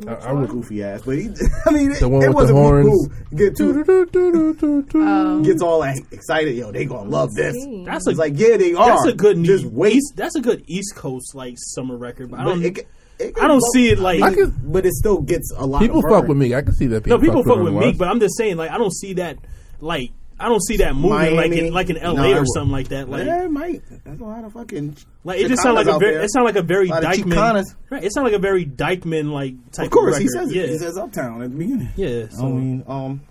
[SPEAKER 2] I, I would.
[SPEAKER 3] goofy ass, but he, I mean, it,
[SPEAKER 2] The one
[SPEAKER 3] it
[SPEAKER 2] with the
[SPEAKER 3] wasn't
[SPEAKER 2] horns.
[SPEAKER 3] cool. Get too,
[SPEAKER 5] Um,
[SPEAKER 3] gets all like, excited. Yo, they gonna love this.
[SPEAKER 5] see.
[SPEAKER 4] That's a
[SPEAKER 3] It's like, yeah, they are.
[SPEAKER 4] That's a good
[SPEAKER 3] Just
[SPEAKER 4] East-
[SPEAKER 3] wait.
[SPEAKER 4] East- That's a good East Coast like summer record, but I
[SPEAKER 3] But
[SPEAKER 4] don't.
[SPEAKER 3] it- it-
[SPEAKER 4] I don't see it like.
[SPEAKER 2] I can,
[SPEAKER 3] but it still gets a lot.
[SPEAKER 2] people
[SPEAKER 3] of
[SPEAKER 2] fuck
[SPEAKER 3] burn.
[SPEAKER 2] with me. I can see that.
[SPEAKER 4] no, people fuck with
[SPEAKER 2] me,
[SPEAKER 4] Meek, but I'm just saying like I don't see that like I don't see that moving like
[SPEAKER 3] Miami.
[SPEAKER 4] in, like in
[SPEAKER 3] No,
[SPEAKER 4] L.A.
[SPEAKER 3] I
[SPEAKER 4] or
[SPEAKER 3] would-
[SPEAKER 4] something like that. Like
[SPEAKER 3] yeah, it might. That's a lot of fucking.
[SPEAKER 4] like it just sound like
[SPEAKER 3] Chicanos
[SPEAKER 4] a
[SPEAKER 3] out
[SPEAKER 4] very
[SPEAKER 3] there.
[SPEAKER 4] it sound like a very
[SPEAKER 3] Lot of
[SPEAKER 4] Dykeman.
[SPEAKER 3] Chicanas.
[SPEAKER 4] Right, it sound like a very Dykeman like type.
[SPEAKER 3] Of course,
[SPEAKER 4] record.
[SPEAKER 3] he says it.
[SPEAKER 4] yeah.
[SPEAKER 3] He says Uptown at the beginning.
[SPEAKER 4] yeah.
[SPEAKER 3] I
[SPEAKER 4] So.
[SPEAKER 3] mean, um,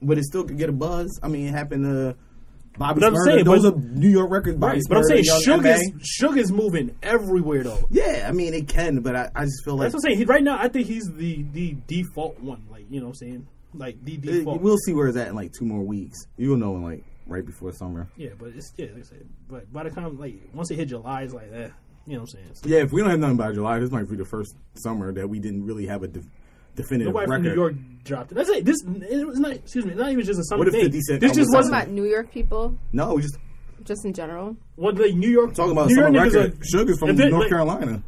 [SPEAKER 3] but it still could get a buzz. I mean, it happened to Bobby.
[SPEAKER 4] But I'm
[SPEAKER 3] Smurda.
[SPEAKER 4] saying,
[SPEAKER 3] those
[SPEAKER 4] but-
[SPEAKER 3] are New York records. Bobby
[SPEAKER 4] Right, but I'm saying
[SPEAKER 3] Smurda, Young
[SPEAKER 4] Suge
[SPEAKER 3] M.A..
[SPEAKER 4] is, Suge is moving everywhere though.
[SPEAKER 3] Yeah, I mean, it can, but I, I just feel like
[SPEAKER 4] That's what I'm saying. He, right now, I think he's the the default one. Like you know, what I'm saying like the
[SPEAKER 3] it-
[SPEAKER 4] default.
[SPEAKER 3] we'll see where it's at in like two more weeks. You'll know in like right before summer.
[SPEAKER 4] Yeah, but it's yeah, like I said, but by the time like once it hit July, it's like that. you know what I'm saying? So
[SPEAKER 3] Yeah, if we don't have nothing by July, this might be the first summer that we didn't really have a de- definitive
[SPEAKER 4] nobody
[SPEAKER 3] record.
[SPEAKER 4] from New York dropped it. That's it. This it was not. Excuse me, not even just a summer
[SPEAKER 3] What if
[SPEAKER 4] thing.
[SPEAKER 3] 50 Cent
[SPEAKER 4] This
[SPEAKER 3] comes
[SPEAKER 4] just
[SPEAKER 3] with
[SPEAKER 5] talking
[SPEAKER 4] wasn't
[SPEAKER 5] about New York people,
[SPEAKER 3] No, we just
[SPEAKER 5] just in general.
[SPEAKER 4] what like New York.
[SPEAKER 3] talking about
[SPEAKER 4] New
[SPEAKER 3] summer
[SPEAKER 4] York niggas
[SPEAKER 3] record.
[SPEAKER 4] are-
[SPEAKER 3] Sugar's from
[SPEAKER 4] if they-
[SPEAKER 3] North
[SPEAKER 4] like,
[SPEAKER 3] Carolina.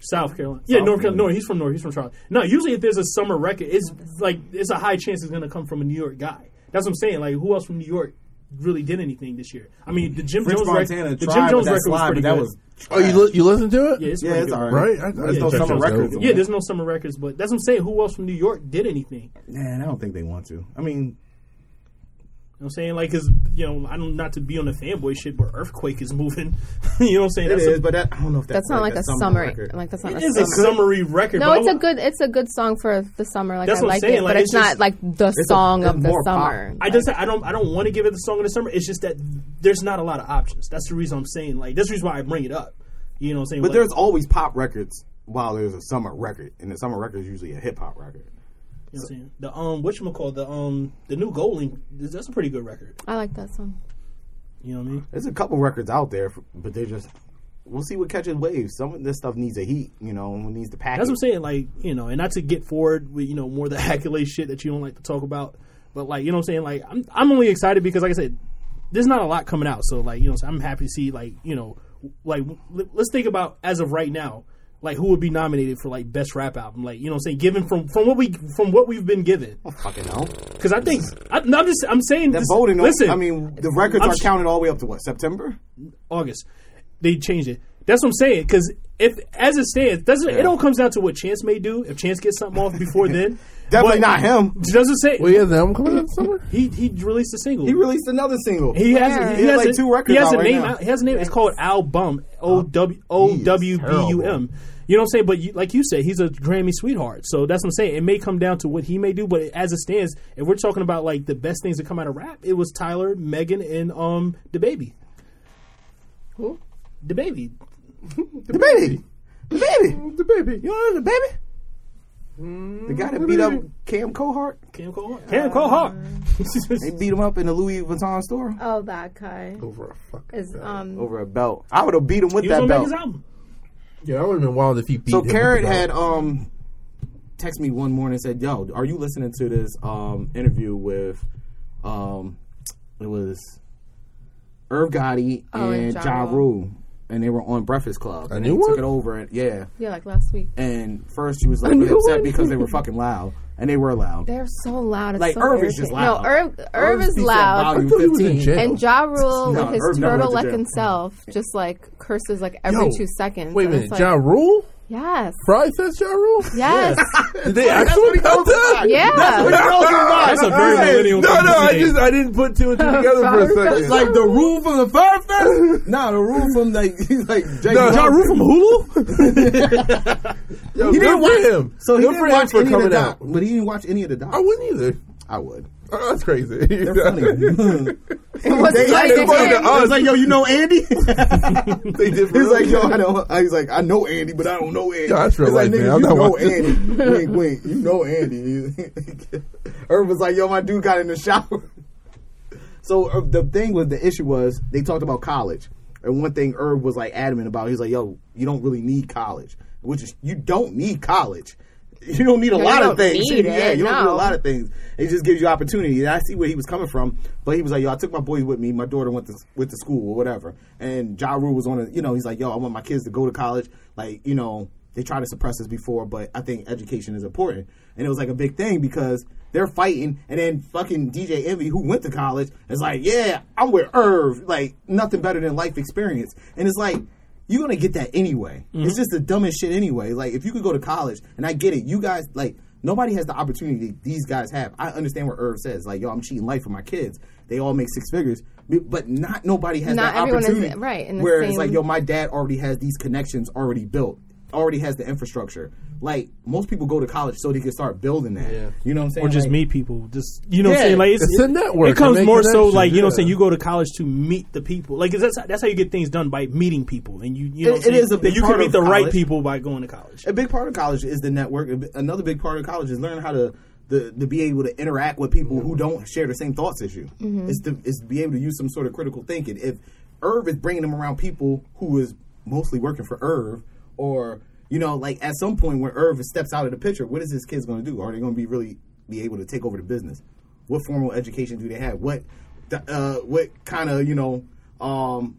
[SPEAKER 4] South Carolina. Yeah, North
[SPEAKER 3] Carolina.
[SPEAKER 4] Carolina. No, he's from North. He's from Charlotte. No, usually if there's a summer record, it's like it's a high chance it's gonna come from a New York guy. That's what I'm saying. Like who else from New York really did anything this year? I mean, the Jim
[SPEAKER 3] French
[SPEAKER 4] Jones
[SPEAKER 3] Montana
[SPEAKER 4] record. The
[SPEAKER 3] tried
[SPEAKER 4] Jim
[SPEAKER 3] with
[SPEAKER 4] Jones
[SPEAKER 3] that
[SPEAKER 4] record was
[SPEAKER 3] slide,
[SPEAKER 4] pretty
[SPEAKER 3] but that
[SPEAKER 4] good.
[SPEAKER 3] was
[SPEAKER 2] Oh, you li- you listen to it?
[SPEAKER 4] yeah, it's
[SPEAKER 3] yeah,
[SPEAKER 4] pretty
[SPEAKER 3] it's
[SPEAKER 4] good.
[SPEAKER 3] all
[SPEAKER 2] Right?
[SPEAKER 3] right.
[SPEAKER 2] I- I
[SPEAKER 3] There's no
[SPEAKER 2] checked
[SPEAKER 3] summer
[SPEAKER 2] those
[SPEAKER 3] records.
[SPEAKER 2] out.
[SPEAKER 4] Yeah, there's no summer records, but that's what I'm saying. Who else from New York did anything?
[SPEAKER 3] Man, I don't think they want to. I mean,
[SPEAKER 4] You know what I'm saying? Like, cause, you know, I don't, not to be on the fanboy shit, but Earthquake is moving. you know what I'm saying?
[SPEAKER 3] it is, but that, I don't know if
[SPEAKER 5] That's
[SPEAKER 3] that's
[SPEAKER 5] not like,
[SPEAKER 3] like summer
[SPEAKER 5] a summer.
[SPEAKER 3] record.
[SPEAKER 5] Like that's not
[SPEAKER 4] it
[SPEAKER 5] a
[SPEAKER 4] is
[SPEAKER 5] summer.
[SPEAKER 4] a summary record.
[SPEAKER 5] no,
[SPEAKER 4] but
[SPEAKER 5] it's
[SPEAKER 4] I'm-
[SPEAKER 5] a good. It's a good song for the summer. Like
[SPEAKER 4] That's
[SPEAKER 5] I
[SPEAKER 4] what I'm
[SPEAKER 5] like
[SPEAKER 4] saying,
[SPEAKER 5] it,
[SPEAKER 4] like,
[SPEAKER 5] but it's,
[SPEAKER 4] it's
[SPEAKER 5] not
[SPEAKER 4] just-
[SPEAKER 5] like the
[SPEAKER 3] a-
[SPEAKER 5] song
[SPEAKER 3] it's
[SPEAKER 5] of the
[SPEAKER 3] more pop.
[SPEAKER 5] summer.
[SPEAKER 4] I just I don't I don't want to give it the song of the summer. It's just that there's not a lot of options. That's the reason I'm saying like that's the reason why I bring it up. You know what I'm saying?
[SPEAKER 3] But
[SPEAKER 4] Like,
[SPEAKER 3] there's always pop records while there's a summer record, and the summer record is usually a hip hop record.
[SPEAKER 4] you know what I'm saying? the um what call the um the new Golding that's a pretty good record.
[SPEAKER 5] I like that song.
[SPEAKER 4] You know what I mean?
[SPEAKER 3] There's a couple records out there, f- but they're just. We'll see what catches waves. Some of this stuff needs a heat, you know, and needs the package.
[SPEAKER 4] That's what I'm saying. Like you know, and not to get forward with you know more of the accolade shit that you don't like to talk about, but like you know what I'm saying. Like I'm I'm only excited because like I said, there's not a lot coming out. So like you know, what I'm saying, I'm happy to see like you know, like l- let's think about as of right now, like who would be nominated for like best rap album. Like you know, what I'm saying given from from what we from what we've been given,
[SPEAKER 3] Fucking hell.
[SPEAKER 4] because I think I, no, I'm just I'm saying
[SPEAKER 3] That
[SPEAKER 4] this,
[SPEAKER 3] voting,
[SPEAKER 4] Listen,
[SPEAKER 3] I mean, the records
[SPEAKER 4] I'm
[SPEAKER 3] are
[SPEAKER 4] sh-
[SPEAKER 3] counted all the way up to what, September?
[SPEAKER 4] August. They changed it. That's what I'm saying. Because if as it stands, that's it. All comes down to what Chance may do. If Chance gets something off before then,
[SPEAKER 3] Definitely
[SPEAKER 4] But
[SPEAKER 3] not him.
[SPEAKER 4] it Doesn't say
[SPEAKER 2] Well, Oh, yeah, the album coming out this summer.
[SPEAKER 4] he he released a single.
[SPEAKER 3] He released another single.
[SPEAKER 4] He has, a-
[SPEAKER 5] Yeah.
[SPEAKER 4] he,
[SPEAKER 3] He
[SPEAKER 4] has
[SPEAKER 3] has, like,
[SPEAKER 4] a-
[SPEAKER 3] two records
[SPEAKER 4] He has
[SPEAKER 3] out
[SPEAKER 4] a
[SPEAKER 3] right
[SPEAKER 4] name.
[SPEAKER 3] now. Oh,
[SPEAKER 4] out- He has a name. It's called Al Bum. O W O W B U M. You know what I'm saying? But you, like you said, he's a Grammy sweetheart. So that's what I'm saying. It may come down to what he may do, but as it stands, if we're talking about like the best things that come out of rap, it was Tyler, Megan, and um the baby.
[SPEAKER 5] Who?
[SPEAKER 4] The baby.
[SPEAKER 3] The baby. The baby.
[SPEAKER 2] The baby.
[SPEAKER 3] You know the baby? The guy that beat up Cam Cohart?
[SPEAKER 4] Cam Cole. Cam Cole Hart.
[SPEAKER 3] They beat him up in the Louis Vuitton store
[SPEAKER 5] Oh, that guy
[SPEAKER 2] Over a fucking.
[SPEAKER 5] is um.
[SPEAKER 3] over a belt. I would have beat him with
[SPEAKER 4] He was
[SPEAKER 3] that
[SPEAKER 4] gonna
[SPEAKER 3] belt.
[SPEAKER 4] make his album.
[SPEAKER 2] Yeah, I would have been wild if he beat
[SPEAKER 3] So
[SPEAKER 2] him.
[SPEAKER 3] Carrot had um text me one morning and said, "Yo, are you listening to this um interview with um it was Irv Gotti
[SPEAKER 5] Oh, and
[SPEAKER 3] and
[SPEAKER 5] Ja
[SPEAKER 3] Ja
[SPEAKER 5] Rule.
[SPEAKER 3] Rule, and they were on Breakfast Club.
[SPEAKER 2] A
[SPEAKER 3] and
[SPEAKER 2] new
[SPEAKER 3] he
[SPEAKER 2] one?
[SPEAKER 3] took it over, and yeah.
[SPEAKER 5] Yeah, like last week.
[SPEAKER 3] And first she was like really
[SPEAKER 5] new
[SPEAKER 3] upset
[SPEAKER 5] one?
[SPEAKER 3] because they were fucking loud, and they were loud.
[SPEAKER 5] They're so loud. It's
[SPEAKER 3] Like
[SPEAKER 5] so
[SPEAKER 3] Irv is just
[SPEAKER 5] irritating.
[SPEAKER 3] loud.
[SPEAKER 5] No, Irv, Irv is
[SPEAKER 3] speaks at
[SPEAKER 5] loud.
[SPEAKER 3] volume
[SPEAKER 2] I thought he was in
[SPEAKER 3] 15.
[SPEAKER 2] jail.
[SPEAKER 5] And Ja Rule
[SPEAKER 3] No,
[SPEAKER 5] with his
[SPEAKER 3] Irv never went to
[SPEAKER 5] turtle
[SPEAKER 3] jail.
[SPEAKER 5] looking self just like curses like every two seconds.
[SPEAKER 2] Wait a
[SPEAKER 5] And
[SPEAKER 2] minute.
[SPEAKER 5] it's like,
[SPEAKER 2] ja Rule?
[SPEAKER 5] Yes.
[SPEAKER 2] Fry says Ja Rule?
[SPEAKER 5] Yes.
[SPEAKER 2] Did they actually come to
[SPEAKER 5] Yeah.
[SPEAKER 4] That's a very millennial
[SPEAKER 2] No, no, I
[SPEAKER 4] thing.
[SPEAKER 2] just I didn't put two and two together for a
[SPEAKER 5] Fry
[SPEAKER 2] second.
[SPEAKER 5] says
[SPEAKER 3] Like the rule from the Fire Fest? nah, the rule from like he's like Jay
[SPEAKER 2] No,
[SPEAKER 3] Ja
[SPEAKER 2] Ja
[SPEAKER 3] Rule from Hulu.
[SPEAKER 2] Yo,
[SPEAKER 3] He
[SPEAKER 2] good
[SPEAKER 3] didn't
[SPEAKER 2] for
[SPEAKER 3] watch
[SPEAKER 2] him.
[SPEAKER 3] So he
[SPEAKER 2] good for
[SPEAKER 3] didn't
[SPEAKER 2] him
[SPEAKER 3] watch
[SPEAKER 2] for
[SPEAKER 3] any of the
[SPEAKER 2] coming
[SPEAKER 3] doc,
[SPEAKER 2] out.
[SPEAKER 3] but he didn't watch any of the doc.
[SPEAKER 2] I wouldn't either.
[SPEAKER 3] I would.
[SPEAKER 2] Oh, that's crazy.
[SPEAKER 3] They're funny.
[SPEAKER 5] It was
[SPEAKER 3] They
[SPEAKER 5] like
[SPEAKER 3] acted
[SPEAKER 5] a
[SPEAKER 3] funny to
[SPEAKER 5] kid.
[SPEAKER 3] us. It's like, yo, you know Andy?
[SPEAKER 2] they did
[SPEAKER 3] He's
[SPEAKER 2] for real.
[SPEAKER 3] like, yo, I know. He's like, I know Andy, but I don't know Andy.
[SPEAKER 2] Yo, that's
[SPEAKER 3] It's
[SPEAKER 2] real
[SPEAKER 3] like,
[SPEAKER 2] life,
[SPEAKER 3] nigga,
[SPEAKER 2] man. I'm
[SPEAKER 3] you
[SPEAKER 2] not
[SPEAKER 3] know
[SPEAKER 2] watching.
[SPEAKER 3] Andy. wink, wink. You know Andy. Herb was like, yo, my dude got in the shower. So uh, the thing was, the issue was they talked about college, and one thing Herb was like adamant about. He's like, yo, you don't really need college, which is you don't need college. You don't need a
[SPEAKER 5] you
[SPEAKER 3] lot of
[SPEAKER 5] don't
[SPEAKER 3] things.
[SPEAKER 5] need
[SPEAKER 3] yeah,
[SPEAKER 5] it,
[SPEAKER 3] you don't need a
[SPEAKER 5] no.
[SPEAKER 3] lot of things. It just gives you opportunity. And I see where he was coming from, but he was like, "Yo, I took my boys with me. My daughter went to went to school or whatever." And Ja Rule was on a, you know, he's like, "Yo, I want my kids to go to college." Like, you know, they tried to suppress this before, but I think education is important. And it was like a big thing because they're fighting, and then fucking DJ Envy, who went to college, is like, "Yeah, I'm with Irv. Like, nothing better than life experience." And it's like you're gonna get that anyway.
[SPEAKER 5] Mhm.
[SPEAKER 3] It's just the dumbest shit anyway. Like if you could go to college, and I get it, you guys like nobody has the opportunity these guys have. I understand what Irv says. Like yo, I'm cheating life for my kids. They all make six figures, B- but not nobody has
[SPEAKER 5] Not
[SPEAKER 3] that
[SPEAKER 5] everyone is-
[SPEAKER 3] opportunity.
[SPEAKER 5] right, in the
[SPEAKER 3] Where it's
[SPEAKER 5] same-
[SPEAKER 3] like yo, my dad already has these connections already built, already has the infrastructure. Like most people go to college so they can start building that. You know what I'm saying?
[SPEAKER 4] Or just
[SPEAKER 3] Like,
[SPEAKER 4] meet people. Just you know what I'm
[SPEAKER 3] Yeah.
[SPEAKER 4] saying? Like it's,
[SPEAKER 2] It's a network.
[SPEAKER 4] It comes
[SPEAKER 2] It
[SPEAKER 4] more
[SPEAKER 2] makes
[SPEAKER 4] so like you know
[SPEAKER 2] connections,
[SPEAKER 4] what I'm saying,
[SPEAKER 2] yeah.
[SPEAKER 4] you go to college to meet the people. Like 'cause that's that's how you get things done by meeting people and you you know
[SPEAKER 3] It-
[SPEAKER 4] what I'm saying?
[SPEAKER 3] it is a big
[SPEAKER 4] you
[SPEAKER 3] part
[SPEAKER 4] can meet
[SPEAKER 3] of
[SPEAKER 4] the right
[SPEAKER 3] college.
[SPEAKER 4] people by going to college.
[SPEAKER 3] a big part of college is the network. A bi- Another big part of college is learning how to the, to be able to interact with people who don't share the same thoughts as you. It's to it's to be able to use some sort of critical thinking. If Irv is bringing them around people who is mostly working for Irv, or you know, like at some point when Irv steps out of the picture, what is this kid's going to do? Are they going to be really be able to take over the business? What formal education do they have? What the, uh, what kind of you know um,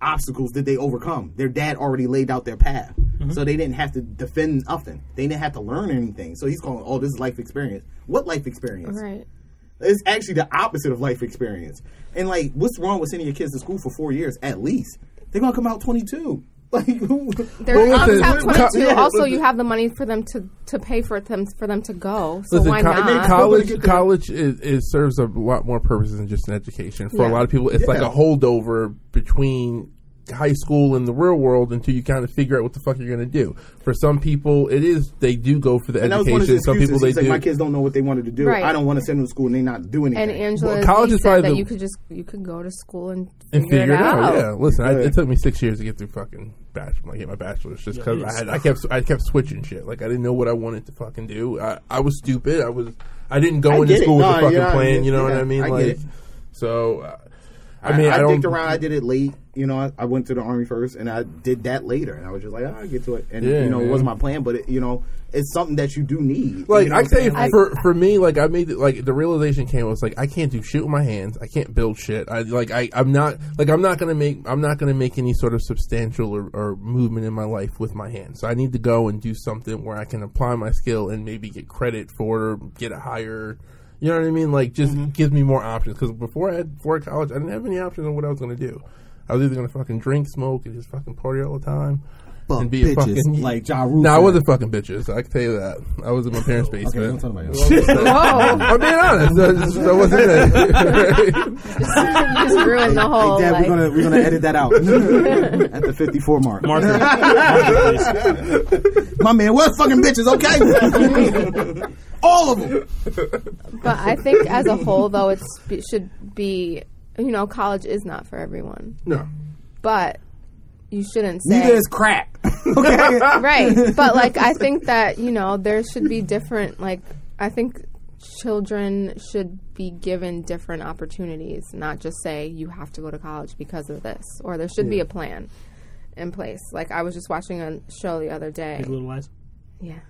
[SPEAKER 3] obstacles did they overcome? Their dad already laid out their path.
[SPEAKER 2] Mm-hmm.
[SPEAKER 3] So they didn't have to defend nothing. They didn't have to learn anything. So he's calling, oh, this is life experience. What life experience?
[SPEAKER 5] Right.
[SPEAKER 3] It's actually the opposite of life experience. And like, what's wrong with sending your kids to school for four years at least? They're gonna come out twenty two. Like,
[SPEAKER 5] They're
[SPEAKER 2] Well,
[SPEAKER 5] on
[SPEAKER 2] listen,
[SPEAKER 5] top
[SPEAKER 2] co-
[SPEAKER 5] 22.
[SPEAKER 2] yeah,
[SPEAKER 5] also,
[SPEAKER 2] listen.
[SPEAKER 5] you have the money for them to, to pay for them for them to go. So
[SPEAKER 2] Listen,
[SPEAKER 5] why
[SPEAKER 2] co-
[SPEAKER 5] not?
[SPEAKER 2] college college is, is serves a lot more purposes than just an education. For a
[SPEAKER 5] Yeah.
[SPEAKER 2] lot of people, it's like
[SPEAKER 3] Yeah.
[SPEAKER 2] a holdover between high school and the real world until you kind of figure out what the fuck you're going to do. For some people, it is they do go for the
[SPEAKER 3] and that was one of
[SPEAKER 2] education.
[SPEAKER 3] his
[SPEAKER 2] Some people
[SPEAKER 3] excuses.
[SPEAKER 2] they
[SPEAKER 3] He's like,
[SPEAKER 2] do.
[SPEAKER 3] my kids don't know what they wanted to do.
[SPEAKER 5] Right.
[SPEAKER 3] I don't want to send them to school and they not do anything.
[SPEAKER 5] and Angela,
[SPEAKER 2] Well, college
[SPEAKER 5] you
[SPEAKER 2] is
[SPEAKER 5] said
[SPEAKER 2] probably
[SPEAKER 5] that
[SPEAKER 2] the-
[SPEAKER 5] you could just you could go to school and figure,
[SPEAKER 2] and figure it out. Yeah, listen, I,
[SPEAKER 3] Yeah.
[SPEAKER 2] it took me six years to get through fucking bachelor, like get my bachelor's, just because I had I kept I kept switching shit. Like I didn't know what I wanted to fucking do. I, I was stupid. I was I didn't go
[SPEAKER 3] I
[SPEAKER 2] into
[SPEAKER 3] get it.
[SPEAKER 2] school with
[SPEAKER 3] No,
[SPEAKER 2] a
[SPEAKER 3] yeah, I
[SPEAKER 2] fucking plan.
[SPEAKER 3] get-
[SPEAKER 2] You know
[SPEAKER 3] yeah,
[SPEAKER 2] what I mean?
[SPEAKER 3] I get
[SPEAKER 2] like
[SPEAKER 3] it.
[SPEAKER 2] so. Uh, I mean, I, don't.
[SPEAKER 3] dicked around. I did it late. You know, I, I went to the army first, and I did that later. And I was just like, "Ah, I'll get to it. And
[SPEAKER 2] Yeah,
[SPEAKER 3] you know,
[SPEAKER 2] man.
[SPEAKER 3] it wasn't my plan, but it, you know, it's something that you do need.
[SPEAKER 2] like
[SPEAKER 3] you know what
[SPEAKER 2] I
[SPEAKER 3] I'm
[SPEAKER 2] say
[SPEAKER 3] saying? Like,
[SPEAKER 2] for for me, like I made it, like the realization came I was like I can't do shit with my hands. I can't build shit. I like I I'm not like I'm not gonna make I'm not gonna make any sort of substantial or, or movement in my life with my hands. So I need to go and do something where I can apply my skill and maybe get credit for it or get a higher. You know what I mean? Like just
[SPEAKER 3] Mm-hmm.
[SPEAKER 2] gives me more options because before I had before college I didn't have any options on what I was gonna do. I was either gonna fucking drink, smoke, and just fucking party all the time.
[SPEAKER 3] Fuck
[SPEAKER 2] and
[SPEAKER 3] bitches, like Ja Rule
[SPEAKER 2] No, I
[SPEAKER 3] said.
[SPEAKER 2] wasn't fucking bitches. I can tell you that. I was in my parents'
[SPEAKER 3] don't
[SPEAKER 2] basement.
[SPEAKER 3] talk about it.
[SPEAKER 5] Whoa!
[SPEAKER 2] I'm being honest. I, just, I wasn't there.
[SPEAKER 5] just ruin the whole.
[SPEAKER 3] Hey, Dad,
[SPEAKER 5] Oh, like,
[SPEAKER 3] we're gonna we're gonna edit that out at the fifty four mark.
[SPEAKER 4] Marker. Marker, please.
[SPEAKER 3] My man, what fucking bitches? Okay, all of them.
[SPEAKER 5] But I think as a whole, though, it should be you know college is not for everyone,
[SPEAKER 2] no.
[SPEAKER 5] but you shouldn't say.
[SPEAKER 3] Neither is crack. okay.
[SPEAKER 5] right but like i think that you know there should be different like i think children should be given different opportunities not just say you have to go to college because of this or there should be a plan in place like i was just watching a show the other day
[SPEAKER 4] Big Little Lies.
[SPEAKER 5] yeah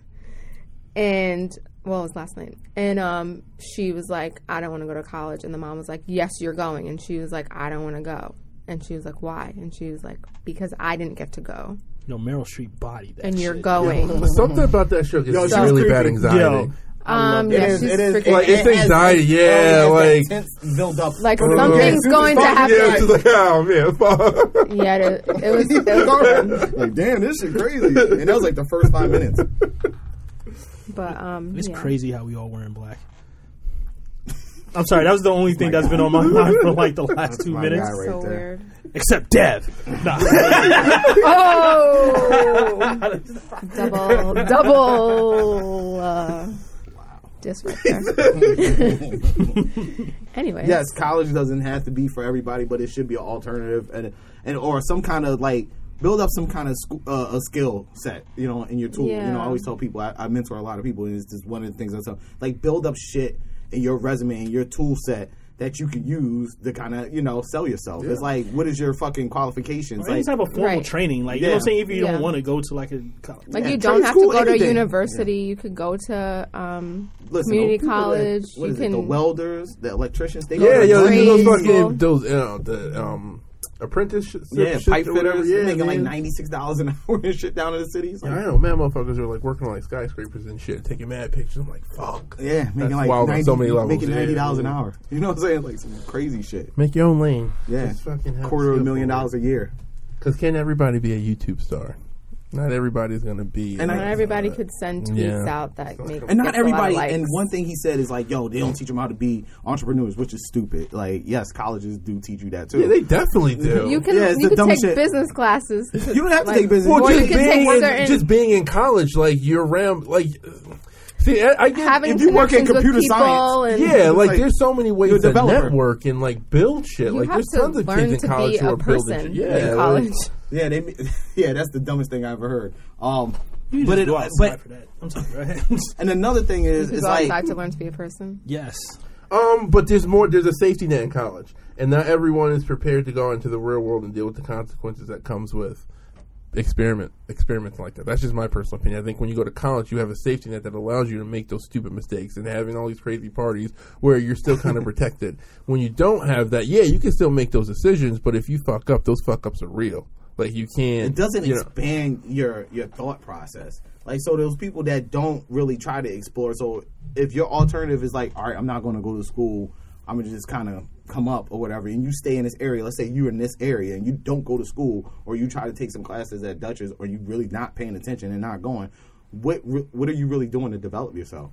[SPEAKER 5] and well it was last night and um she was like i don't want to go to college and the mom was like yes you're going and she was like i don't want to go and she was like why and she was like because i didn't get to go
[SPEAKER 4] No, Meryl Streep body that.
[SPEAKER 5] and you're
[SPEAKER 4] shit.
[SPEAKER 5] going
[SPEAKER 2] Something about that show gives
[SPEAKER 3] Yo,
[SPEAKER 2] me
[SPEAKER 3] she's
[SPEAKER 2] really
[SPEAKER 3] creepy.
[SPEAKER 2] bad anxiety.
[SPEAKER 4] Yo.
[SPEAKER 5] Um, yeah, she's freaking,
[SPEAKER 2] Like, it's anxiety, yeah, like-
[SPEAKER 3] build up.
[SPEAKER 5] like,
[SPEAKER 2] Oh,
[SPEAKER 5] something's
[SPEAKER 2] yeah.
[SPEAKER 5] going to
[SPEAKER 2] Fuck, Yeah, she's
[SPEAKER 5] happen.
[SPEAKER 2] like, oh man, fuck.
[SPEAKER 5] Yeah, it, it was. It was horrible.
[SPEAKER 6] Like, damn, this shit crazy. And that was like the first five minutes.
[SPEAKER 5] But um,
[SPEAKER 4] It's
[SPEAKER 5] yeah.
[SPEAKER 4] crazy how we all wear in black. I'm sorry, that was the only thing that's been on my mind for like the last two
[SPEAKER 6] my
[SPEAKER 4] minutes.
[SPEAKER 6] guy right
[SPEAKER 5] So
[SPEAKER 6] there.
[SPEAKER 5] weird.
[SPEAKER 4] Except Dev. Nah.
[SPEAKER 5] Oh, double, double uh, disrespect. there. anyway,
[SPEAKER 3] yes, college doesn't have to be for everybody, but it should be an alternative and and or some kind of like build up some kind of sc- uh, a skill set, you know, in your tool. You know,
[SPEAKER 5] Yeah.
[SPEAKER 3] I always tell people I, I mentor a lot of people, and it's just one of the things I tell like build up shit in your resume and your tool set. That you can use to kind of you know sell yourself. It's like, what is your fucking qualifications?
[SPEAKER 4] Like,
[SPEAKER 3] Like,
[SPEAKER 4] just have a formal
[SPEAKER 5] Right.
[SPEAKER 4] training. Like, you know what I'm
[SPEAKER 3] Yeah.
[SPEAKER 4] saying? If you
[SPEAKER 5] Yeah.
[SPEAKER 4] don't want to go to like a college.
[SPEAKER 5] like
[SPEAKER 3] yeah,
[SPEAKER 5] you don't
[SPEAKER 3] trade
[SPEAKER 5] have to
[SPEAKER 3] school,
[SPEAKER 5] go to
[SPEAKER 3] anything.
[SPEAKER 5] university. You could go to um,
[SPEAKER 3] listen,
[SPEAKER 5] community
[SPEAKER 3] those people that-
[SPEAKER 5] college.
[SPEAKER 3] what
[SPEAKER 5] you
[SPEAKER 3] is it,
[SPEAKER 5] can
[SPEAKER 3] the welders, the electricians. They
[SPEAKER 2] Yeah,
[SPEAKER 3] go to
[SPEAKER 2] yo,
[SPEAKER 5] Crazy.
[SPEAKER 2] they do those fucking
[SPEAKER 5] Crazy.
[SPEAKER 2] those uh, the um apprenticeship
[SPEAKER 3] yeah,
[SPEAKER 2] shit
[SPEAKER 3] pipe
[SPEAKER 2] or whatever.
[SPEAKER 3] fitters
[SPEAKER 2] Yeah,
[SPEAKER 3] making like
[SPEAKER 2] man.
[SPEAKER 3] ninety six dollars an hour and shit down in the cities.
[SPEAKER 2] I know, man. Motherfuckers are like working on like skyscrapers and shit, taking mad pictures. I'm like, fuck.
[SPEAKER 3] Yeah, making
[SPEAKER 2] That's
[SPEAKER 3] like
[SPEAKER 2] wild on
[SPEAKER 3] 90,
[SPEAKER 2] so many levels.
[SPEAKER 3] making
[SPEAKER 2] Yeah,
[SPEAKER 3] ninety dollars an
[SPEAKER 2] yeah.
[SPEAKER 3] hour. You know what I'm saying? Like some crazy shit.
[SPEAKER 2] Make your own lane.
[SPEAKER 3] Yeah,
[SPEAKER 2] Just fucking have
[SPEAKER 3] quarter of a
[SPEAKER 2] skill
[SPEAKER 3] million
[SPEAKER 2] for it.
[SPEAKER 3] dollars a year.
[SPEAKER 2] Because can't everybody be a YouTube star? Not everybody's gonna be.
[SPEAKER 3] And I-
[SPEAKER 5] not everybody could send tweets
[SPEAKER 2] Yeah.
[SPEAKER 5] out that make
[SPEAKER 3] And not
[SPEAKER 5] gets a lot of
[SPEAKER 3] everybody.
[SPEAKER 5] likes.
[SPEAKER 3] And one thing he said is like, "Yo, they don't teach them how to be entrepreneurs," which is stupid. Like, yes, colleges do teach you that too.
[SPEAKER 2] yeah, they definitely do.
[SPEAKER 5] you can
[SPEAKER 3] Yeah, it's the
[SPEAKER 5] you can
[SPEAKER 3] dumb
[SPEAKER 5] take
[SPEAKER 3] shit.
[SPEAKER 5] business classes.
[SPEAKER 3] you don't have to
[SPEAKER 5] Like,
[SPEAKER 3] take business.
[SPEAKER 5] Well,
[SPEAKER 2] Well,
[SPEAKER 5] Or
[SPEAKER 2] just
[SPEAKER 5] you can
[SPEAKER 2] being
[SPEAKER 5] take
[SPEAKER 2] in,
[SPEAKER 5] certain-
[SPEAKER 2] just being in college, like you're around, like. See, I, I get
[SPEAKER 5] having
[SPEAKER 3] if you work in
[SPEAKER 5] connections with
[SPEAKER 3] computer
[SPEAKER 5] people
[SPEAKER 3] science,
[SPEAKER 5] and
[SPEAKER 2] Yeah, like,
[SPEAKER 3] like,
[SPEAKER 2] there's so many
[SPEAKER 3] you're
[SPEAKER 2] ways
[SPEAKER 3] a
[SPEAKER 2] to
[SPEAKER 3] developer.
[SPEAKER 2] network and like build shit.
[SPEAKER 5] You
[SPEAKER 2] like
[SPEAKER 5] have
[SPEAKER 2] there's
[SPEAKER 5] to
[SPEAKER 2] tons of
[SPEAKER 5] learn
[SPEAKER 2] kids
[SPEAKER 5] to
[SPEAKER 2] in college
[SPEAKER 5] be
[SPEAKER 2] who
[SPEAKER 5] a
[SPEAKER 2] are building.
[SPEAKER 5] person
[SPEAKER 2] shit. Yeah, like,
[SPEAKER 5] in college.
[SPEAKER 3] yeah, they. Yeah, that's the dumbest thing I ever heard. Um, but it,
[SPEAKER 4] Go outside
[SPEAKER 3] but
[SPEAKER 4] for that. I'm sorry. Go ahead.
[SPEAKER 3] and another thing is,
[SPEAKER 5] you
[SPEAKER 3] is
[SPEAKER 5] go
[SPEAKER 3] like
[SPEAKER 5] outside to learn to be a person.
[SPEAKER 4] yes.
[SPEAKER 2] um, but there's more. There's a safety net in college, and not everyone is prepared to go into the real world and deal with the consequences that comes with experiment experiments like that. That's just my personal opinion. I think when you go to college, you have a safety net that allows you to make those stupid mistakes and having all these crazy parties where you're still kind of protected. When you don't have that, yeah, you can still make those decisions, but if you fuck up, those fuck ups are real. Like you can't.
[SPEAKER 3] it doesn't
[SPEAKER 2] you know-
[SPEAKER 3] expand your your thought process. Like so, those people that don't really try to explore. So if your alternative is like, all right, I'm not going to go to school. I'm gonna just kind of come up or whatever, and you stay in this area. Let's say you're in this area and you don't go to school, or you try to take some classes at Dutchess, or you really not paying attention and not going. What re- what are you really doing to develop yourself?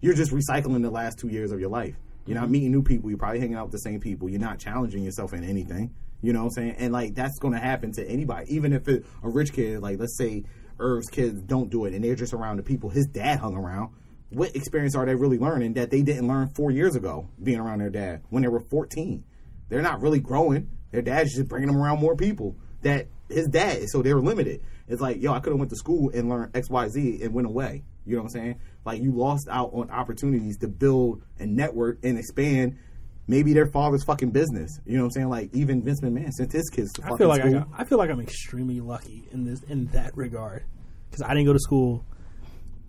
[SPEAKER 3] you're just recycling the last two years of your life. You're not meeting new people. You're probably hanging out with the same people. You're not challenging yourself in anything. You know what I'm saying? And like that's going to happen to anybody, even if it, a rich kid, like let's say Irv's kids don't do it, and they're just around the people his dad hung around. What experience are they really learning that they didn't learn four years ago being around their dad when they were 14? They're not really growing. Their dad's just bringing them around more people that his dad, so they're limited. It's like, yo, I could have went to school and learned X, Y, Z and went away. You know what I'm saying? Like you lost out on opportunities to build and network and expand. Maybe their father's fucking business. You know what I'm saying? Like even Vince McMahon sent his kids to
[SPEAKER 4] I
[SPEAKER 3] fucking
[SPEAKER 4] feel like I,
[SPEAKER 3] school.
[SPEAKER 4] got, I feel like I'm extremely lucky in this in that regard because I didn't go to school,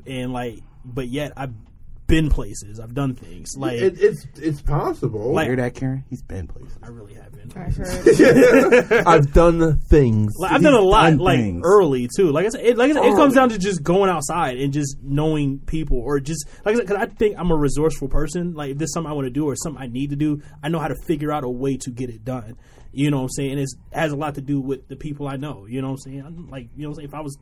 [SPEAKER 4] and like, but yet I've been places. I've done things. Like
[SPEAKER 2] It, it's it's possible.
[SPEAKER 4] Like-
[SPEAKER 3] Hear that, Karen? He's been places.
[SPEAKER 4] I really have been.
[SPEAKER 5] I heard.
[SPEAKER 2] I've done the things.
[SPEAKER 4] Like, I've done a lot,
[SPEAKER 3] done
[SPEAKER 4] like
[SPEAKER 3] things.
[SPEAKER 4] early too. Like I said, it, like I said, it comes down to just going outside and just knowing people, or just like I said, because I think I'm a resourceful person. Like if there's something I want to do or something I need to do, I know how to figure out a way to get it done. You know what I'm saying? And it's has a lot to do with the people I know. You know what I'm saying? I'm like you know, what I'm saying? if I was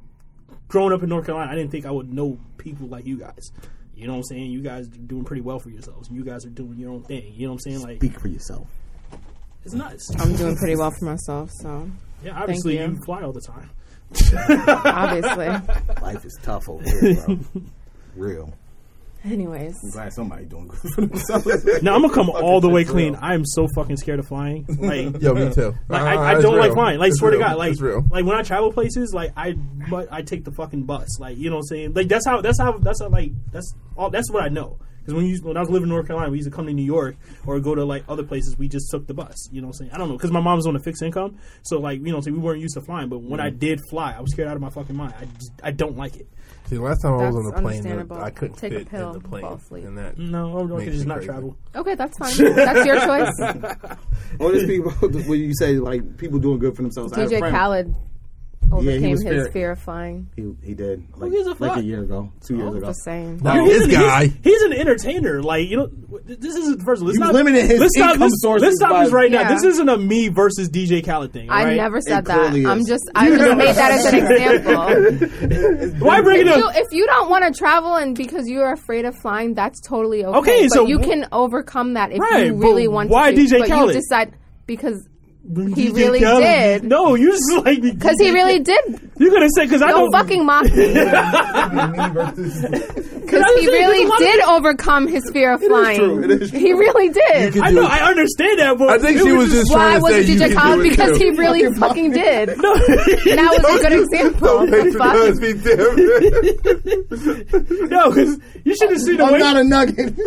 [SPEAKER 4] growing up in North Carolina, I didn't think I would know people like you guys. You know what I'm saying? You guys are doing pretty well for yourselves. You guys are doing your own thing. You know what I'm saying? Like
[SPEAKER 3] Speak for yourself.
[SPEAKER 4] it's nuts.
[SPEAKER 5] I'm doing pretty well for myself, so
[SPEAKER 4] Yeah, obviously
[SPEAKER 5] you.
[SPEAKER 4] you fly all the time.
[SPEAKER 5] obviously.
[SPEAKER 3] Life is tough over here, bro. Real.
[SPEAKER 5] Anyways,
[SPEAKER 8] Glad somebody doing good for themselves.
[SPEAKER 4] Now I'm gonna come all the way clean. I am so fucking scared of flying. Like,
[SPEAKER 2] Yo, me too.
[SPEAKER 4] Uh, like
[SPEAKER 2] Ah,
[SPEAKER 4] I, I
[SPEAKER 2] it's
[SPEAKER 4] don't like
[SPEAKER 2] real.
[SPEAKER 4] flying. Like,
[SPEAKER 2] It's
[SPEAKER 4] swear
[SPEAKER 2] real.
[SPEAKER 4] to God, like,
[SPEAKER 2] it's real.
[SPEAKER 4] like when I travel places, like I, but I take the fucking bus. Like, you know what I'm saying? Like that's how, that's how, that's how, like that's all. That's what I know. Because when you when I was living in North Carolina, we used to come to New York or go to like other places. We just took the bus. You know what I'm saying? I don't know because my mom was on a fixed income, so like you know, what I'm saying we weren't used to flying. But when I
[SPEAKER 2] Mm.
[SPEAKER 4] did fly, I was scared out of my fucking mind. I just, I don't like it.
[SPEAKER 2] See, last time I was
[SPEAKER 5] That's
[SPEAKER 2] on a plane,
[SPEAKER 5] understandable.
[SPEAKER 2] I couldn't
[SPEAKER 5] Take a
[SPEAKER 2] fit
[SPEAKER 5] pill,
[SPEAKER 2] in the plane.
[SPEAKER 5] fall asleep.
[SPEAKER 2] And that,
[SPEAKER 4] No, I
[SPEAKER 2] Makes
[SPEAKER 4] can just
[SPEAKER 2] me
[SPEAKER 4] not
[SPEAKER 2] crazy.
[SPEAKER 4] travel.
[SPEAKER 5] okay, that's fine. that's your choice.
[SPEAKER 8] Or just people when you say like people doing good for themselves. I have a
[SPEAKER 5] DJ
[SPEAKER 8] friend-
[SPEAKER 5] Khaled
[SPEAKER 8] he
[SPEAKER 5] overcame
[SPEAKER 8] was
[SPEAKER 5] his
[SPEAKER 8] fair.
[SPEAKER 5] fear of flying.
[SPEAKER 8] He, he did like,
[SPEAKER 4] gives a fuck?
[SPEAKER 8] like a year ago, two years ago.
[SPEAKER 5] The same.
[SPEAKER 2] Wow, this
[SPEAKER 4] an,
[SPEAKER 2] guy.
[SPEAKER 4] He's, he's an entertainer. Like you know, w- this isn't first. Let's
[SPEAKER 8] You
[SPEAKER 4] not
[SPEAKER 8] limited his
[SPEAKER 4] let's stop
[SPEAKER 8] income
[SPEAKER 4] this,
[SPEAKER 8] sources
[SPEAKER 4] Let's stop
[SPEAKER 8] by-
[SPEAKER 4] this right now.
[SPEAKER 5] Yeah.
[SPEAKER 4] This isn't a me versus DJ Khaled thing.
[SPEAKER 5] I
[SPEAKER 4] right?
[SPEAKER 5] never said
[SPEAKER 8] It
[SPEAKER 5] that.
[SPEAKER 8] clearly
[SPEAKER 5] I'm
[SPEAKER 8] is.
[SPEAKER 5] just I just made that as an example.
[SPEAKER 4] Why bring
[SPEAKER 5] If
[SPEAKER 4] it
[SPEAKER 5] you,
[SPEAKER 4] up?
[SPEAKER 5] if you don't want to travel and because you're afraid of flying, that's totally okay.
[SPEAKER 4] Okay,
[SPEAKER 5] but
[SPEAKER 4] so-
[SPEAKER 5] you can overcome that if
[SPEAKER 4] Right,
[SPEAKER 5] you
[SPEAKER 4] but
[SPEAKER 5] really want
[SPEAKER 4] why
[SPEAKER 5] to.
[SPEAKER 4] DJ
[SPEAKER 5] but
[SPEAKER 4] Khaled?
[SPEAKER 5] You decide because he
[SPEAKER 4] DJ
[SPEAKER 5] really
[SPEAKER 4] Khaled.
[SPEAKER 5] did.
[SPEAKER 4] No, you just like
[SPEAKER 5] because he really did.
[SPEAKER 4] You're gonna say because I
[SPEAKER 5] Don't
[SPEAKER 4] don't
[SPEAKER 5] fucking mock me. Because he
[SPEAKER 4] saying, there's
[SPEAKER 5] really
[SPEAKER 4] a lot of
[SPEAKER 5] did overcome his fear of flying.
[SPEAKER 3] true, it is true.
[SPEAKER 5] He really did.
[SPEAKER 4] I know. I understand that, but
[SPEAKER 2] I think
[SPEAKER 4] it
[SPEAKER 2] she was just
[SPEAKER 5] Why
[SPEAKER 2] trying to
[SPEAKER 5] was
[SPEAKER 2] say you
[SPEAKER 5] DJ
[SPEAKER 2] can
[SPEAKER 5] Khaled?
[SPEAKER 2] do it
[SPEAKER 5] Because
[SPEAKER 2] too.
[SPEAKER 5] he really fucking did.
[SPEAKER 4] no.
[SPEAKER 5] That was a good example.
[SPEAKER 2] Don't make the
[SPEAKER 5] Fuck.
[SPEAKER 2] noise, be different.
[SPEAKER 4] no, because you should have seen the
[SPEAKER 3] I'm
[SPEAKER 4] way.
[SPEAKER 3] not a nugget.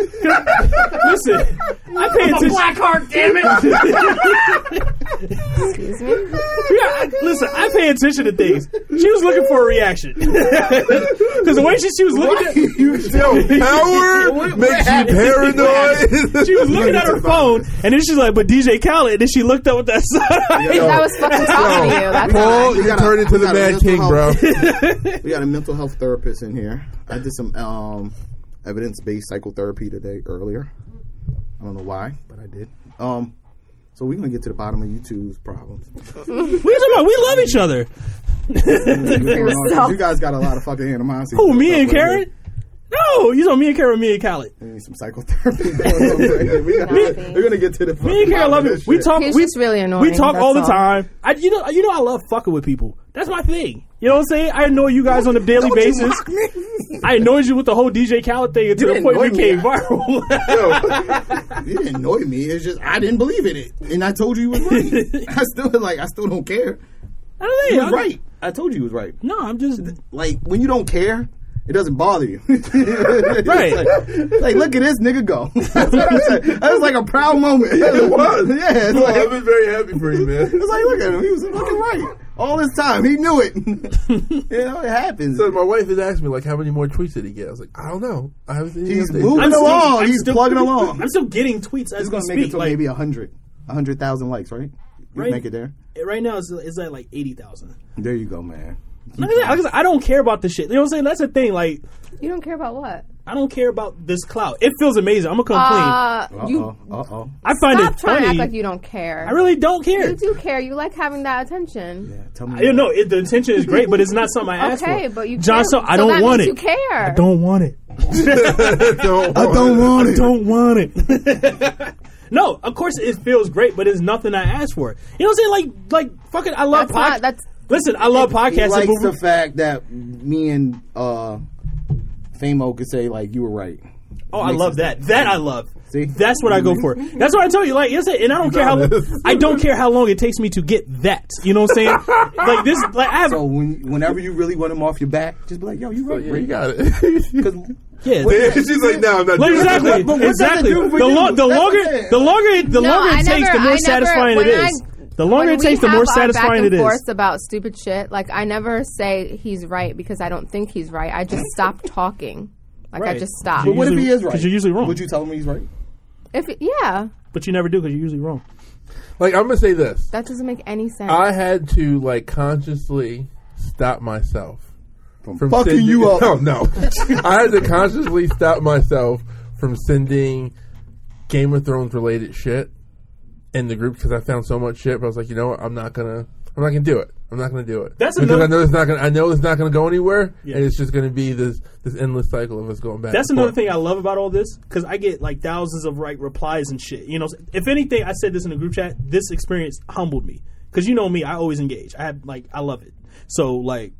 [SPEAKER 4] listen, I pay attention. black heart, damn it.
[SPEAKER 5] Excuse me.
[SPEAKER 4] Yeah, I, listen, I pay attention to things. She was looking for a reaction because the way she, she was looking, at,
[SPEAKER 2] Yo, power makes you paranoid.
[SPEAKER 4] she was looking at her phone, and then she's like, "But DJ Khaled." And then she looked up with that side.
[SPEAKER 5] That was fucking talking to you. That's
[SPEAKER 2] Paul,
[SPEAKER 5] all.
[SPEAKER 2] you
[SPEAKER 3] gotta-
[SPEAKER 2] turned into
[SPEAKER 3] we
[SPEAKER 2] the
[SPEAKER 3] gotta
[SPEAKER 2] Mad
[SPEAKER 3] mental
[SPEAKER 2] King, bro.
[SPEAKER 3] we got a mental health therapist in here. I did some um, evidence based psychotherapy today earlier. I don't know why, but I did. Um, so we're gonna get to the bottom of YouTube's problems.
[SPEAKER 4] What are you talking about? We love each other.
[SPEAKER 5] yourself.
[SPEAKER 3] you guys got a lot of fucking animosity.
[SPEAKER 4] Who, me and Karen? No, you know me and Karen, me and Khaled.
[SPEAKER 3] We need some psychotherapy. going on right here. we gotta,
[SPEAKER 5] Nothing.
[SPEAKER 3] we're gonna get to the. fucking
[SPEAKER 4] Me and
[SPEAKER 3] bottom
[SPEAKER 4] Karen love
[SPEAKER 3] of
[SPEAKER 4] it.
[SPEAKER 3] this
[SPEAKER 4] We
[SPEAKER 3] shit.
[SPEAKER 4] talk.
[SPEAKER 5] He's
[SPEAKER 4] we,
[SPEAKER 5] just really annoying.
[SPEAKER 4] we talk
[SPEAKER 5] that's
[SPEAKER 4] all the time. I, you know, you know, I love fucking with people. That's my thing. You know what I'm saying? I annoy you guys on a daily basis. I annoyed you with the whole DJ Khaled thing to the
[SPEAKER 3] didn't
[SPEAKER 4] point we
[SPEAKER 3] annoy me.
[SPEAKER 4] came viral.
[SPEAKER 3] You didn't annoy me. It's just I didn't believe in it, and I told you you was right. I still like I still don't care.
[SPEAKER 4] I don't
[SPEAKER 3] You
[SPEAKER 4] think
[SPEAKER 3] was
[SPEAKER 4] I'm-
[SPEAKER 3] right. I told you you was right.
[SPEAKER 4] No, I'm just
[SPEAKER 3] Like when you don't care, it doesn't bother you. It's
[SPEAKER 4] Right.
[SPEAKER 3] Like, like, look at this nigga go. That's what I said. That was like a proud moment.
[SPEAKER 2] It was.
[SPEAKER 3] Yeah. It's
[SPEAKER 2] Well, I've
[SPEAKER 3] like,
[SPEAKER 2] been very happy for you, man.
[SPEAKER 3] it's like look at him. He was fucking right all this time. He knew it. you know it happens.
[SPEAKER 2] So my wife has asked me like, how many more tweets did he get? I was like, I don't know. I haven't seen any
[SPEAKER 3] He's
[SPEAKER 2] updates.
[SPEAKER 3] moving
[SPEAKER 4] still-
[SPEAKER 3] along.
[SPEAKER 4] I'm
[SPEAKER 3] He's
[SPEAKER 4] still-
[SPEAKER 3] plugging along.
[SPEAKER 4] I'm still getting tweets as
[SPEAKER 3] It's
[SPEAKER 4] we
[SPEAKER 3] gonna make it
[SPEAKER 4] speak.
[SPEAKER 3] to
[SPEAKER 4] Like
[SPEAKER 3] maybe a hundred, a hundred thousand likes, right? You
[SPEAKER 4] Right.
[SPEAKER 3] make it there.
[SPEAKER 4] right now, it's, it's at like eighty thousand.
[SPEAKER 3] There you go, man.
[SPEAKER 4] Like I said, like I said, I don't care about this shit. You know what I'm saying? That's the thing. Like,
[SPEAKER 5] You don't care about what?
[SPEAKER 4] I don't care about this clout. It feels amazing. I'm gonna come
[SPEAKER 5] Uh,
[SPEAKER 3] Uh
[SPEAKER 5] you
[SPEAKER 3] oh. Uh oh.
[SPEAKER 4] clean. I find
[SPEAKER 5] stop
[SPEAKER 4] it
[SPEAKER 5] trying to act
[SPEAKER 4] funny.
[SPEAKER 5] like you don't care.
[SPEAKER 4] I really don't care.
[SPEAKER 5] you do care. You like having that attention.
[SPEAKER 3] Yeah, tell me.
[SPEAKER 4] You know, it, the intention is great, but it's not something I asked
[SPEAKER 5] Okay,
[SPEAKER 4] for.
[SPEAKER 5] but you
[SPEAKER 4] John,
[SPEAKER 5] care.
[SPEAKER 4] so I
[SPEAKER 5] So
[SPEAKER 4] don't
[SPEAKER 5] that
[SPEAKER 4] want
[SPEAKER 5] means
[SPEAKER 4] it.
[SPEAKER 5] you care.
[SPEAKER 4] I don't want it.
[SPEAKER 2] Don't
[SPEAKER 3] Oh, I don't want
[SPEAKER 4] I
[SPEAKER 3] it.
[SPEAKER 4] don't want it. no, of course it feels great, but it's nothing I asked for. You know what I'm saying? Like, like fucking, I love
[SPEAKER 5] That's not-
[SPEAKER 4] podcasts.
[SPEAKER 5] that's-
[SPEAKER 4] Listen, I love
[SPEAKER 3] He
[SPEAKER 4] podcasting.
[SPEAKER 3] likes
[SPEAKER 4] but we-
[SPEAKER 3] the fact that me and uh, Famo could say like you were right.
[SPEAKER 4] Oh, I
[SPEAKER 3] Makes
[SPEAKER 4] love that. That I love.
[SPEAKER 3] See?
[SPEAKER 4] That's what I go
[SPEAKER 5] Mm-hmm.
[SPEAKER 4] for. That's what I tell you. Like, yes, and I don't care how
[SPEAKER 2] honest.
[SPEAKER 4] I don't care how long it takes me to get that. You know what I'm saying? like this, like I have.
[SPEAKER 3] So when, whenever you really want him off your back, just be like, "Yo, you right,
[SPEAKER 2] Yeah, you
[SPEAKER 3] Bree."
[SPEAKER 2] got it.
[SPEAKER 3] Because
[SPEAKER 4] yeah.
[SPEAKER 2] She's like, no, I'm not
[SPEAKER 4] Like,
[SPEAKER 2] doing
[SPEAKER 4] exactly.
[SPEAKER 2] it.
[SPEAKER 3] But what does it
[SPEAKER 4] exactly.
[SPEAKER 3] do for
[SPEAKER 4] the
[SPEAKER 3] you?
[SPEAKER 4] lo- the
[SPEAKER 3] That's
[SPEAKER 4] longer,
[SPEAKER 3] what I'm saying.
[SPEAKER 4] the longer, it, the
[SPEAKER 5] No,
[SPEAKER 4] longer
[SPEAKER 5] I
[SPEAKER 4] it takes,
[SPEAKER 5] never-
[SPEAKER 4] the more
[SPEAKER 5] I never-
[SPEAKER 4] satisfying it
[SPEAKER 5] when I-
[SPEAKER 4] is. the longer
[SPEAKER 5] when
[SPEAKER 4] it
[SPEAKER 5] we
[SPEAKER 4] takes, the
[SPEAKER 5] have
[SPEAKER 4] more
[SPEAKER 5] our
[SPEAKER 4] satisfying
[SPEAKER 5] back
[SPEAKER 4] it
[SPEAKER 5] and
[SPEAKER 4] is.
[SPEAKER 5] forth about stupid shit. Like I never say he's right because I don't think he's right. I just stop talking. Like I
[SPEAKER 4] Right.
[SPEAKER 5] just stop.
[SPEAKER 3] but what if
[SPEAKER 4] usually-
[SPEAKER 3] he is right?
[SPEAKER 4] 'cause you're usually wrong.
[SPEAKER 3] Would you tell him he's right?
[SPEAKER 5] If yeah,
[SPEAKER 4] But you never do because you're usually wrong.
[SPEAKER 2] Like, I'm gonna say this.
[SPEAKER 5] that doesn't make any sense.
[SPEAKER 2] I had to like consciously stop myself from
[SPEAKER 3] fucking
[SPEAKER 2] sending-
[SPEAKER 3] you up.
[SPEAKER 2] No, no. I had to consciously stop myself from sending Game of Thrones related shit in the group because I found so much shit. But I was like, you know what? I'm not gonna. I'm not gonna do it. I'm not gonna do it.
[SPEAKER 4] That's
[SPEAKER 2] because
[SPEAKER 4] another-
[SPEAKER 2] I know it's not gonna. I know it's not gonna go anywhere,
[SPEAKER 4] Yeah.
[SPEAKER 2] and it's just gonna be this this endless cycle of us going back.
[SPEAKER 4] That's
[SPEAKER 2] and
[SPEAKER 4] another
[SPEAKER 2] forth.
[SPEAKER 4] thing I love about all this because I get like thousands of right replies and shit. You know, if anything, I said this in the group chat. This experience humbled me because you know me. I always engage. I have like I love it. So like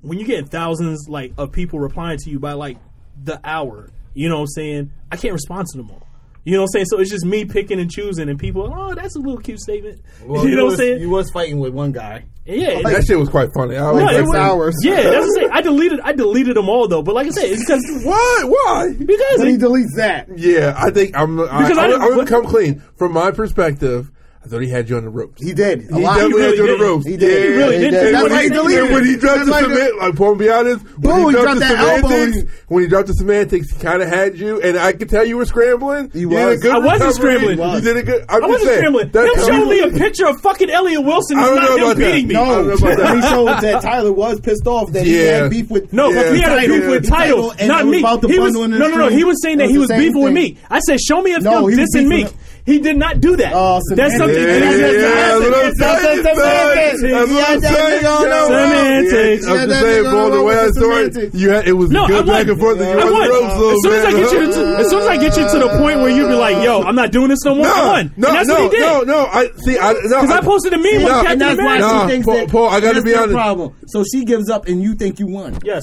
[SPEAKER 4] when you get thousands like of people replying to you by like the hour. You know what I'm saying? I can't respond to them all. You know what I'm saying? So it's just me picking and choosing, and people, oh, that's a little cute statement. you know what I'm
[SPEAKER 3] was-
[SPEAKER 4] saying?
[SPEAKER 3] You was fighting with one guy.
[SPEAKER 4] yeah,
[SPEAKER 2] That shit was quite funny. I was
[SPEAKER 4] No, it
[SPEAKER 2] like,
[SPEAKER 4] was-
[SPEAKER 6] hours.
[SPEAKER 4] Yeah, that's what I'm saying. I deleted, I deleted them all though. But like I said, it's because
[SPEAKER 2] why? Why?
[SPEAKER 4] because
[SPEAKER 6] He
[SPEAKER 4] it-
[SPEAKER 6] deletes that.
[SPEAKER 2] Yeah, I think I'm. I,
[SPEAKER 4] Because I
[SPEAKER 2] I,
[SPEAKER 4] didn't-
[SPEAKER 2] I would
[SPEAKER 4] what-
[SPEAKER 2] come clean from my perspective. I thought he had you on the ropes.
[SPEAKER 6] He did. A
[SPEAKER 2] He
[SPEAKER 6] lot.
[SPEAKER 2] definitely
[SPEAKER 4] really
[SPEAKER 2] had you on
[SPEAKER 4] did.
[SPEAKER 2] the ropes.
[SPEAKER 6] He did.
[SPEAKER 2] Yeah,
[SPEAKER 6] He
[SPEAKER 4] really
[SPEAKER 2] he
[SPEAKER 4] did.
[SPEAKER 2] did.
[SPEAKER 4] That's
[SPEAKER 2] And
[SPEAKER 4] why he deleted
[SPEAKER 2] When he
[SPEAKER 6] it.
[SPEAKER 2] dropped
[SPEAKER 6] That's
[SPEAKER 2] the
[SPEAKER 6] why he did-
[SPEAKER 2] semantics, like, well, be honest, when
[SPEAKER 6] Boom,
[SPEAKER 2] he
[SPEAKER 6] he
[SPEAKER 2] dropped
[SPEAKER 6] dropped
[SPEAKER 2] the
[SPEAKER 6] that elbow.
[SPEAKER 2] semantics, when he dropped the semantics, he kind of had you, and I could tell you were scrambling. You
[SPEAKER 6] was.
[SPEAKER 2] did a good
[SPEAKER 4] I wasn't
[SPEAKER 2] recovery.
[SPEAKER 4] scrambling.
[SPEAKER 2] You did a good. I'm
[SPEAKER 4] I
[SPEAKER 2] just
[SPEAKER 4] wasn't
[SPEAKER 2] saying,
[SPEAKER 4] scrambling.
[SPEAKER 2] that
[SPEAKER 4] Them showing me
[SPEAKER 2] covered-
[SPEAKER 4] a picture of fucking Elliot Wilson.
[SPEAKER 2] I
[SPEAKER 4] It's
[SPEAKER 2] don't
[SPEAKER 4] not
[SPEAKER 2] know
[SPEAKER 4] him
[SPEAKER 2] about that.
[SPEAKER 4] beating me.
[SPEAKER 2] I don't
[SPEAKER 6] No,
[SPEAKER 2] know about that.
[SPEAKER 6] he showed that Tyler was pissed off that he
[SPEAKER 2] Yeah.
[SPEAKER 6] had beef with.
[SPEAKER 4] No,
[SPEAKER 2] Yeah.
[SPEAKER 4] but he had a beef
[SPEAKER 2] Title,
[SPEAKER 4] with
[SPEAKER 2] yeah.
[SPEAKER 4] title,
[SPEAKER 6] Title, and
[SPEAKER 4] not
[SPEAKER 6] it was
[SPEAKER 4] me.
[SPEAKER 6] about the
[SPEAKER 4] he was no,
[SPEAKER 6] bundle in the
[SPEAKER 4] no, no.
[SPEAKER 6] street.
[SPEAKER 4] He was saying that
[SPEAKER 6] It was
[SPEAKER 4] he
[SPEAKER 6] the
[SPEAKER 4] was
[SPEAKER 6] same
[SPEAKER 4] beefing with
[SPEAKER 6] thing.
[SPEAKER 4] me. I said, "Show me a
[SPEAKER 6] No,
[SPEAKER 4] film
[SPEAKER 6] he was beefing
[SPEAKER 4] dissing me."
[SPEAKER 6] with-
[SPEAKER 4] He did not do that.
[SPEAKER 6] Oh, semantics.
[SPEAKER 4] That's something.
[SPEAKER 2] Yeah,
[SPEAKER 4] that's-
[SPEAKER 2] yeah,
[SPEAKER 4] that's-
[SPEAKER 2] that's what I'm
[SPEAKER 4] that's-
[SPEAKER 2] saying,
[SPEAKER 6] Semantics.
[SPEAKER 2] son. That's what I'm
[SPEAKER 6] Yeah,
[SPEAKER 2] saying,
[SPEAKER 6] that nigga
[SPEAKER 2] yo.
[SPEAKER 6] on the road.
[SPEAKER 4] Semantics.
[SPEAKER 2] I'm
[SPEAKER 6] Yeah,
[SPEAKER 2] just
[SPEAKER 6] that
[SPEAKER 2] saying,
[SPEAKER 6] nigga
[SPEAKER 2] boy,
[SPEAKER 6] on
[SPEAKER 2] the
[SPEAKER 6] the
[SPEAKER 2] way I
[SPEAKER 6] road with
[SPEAKER 2] saw it,
[SPEAKER 6] semantics.
[SPEAKER 2] you had it was
[SPEAKER 4] No, I
[SPEAKER 2] good back
[SPEAKER 4] won.
[SPEAKER 2] and forth. and you won
[SPEAKER 4] I
[SPEAKER 2] the ropes a
[SPEAKER 4] won.
[SPEAKER 2] little
[SPEAKER 4] As soon as I
[SPEAKER 2] bit,
[SPEAKER 4] get you,
[SPEAKER 2] huh?
[SPEAKER 4] to, as soon as I get you to the point where you be like, "Yo, I'm not doing this no more," I
[SPEAKER 2] No,
[SPEAKER 4] won.
[SPEAKER 2] no,
[SPEAKER 4] and that's
[SPEAKER 2] no,
[SPEAKER 4] what he did.
[SPEAKER 2] no, no. I see. I, no,
[SPEAKER 4] Because I posted a meme with
[SPEAKER 2] No,
[SPEAKER 4] Captain
[SPEAKER 2] and that's
[SPEAKER 4] America.
[SPEAKER 2] why- Nah, Paul- Paul, I gotta
[SPEAKER 6] that's
[SPEAKER 2] be
[SPEAKER 6] their
[SPEAKER 2] honest.
[SPEAKER 6] Problem. So she gives up, and you think you won.
[SPEAKER 4] Yes.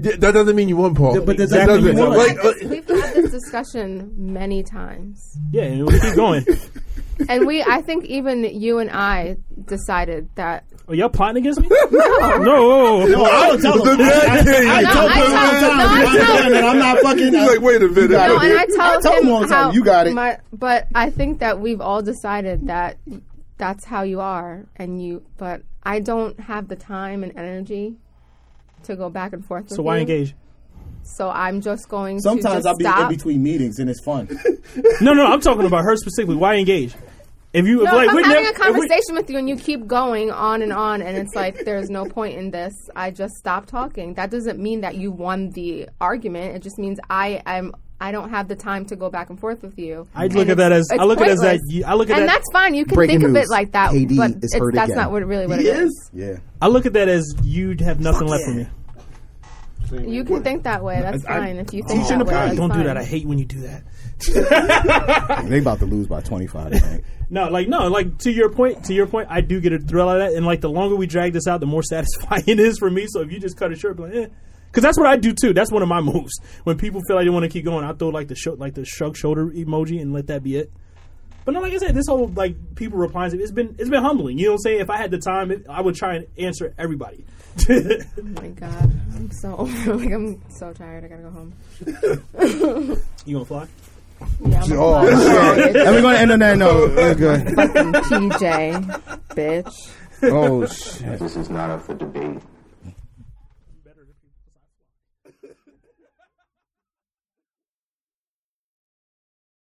[SPEAKER 2] Yeah, that doesn't mean you won, Paul.
[SPEAKER 6] But that
[SPEAKER 2] that
[SPEAKER 6] doesn't
[SPEAKER 2] doesn't.
[SPEAKER 6] mean you won.
[SPEAKER 2] Like, uh,
[SPEAKER 5] We've had this discussion many times,
[SPEAKER 4] Yeah, and we keep going.
[SPEAKER 5] and we I think even you and I decided that
[SPEAKER 4] Are y'all plotting against me? no. no.
[SPEAKER 6] I don't
[SPEAKER 2] the bad thing.
[SPEAKER 6] I
[SPEAKER 5] No, I tell- no, I tell-
[SPEAKER 6] and I'm not fucking.
[SPEAKER 2] He's like, wait a minute.
[SPEAKER 5] No, and I tell
[SPEAKER 6] I told
[SPEAKER 5] him
[SPEAKER 6] him all the
[SPEAKER 5] how
[SPEAKER 6] time, "You got it."
[SPEAKER 5] My, but I think that we've all decided that that's how you are, and you. But I don't have the time and energy to go back and forth. With
[SPEAKER 4] So why
[SPEAKER 5] you.
[SPEAKER 4] engage?
[SPEAKER 5] So I'm just going.
[SPEAKER 6] Sometimes
[SPEAKER 5] to
[SPEAKER 6] I'll
[SPEAKER 5] just
[SPEAKER 6] be in
[SPEAKER 5] stop.
[SPEAKER 6] between meetings, and it's fun.
[SPEAKER 4] No, no, I'm talking about her specifically. Why engage? If you
[SPEAKER 5] No,
[SPEAKER 4] like,
[SPEAKER 5] if
[SPEAKER 4] we
[SPEAKER 5] I'm having
[SPEAKER 4] never-
[SPEAKER 5] a
[SPEAKER 4] if we-
[SPEAKER 5] conversation with you and you keep going on and on, and it's like there's no point in this. I just stop talking. That doesn't mean that you won the argument. It just means I am. I don't have the time to go back and forth with you.
[SPEAKER 4] I look at that as- I look at it as that you- I look at
[SPEAKER 5] and
[SPEAKER 4] that-
[SPEAKER 5] that's fine. You can
[SPEAKER 6] Breaking
[SPEAKER 5] think of
[SPEAKER 6] news.
[SPEAKER 5] it like that,
[SPEAKER 6] KD
[SPEAKER 5] but
[SPEAKER 6] is
[SPEAKER 5] it's,
[SPEAKER 6] hurt
[SPEAKER 5] that's
[SPEAKER 6] again.
[SPEAKER 5] not what really what
[SPEAKER 2] He
[SPEAKER 5] it is.
[SPEAKER 2] is?
[SPEAKER 6] yeah,
[SPEAKER 4] I look at that as you'd have nothing left for me.
[SPEAKER 5] You can think that way. That's
[SPEAKER 6] I-
[SPEAKER 5] fine. If you think
[SPEAKER 4] Shouldn't
[SPEAKER 5] that way,
[SPEAKER 4] apply.
[SPEAKER 5] that's
[SPEAKER 4] Don't do
[SPEAKER 5] Oh, fine.
[SPEAKER 4] that. I hate when you do that.
[SPEAKER 6] they about to lose by 25. I think.
[SPEAKER 4] No, like no, like to your point. To your point, I do get a thrill out of that, and like the longer we drag this out, the more satisfying it is for me. So if you just cut it short, be like, eh. Because that's what I do too. That's one of my moves. When people feel like they want to keep going, I throw like the sho- like the shrug shoulder emoji and let that be it. But no, like I said, this whole like people replying, to- it's been it's been humbling. You know what I'm saying? If I had the time, it, I would try and answer everybody.
[SPEAKER 5] Oh my god, I'm so over. like I'm so tired. I gotta go home.
[SPEAKER 4] you gonna fly?
[SPEAKER 5] Yeah, I'm
[SPEAKER 6] Oh, shit. and we're gonna end on that note. Oh, Okay.
[SPEAKER 5] a TJ, bitch.
[SPEAKER 6] Oh shit.
[SPEAKER 7] This is not up for debate.